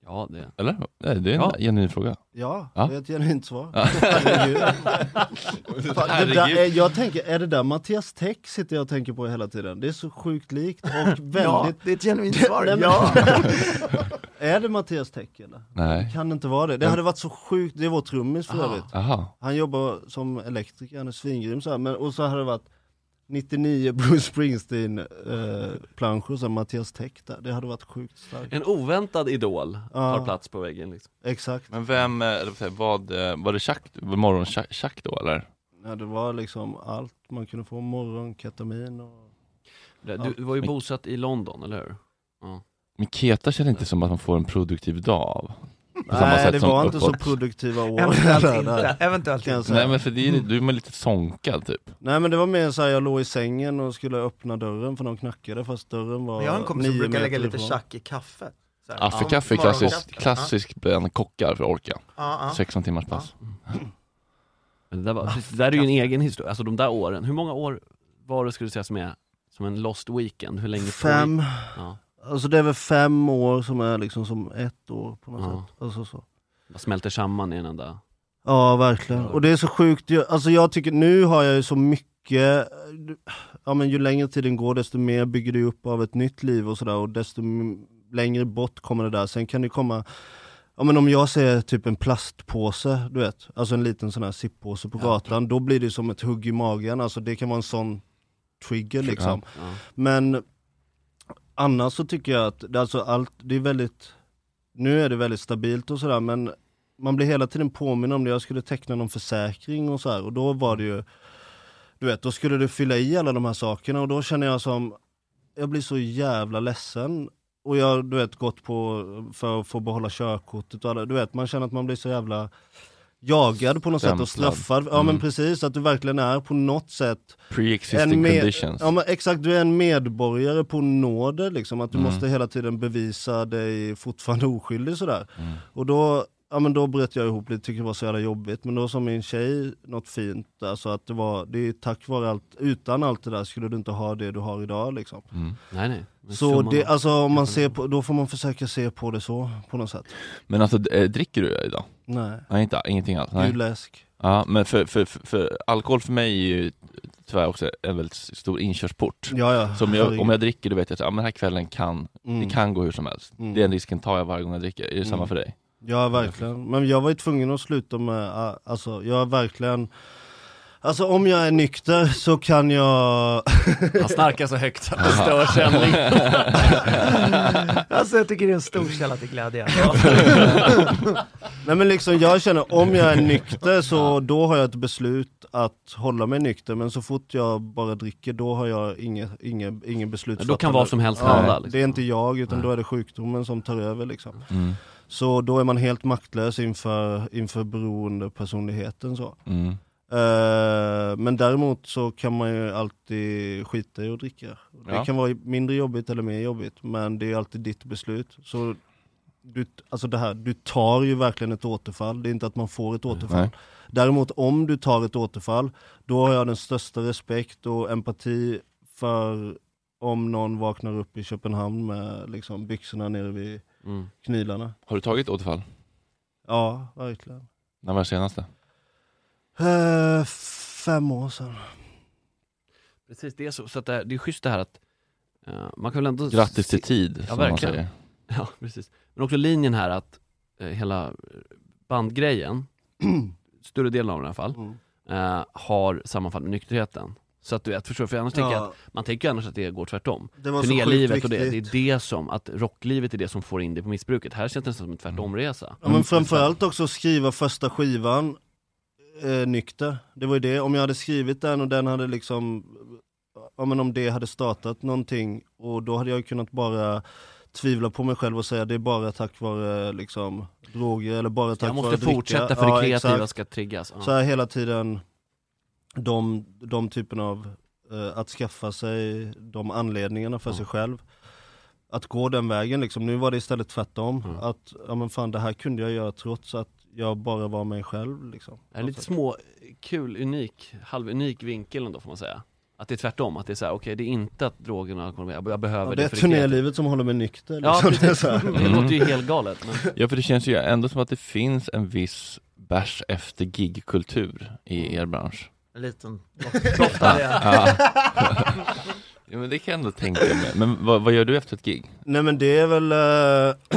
S3: Ja, det.
S1: Eller? Nej, det är en
S13: Ja.
S1: genuin fråga.
S13: Ja,
S1: Ja.
S13: det är ett genuint svar.
S1: Ja.
S13: Herregud. Fan, det där,
S1: Herregud.
S13: är- jag tänker, är det där Mattias Täck sitter jag och tänker på hela tiden? Det är så sjukt likt och väldigt...
S14: Ja, det är ett genuint svar,
S13: men-
S14: ja.
S13: är det Mattias Täck eller?
S1: Nej.
S13: Det kan inte vara det. Det
S1: Men-
S13: hade varit så sjukt, det är vår trummis för
S1: Aha.
S13: övrigt.
S1: Aha.
S13: Han jobbar som elektriker, han är svingrym så här. Men, och så hade det varit 99 Bruce Springsteen eh, planscher som Mattias Täck där. Det hade varit sjukt starkt.
S3: En oväntad idol
S13: Ja.
S3: tar plats på väggen. Liksom.
S13: Exakt.
S1: Men vem, eh, eller vad säger jag, vad, eh, var det tjack, morgonchack då eller?
S13: Ja, det var liksom allt man kunde få, morgon, ketamin och...
S3: Du,
S13: allt.
S3: du var ju bosatt i London, eller hur? Ja.
S1: Men Keta känns inte som att man får en produktiv dag av. På samma
S13: Nej,
S1: sätt
S13: det
S1: som
S13: var inte så
S1: uppåt.
S13: produktiva år.
S14: Eventuellt
S13: där,
S14: inte,
S13: där,
S14: eventuellt
S13: kan jag
S14: inte.
S13: säga. Mm.
S1: Nej men för det är, du är man lite sonkad typ.
S13: Nej men det var mer så här, jag låg i sängen och skulle öppna dörren för de knackade fast dörren var
S14: Men jag har en kompis som
S13: nio
S14: brukar lägga
S13: meter
S14: lite
S13: ifrån.
S14: tjack i kaffet. Så här.
S1: Affekaffe är
S14: Ja,
S1: klassiskt,
S14: morgonkaffe.
S1: klassiskt bland kockar för att orka.
S14: Ja, ja.
S1: 16 timmars pass.
S3: Men det, där
S13: Ah,
S3: var, det där är ju en egen historia, alltså de där åren. Hur många år var det skulle du säga som är som en lost weekend? Hur länge
S13: Fem.
S3: pågick- Ja,
S13: Alltså det är väl fem år som är liksom som ett år på något
S3: Ja.
S13: sätt. Alltså så.
S3: man smälter samman i en enda...
S13: Ja, verkligen. Och det är så sjukt. Jag- Alltså jag tycker, nu har jag ju så mycket, ja men ju längre tiden går desto mer bygger du upp av ett nytt liv och sådär och desto m- längre bort kommer det där. Sen kan det komma, ja men om jag ser typ en plastpåse, du vet, alltså en liten sån här sippåse på gatan, då blir det som ett hugg i magen. Alltså det kan vara en sån trigger liksom.
S10: Ja, ja.
S13: Men annars så tycker jag att det, alltså allt, det är väldigt, nu är det väldigt stabilt och sådär men man blir hela tiden påminn om det. Jag skulle teckna någon försäkring och så här och då var det ju, du vet, då skulle du fylla i alla de här sakerna och då känner jag som, jag blir så jävla ledsen. Och jag har du vet, gått på för att få behålla körkortet och alla, du vet, man känner att man blir så jävla jagad på något sätt och
S1: Stämplad.
S13: straffad. Ja men
S1: Mm.
S13: precis, att du verkligen är på något sätt
S1: Pre-existing
S13: en med-
S1: conditions.
S13: Ja men exakt, du är en medborgare på nåder liksom, att du
S1: Mm.
S13: måste hela tiden bevisa dig fortfarande oskyldig sådär. Och då, ja men då bröt jag ihop lite, tyckte det var så jävla jobbigt. Men då sa min tjej något fint, alltså att det var, det är tack vare allt, utan allt det där skulle du inte ha det du har idag liksom.
S3: Mm. Nej, nej. Men
S13: Så
S3: summan
S13: det,
S3: av-
S13: alltså om man ser på, då får man försöka se på det så, på något sätt.
S1: Men alltså eh, dricker du idag?
S13: Nej.
S1: Nej inte, ingenting alls? Nej.
S13: Gul läsk.
S1: Ja men för, för, för, för alkohol för mig är ju tyvärr också en väldigt stor inkörsport.
S13: Ja, ja.
S1: Så om jag,
S13: Herregud.
S1: om jag dricker då vet jag att ja, men den här kvällen kan,
S13: Mm.
S1: det kan gå hur som helst.
S13: Mm.
S1: Den risken tar jag varje gång jag dricker. Är det samma
S13: Mm.
S1: för dig?
S13: Ja verkligen, men jag var ju tvungen att sluta med, äh, alltså jag har verkligen Alltså om jag är nykter så kan jag...
S3: Han snarkar så högt att det stör sändning.
S14: Alltså jag tycker det är en stor källa till glädje.
S13: Nej men liksom jag känner, om jag är nykter så då har jag ett beslut att hålla mig nykter, men så fort jag bara dricker då har jag inget ingen, ingen beslut.
S3: Då kan vad som helst hända, liksom.
S13: Det är inte jag, utan då är det sjukdomen som tar över liksom.
S1: Mm.
S13: Så då är man helt maktlös inför, inför beroendepersonligheten så.
S1: Mm.
S13: Eh, men däremot så kan man ju alltid skita i att dricka. Det
S1: Ja.
S13: kan vara mindre jobbigt eller mer jobbigt, men det är alltid ditt beslut. Så du, alltså det här, du tar ju verkligen ett återfall, det är inte att man får ett återfall.
S1: Nej.
S13: Däremot om du tar ett återfall, då har jag den största respekt och empati för om någon vaknar upp i Köpenhamn med liksom byxorna nere vid knylarna.
S1: Mm. Har du tagit återfall?
S13: Ja, verkligen.
S1: När var det senaste?
S13: Eh, fem år sedan.
S3: Precis, det är så. så att det, det är schysst det här att eh, man kan väl ändå...
S1: Grattis till
S3: se-
S1: tid,
S3: ja,
S1: som man
S3: verkligen.
S1: säger.
S3: Ja, precis. Men också linjen här att eh, hela bandgrejen, större delen av den i alla fall,
S13: Mm.
S3: eh, har sammanfall med nykterheten. Så att du vet, förstår du? För annars tänker jag
S13: Ja.
S3: att, man tänker ju annars att det går tvärtom.
S13: Det var så
S3: Turnélivet
S13: sjukt
S3: och det, det
S13: viktigt.
S3: är det som, att rocklivet är det som får in dig på missbruket. Här känns det nästan som en tvärtomresa.
S13: Mm. Ja, men framförallt också skriva första skivan eh, nykter. Det var ju det, om jag hade skrivit den och den hade liksom, ja men om det hade startat någonting och då hade jag ju kunnat bara tvivla på mig själv och säga det är bara tack vare liksom droger eller bara tack
S3: måste
S13: vare dricka.
S3: fortsätta för det kreativa ska triggas, ja.
S13: Så här hela tiden, de, de typen av, eh, att skaffa sig de anledningarna för sig själv att gå den vägen liksom. Nu var det istället tvärtom.
S3: Mm.
S13: Att, ja men fan det här kunde jag göra trots att jag bara var mig själv liksom.
S3: Det är lite
S1: Alltså-
S3: små, kul, unik, halvunik vinkel ändå får man säga. Att det är tvärtom, att det är så här, okej det är inte att drogerna och alkoholen, jag jag behöver
S13: Ja,
S3: det,
S13: det är
S3: för kreativa.
S13: turnélivet som håller mig nykter.
S3: Ja,
S13: liksom.
S3: precis.
S13: Det är så här.
S3: Det låter ju helt galet. Men...
S1: Mm. Ja, för det känns ju ändå som att det finns en viss bärs efter gigkultur i
S3: Mm.
S1: er bransch.
S14: En liten
S1: Ja.
S14: blotta.
S1: Ja. ja, men det kan jag ändå tänka mig. Men vad, vad gör du efter ett gig?
S13: Nej men det är väl,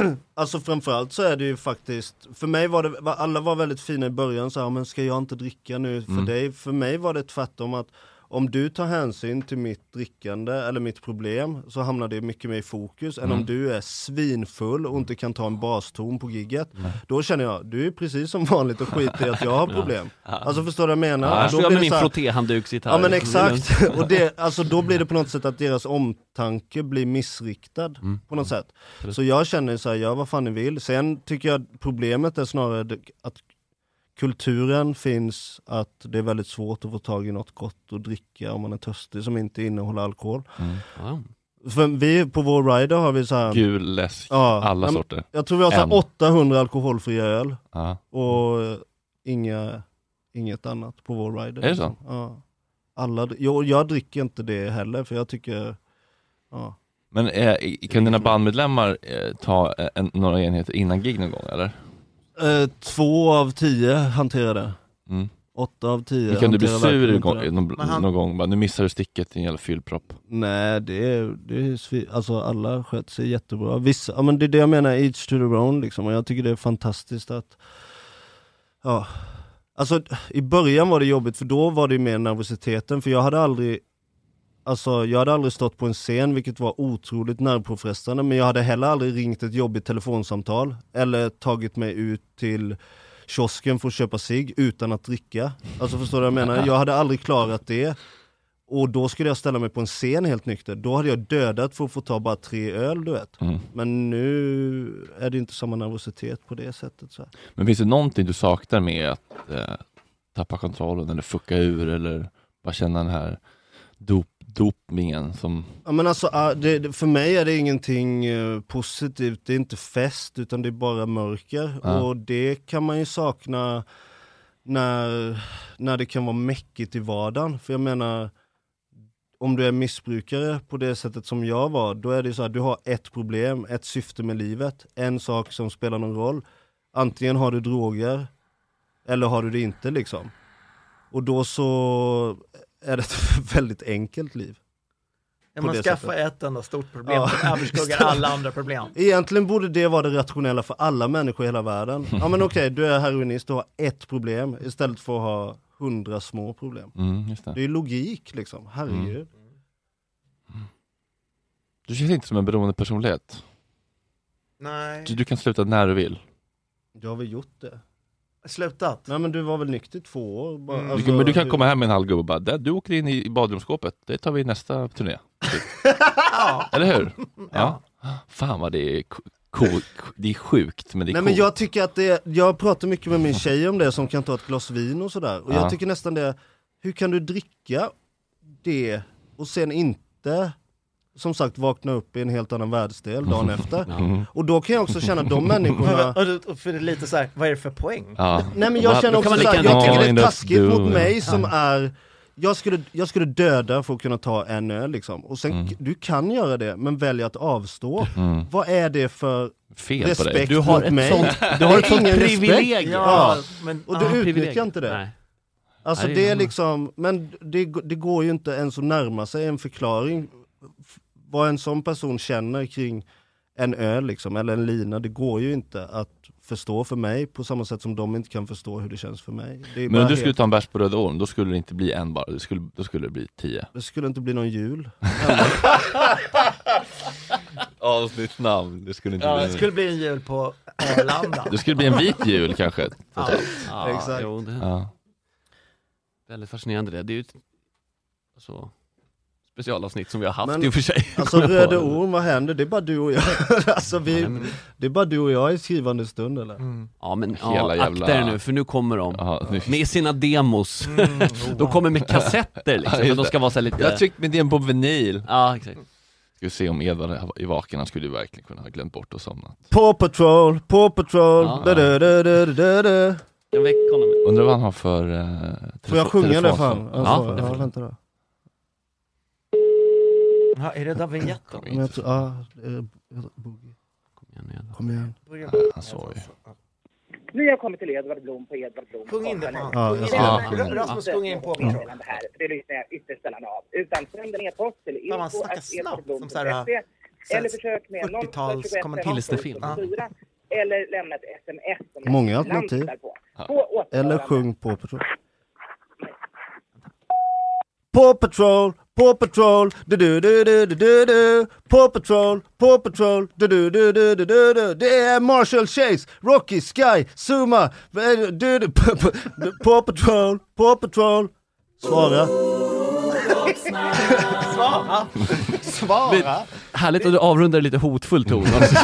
S13: eh, alltså framförallt så är det ju faktiskt, för mig var det, va- alla var väldigt fina i början så här, men ska jag inte dricka nu för
S1: Mm.
S13: dig? För mig var det tvärtom att om du tar hänsyn till mitt drickande eller mitt problem så hamnar det mycket mer i fokus än om
S1: Mm.
S13: du är svinfull och inte kan ta en baston på gigget. Då känner jag, du är precis som vanligt och skiter i att jag har problem.
S3: Ja.
S13: Alltså förstår du vad jag menar?
S3: Ja, här
S13: Då
S3: står jag
S13: blir
S3: med
S13: det
S3: min
S13: så här-
S3: frottéhandduksgitarr.
S13: Ja men
S3: Det är
S13: exakt,
S3: lugnt.
S13: och det, alltså, då blir det på något sätt att deras omtanke blir missriktad
S1: Mm.
S13: på något sätt. Så jag känner så här, gör vad fan ni vill. Sen tycker jag problemet är snarare det- att kulturen finns att det är väldigt svårt att få tag i något gott att dricka om man är törstig som inte innehåller alkohol.
S1: Mm.
S13: För vi på vår rider har vi så här
S1: Gul läsk, alla
S13: men
S1: sorter.
S13: Jag tror vi har så
S1: En.
S13: här 800 alkoholfria öl
S1: Ja.
S13: och eh, inga, inget annat på vår rider.
S1: Är det så?
S13: liksom. Ja. Alla, jag, jag dricker inte det heller för jag tycker, ja.
S1: Men eh, kan dina bandmedlemmar eh, ta eh, en, några enheter innan gig någon gång eller?
S13: Eh, två av tio hanterar det.
S1: Mm.
S13: Åtta av tio
S1: Men kan du bli
S13: hanterar
S1: sur
S13: verkligen
S1: någon,
S13: inte det.
S1: någon, någon gång? Bara, nu missar du sticket din jävla fyllpropp.
S13: Nej, det är, det är svi- alltså alla sköter sig jättebra. Vissa, ja, men det är det jag menar, each to their own liksom. Och jag tycker det är fantastiskt att, ja. Alltså i början var det jobbigt för då var det mer nervositeten, för jag hade aldrig Alltså jag hade aldrig stått på en scen vilket var otroligt nervpåfrestande men jag hade heller aldrig ringt ett jobbigt telefonsamtal eller tagit mig ut till kiosken för att köpa sig utan att dricka. Alltså förstår du vad jag menar? Jag hade aldrig klarat det. Och då skulle jag ställa mig på en scen helt nykter. Då hade jag dödat för att få ta bara tre öl du vet. Men nu är det inte samma nervositet på det sättet. Så här.
S1: Men finns det någonting du saknar med att eh, tappa kontrollen eller fucka ur eller bara känna den här dop, dopningen som...
S13: Ja, men alltså, ah, det, det- för mig är det ingenting eh, positivt, det är inte fest utan det är bara mörker.
S1: Ja.
S13: Och det kan man ju sakna när, när det kan vara mäckigt i vardagen. För jag menar, om du är missbrukare på det sättet som jag var, då är det ju så här, du har ett problem, ett syfte med livet, en sak som spelar någon roll. Antingen har du droger, eller har du det inte liksom. Och då så är det ett väldigt enkelt liv.
S14: Ja,
S13: På
S14: man
S13: det
S14: skaffar
S13: sättet.
S14: ett enda stort problem
S13: Ja.
S14: som överskuggar alla andra problem.
S13: Egentligen borde det vara det rationella för alla människor i hela världen. Ja men okej, du är heroinist, du har ett problem istället för att ha hundra små problem.
S1: Mm, just det.
S13: är logik liksom,
S14: Mm.
S13: herregud.
S1: Du känns inte som en beroende personlighet.
S14: Nej.
S1: Du, du kan sluta när du vill.
S13: Jag har väl gjort det.
S14: Slutat? Mm.
S13: Nej men du var väl nykter i två år? Bara,
S1: Du
S13: alltså,
S1: kan, men du kan
S13: hur-
S1: komma hem med en halv gubbe och bara, "Där, du åker in i badrumsskåpet, det tar vi i nästa turné. Typ. Eller hur? Ja. Fan vad det är ko- ko- det är sjukt men det är
S13: Nej
S1: coolt.
S13: men jag tycker att det, jag pratar mycket med min tjej om det som kan ta ett glas vin och sådär. Och
S1: Ja.
S13: jag tycker nästan det, hur kan du dricka det och sen inte som sagt vakna upp i en helt annan världsdel dagen efter.
S1: Ja.
S13: Och då kan jag också känna de människorna
S14: Och, och, och för det är lite så här, vad är det för poäng?
S1: Ja.
S13: Nej men jag känner också såhär, jag tycker det är taskigt mot mig som är jag skulle, jag skulle döda för att kunna ta en öl liksom. Och sen, du kan göra det, men väljer att avstå.
S1: Mm.
S13: Vad är det för
S1: Fel på dig.
S13: respekt
S1: Du har
S13: mot
S1: ett
S13: mig?
S1: sånt- du har
S13: Det är
S1: ett sånt
S13: ingen respekt.
S1: privilegium.
S13: Ja,
S14: men-
S13: och du
S14: ja,
S13: utnyttjar
S14: privilegium.
S13: inte det.
S14: Nej.
S13: Alltså
S14: Nej, det är
S13: det är
S14: samma.
S13: liksom, men det, g- det går ju inte ens att närma sig en förklaring. F- Vad en sån person känner kring en öl liksom, eller en lina, det går ju inte att förstå för mig på samma sätt som de inte kan förstå hur det känns för mig. Det är
S1: Men
S13: bara
S1: om du skulle
S13: helt-
S1: ta en bärs på Röda Orm, då skulle det inte bli en bara, det skulle, då skulle det bli tio.
S13: Det skulle inte bli någon jul.
S1: Avsnittsnamn, det skulle inte
S14: Ja,
S1: bli
S14: det skulle bli en jul på Arlanda.
S1: Det skulle bli en vit jul kanske.
S14: Ja,
S3: Ja,
S14: exakt.
S3: Jo, det
S1: Ja.
S3: Väldigt fascinerande det. Det är ju ett alltså, specialavsnitt som vi har haft
S13: Men,
S3: i och för sig.
S13: Alltså
S3: Kommer jag på.
S13: Röde Orm, vad händer? Det är bara du och jag. alltså, vi, Det är bara du och jag i skrivande stund eller?
S14: Mm.
S3: Ja men
S1: Hela
S3: ja,
S1: jävla-
S3: akta er nu för nu kommer de. Med sina demos.
S13: Mm.
S3: De kommer med kassetter liksom.
S1: Ja, just
S3: för att de ska
S1: det.
S3: vara så här lite...
S1: Jag tryckte min DM på vinyl.
S3: Ja exakt.
S1: Ska vi se om Edvard är vaken, han skulle ju verkligen kunna ha glömt bort och somnat.
S13: Paw Patrol, Paw Patrol,
S1: Ja.
S13: da, da, da, da, da, da.
S3: Jag väcker honom.
S1: Undrar vad han har för uh,
S13: Får jag sjunga det fan? Alltså,
S1: ja, det
S13: ja,
S1: får du.
S13: vänta då.
S14: Ja, är det där vinjetten?
S13: Men jag tror, ja, det är- jag tror- Boogie. Kom igen. Alltså,
S1: Han sov ju.
S15: Nu har jag kommit till Edvard Blom på Edvard Blom.
S14: Sjung in det, fan.
S1: Ja, jag ska- Ja.
S14: Rasmus, sjung in på
S15: mig.
S14: mig.
S15: Det här, för det lyssnar jag ytterst sällan av. Utan sänd en e-post till
S14: Fan, man snackar snabbt, som så här,
S15: info.edvardblom.se eller försök med
S14: 40-tals
S15: 021
S14: kommer-
S15: 15
S14: pilsnerfilm.
S15: 44, eller lämna ett sms. som jag
S13: Många
S15: ibland
S13: alternativ.
S15: tittar på. På
S13: Eller
S15: återhörande.
S13: sjung Paw Patrol. Paw Patrol, Paw Patrol, du du du du du du du Paw Patrol, Paw Patrol, du du du du du du du Det är Marshall Chase, Rocky, Sky, Zuma, eh, du du p- p- du- Paw Patrol, Paw Patrol Svara.
S14: Svara! Svara!
S3: Härligt att du avrundar lite hotfull ton.
S1: Mm.
S3: Alltså.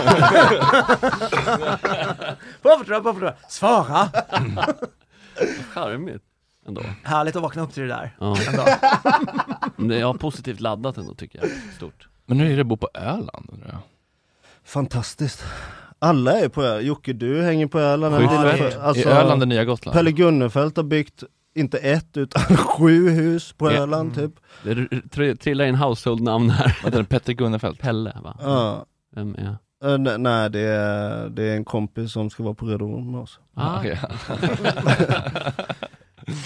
S14: Varför tror jag, varför tror jag? Svara!
S3: Charmigt ändå.
S14: Härligt att vakna upp till det där.
S3: Ja.
S14: Ändå.
S3: Men det- Jag har positivt laddat ändå tycker jag. Stort.
S1: Men nu är det att bo på Öland undrar jag.
S13: Fantastiskt. Alla är på Öland. Jocke, du hänger på Öland.
S1: Sjukt
S13: Eller- alltså-
S1: fett. Är Öland det nya Gotland?
S13: Pelle Gunnefelt har byggt, inte ett, utan sju hus på
S3: Ja.
S1: Mm.
S13: Öland typ.
S3: Mm. Det r- tr- trillar in household-namn här.
S1: Vad heter Petter Gunnefelt?
S3: Pelle va? Mm.
S13: Ja.
S3: Vem är?
S13: Eh, ne- nej, det är, det är en kompis som ska vara på Röda Orm med oss.
S3: Ah. Okej.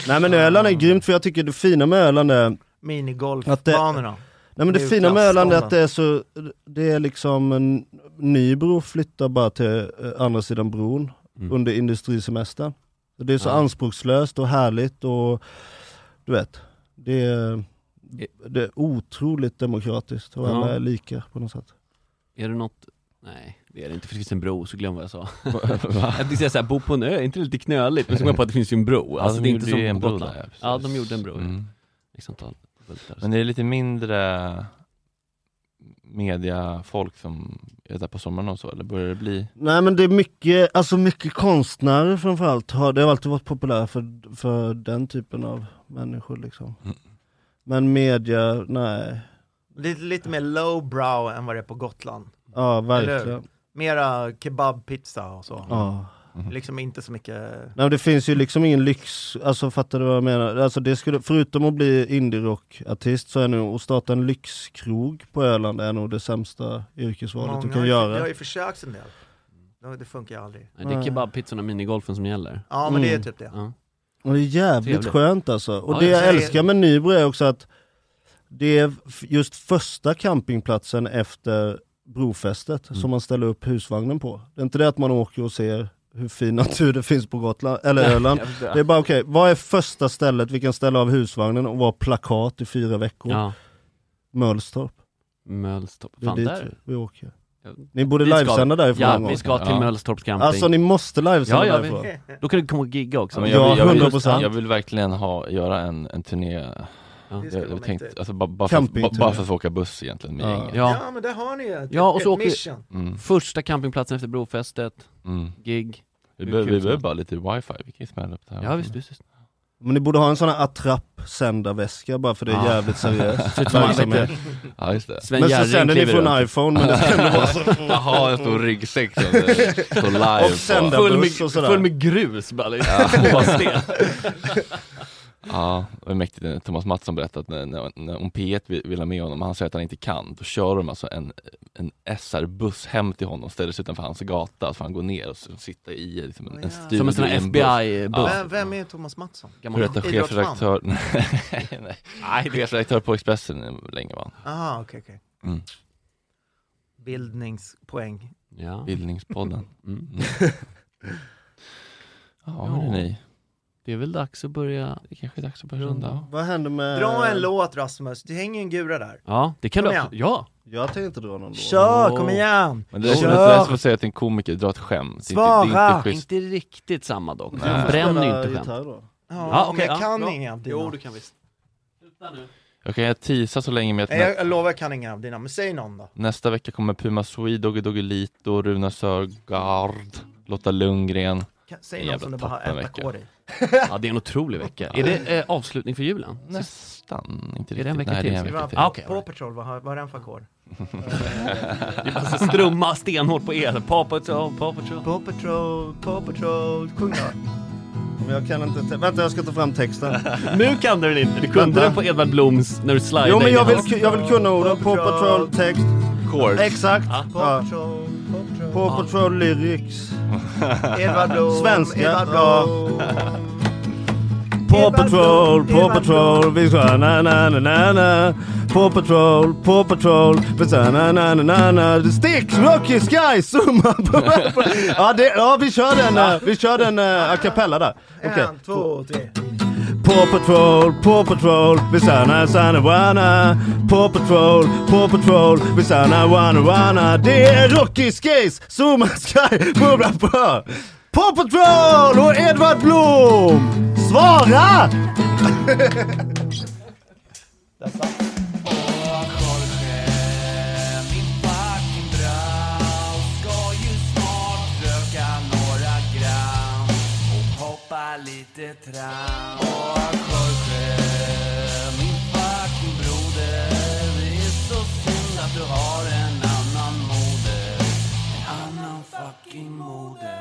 S13: nej men Öland är grymt för jag tycker det fina med Öland är att det-
S14: Minigolfbanorna.
S13: Nej men det
S14: Mjuka
S13: fina med Öland är att
S14: stånden.
S13: det är så, det är liksom en Nybro flyttar bara till eh, andra sidan bron under industrisemestern. Så Det är så
S1: Ja.
S13: anspråkslöst och härligt och du vet, det är, det är otroligt demokratiskt och alla
S3: Ja.
S13: är lika på något sätt.
S3: Är det något? Nej, det är det inte för det finns en bro, så glöm vad jag sa.
S1: Va?
S3: jag tänkte säga såhär, bo på en ö, är inte det lite knöligt? Men så kom jag på att det finns ju en bro.
S1: Ja,
S3: alltså
S1: de
S3: det är inte
S1: gjorde
S3: som
S1: ju en
S3: en
S1: bro
S3: bro Gotland. Liksom.
S1: där, ja, precis.
S3: ja, de gjorde en bro.
S1: Mm.
S3: Horisontalt. Bultar.
S1: Men det är lite mindre mediafolk som är där på sommaren och så, eller börjar det bli?
S13: Nej men det är mycket, alltså mycket konstnärer framförallt, har, det har alltid varit populärt för, för den typen av människor liksom. Men media, nej.
S14: Lite, lite mer lowbrow än vad det är på Gotland.
S13: Ja
S14: Eller
S13: verkligen.
S14: hur? Mera kebabpizza och så.
S13: Ja.
S14: Liksom inte så mycket...
S13: Nej, men det finns ju liksom ingen lyx, alltså fattar du vad jag menar? Alltså det skulle, förutom att bli indie-rock-artist så är nog att starta en lyxkrog på Öland är nog det sämsta yrkesvalet
S14: Många
S13: du
S14: har
S13: kan
S14: ju-
S13: göra.
S14: Jag har ju försökt en del. Ja, Det funkar ju aldrig.
S3: Nej, det är kebabpizzan och minigolfen som gäller.
S14: Ja, men det är
S13: Mm.
S14: typ det.
S3: Ja.
S13: Och det är jävligt
S3: Trevligt.
S13: skönt alltså. Och
S3: Ja,
S13: det
S3: jag
S13: jag
S3: säger-
S13: älskar med Nybro är också att det är f- just första
S3: Mm.
S13: campingplatsen efter brofästet som man ställer upp husvagnen på. Det är inte det att man åker och ser hur fin natur det finns på Gotland, eller
S10: Nej,
S13: Öland.
S10: jag förstår.
S13: Det är bara okej, vad är första stället vi kan ställa av husvagnen och vara plakat i fyra veckor?
S3: Ja.
S13: Mölstorp.
S3: Mölstorp,
S13: Det är
S3: fan
S13: dit
S3: där.
S13: Typ, vi åker.
S3: Ja,
S13: Ni borde
S3: dit ska
S13: livesända
S3: vi.
S13: därifrån
S3: Ja,
S13: någon
S3: vi
S13: gång.
S3: ska till Mölstorps camping.
S13: Alltså ni måste livesända
S3: ja, ja, vi-
S13: därifrån.
S3: Då kan du komma och gigga också.
S1: men jag, vill, jag, vill,
S13: 100%.
S1: jag vill verkligen ha, göra en, en turné jag,
S14: skulle vara
S1: jag tänkte,
S14: mäktigt.
S1: alltså, bara, bara, för,
S14: Campingturné.
S1: ba- bara för att få åka buss egentligen med gänget.
S14: Ja. men där har ni ju ett-
S3: Ja, och så
S14: ett
S3: åker
S14: mission.
S3: vi första campingplatsen efter brofästet,
S1: Mm.
S3: gig.
S1: Vi
S3: Hur
S1: behöver
S3: kul
S1: vi
S3: som
S1: behöver
S3: helst.
S1: bara lite wifi, vi kan ju smälla upp det här.
S3: Ja, visst, visst. visst.
S13: Men ni borde ha en sån här attrapp-sändarväska bara för det är
S1: Ja.
S13: jävligt seriöst.
S1: Ser ut som man sitter-
S13: verksamhet.
S1: Ja, just det. Sven
S13: Men så
S1: Jerring
S13: sänder ni
S1: kliver
S13: från
S1: runt.
S13: iPhone, men det ska ändå vara så.
S1: Jaha, en stor ryggsäck som det står live
S13: Och sändarbuss
S1: Full med-
S13: och sådär.
S3: Full med grus bara liksom.
S1: Ja.
S3: Och sten.
S1: Ja, det var mäktigt när Thomas Mattsson berättade att när, när, när om P1 vill, vill ha med honom, han säger att han inte kan, då kör de alltså en, en SR-buss hem till honom, ställer sig utanför hans gata, så får han gå ner och s- sitta i liksom, en, en studio
S3: Som en sån här
S1: i buss.
S3: FBI-buss.
S1: Ja.
S14: Vem, vem är Thomas Mattsson?
S1: Före detta chefredaktör, nej, nej,
S14: Nej,
S1: nej. chefredaktör på Expressen länge va?
S14: Aha, okej, okej.
S1: Mm.
S14: Bildningspoäng.
S3: Ja.
S1: Bildningspodden.
S3: Mm.
S1: Ja, hörni.
S3: Det är väl dags att börja... Det
S1: kanske är dags att
S3: börja runda
S13: Vad händer med...
S14: Dra en låt Rasmus, det hänger en gura där.
S3: Ja, det kan
S14: Kom
S3: du...
S14: igen.
S3: Ja!
S13: Jag tänkte inte dra någon låt.
S14: Kör, kom igen!
S1: Men det är, det är
S14: Kör!
S1: som att säga till en komiker, dra ett skämt. Det är inte, det är
S14: Svara!
S1: inte schysst.
S3: Inte riktigt samma dock.
S1: Nej.
S3: Man bränner ju
S13: Spela
S3: inte
S13: gitarr
S3: skämt.
S14: Ja,
S13: då.
S3: Ja,
S14: men
S3: okej,
S14: jag
S3: ja,
S14: kan
S3: bra.
S14: inga av dina.
S3: Jo, du kan visst.
S1: Jag kan teasa så länge med att
S14: Nej, jag, jag lovar jag kan inga av dina, men säg någon då.
S1: Nästa vecka kommer Puma Swede, Dogge Doggelito, Runa Sörgard, Lotta Lundgren.
S14: Kan- Säg
S1: En
S14: någon
S1: jävla
S14: som du bara har ett
S1: toppenvecka.
S14: ackord i.
S3: Ja, det är en otrolig vecka.
S1: Ja.
S3: Är det eh, avslutning för julen?
S1: Nästan, inte
S3: Är det en
S1: riktigt.
S3: vecka
S1: Nej,
S3: till?
S1: det är en
S3: Ska vi
S1: vecka
S3: vara-
S1: till.
S3: Ah, okej.
S14: Paw Patrol, vad har vad har den för ackord?
S3: Vi bara strumma stenhårt på er. Paw Patrol, Paw Patrol.
S14: Paw Patrol, Paw Patrol, sjung då.
S13: Men jag kan inte... te- Vänta, jag ska ta fram texten.
S3: Nu kan du den inte. Du kunde
S13: Vänta.
S3: den på Edvard Bloms när du slidade
S13: Jo men
S3: in i
S13: jag vill,
S3: hans-
S13: ku- jag vill kunna orden. Paw Patrol text.
S1: Chords.
S13: Exakt.
S3: Ja.
S13: Ja. Paw Patrol lyrics.
S14: Edvard Blom,
S13: Svenska.
S14: Edvard
S13: Ja. Paw Patrol, Paw Patrol, vi ska na na na na na Paw Patrol, Paw Patrol, vi ska na na na na na The Sticks, Rocky Sky, Zuma ja, det, ja, vi kör den, eh, vi kör den eh, a cappella där. Okej.
S14: En, två, tre.
S13: Paw Patrol, Paw Patrol, vi ska na na na na Paw Patrol, Paw Patrol, vi ska na na na na Det är Rocky Skies, Zuma Sky, Bubba Bubba Paw Patrol och Edvard Blom! Svara!
S10: Ska ju snart röka några gram och hoppa lite tram. Och Jorge, min fucking broder, det är så synd att du har en annan moder. En annan fucking moder.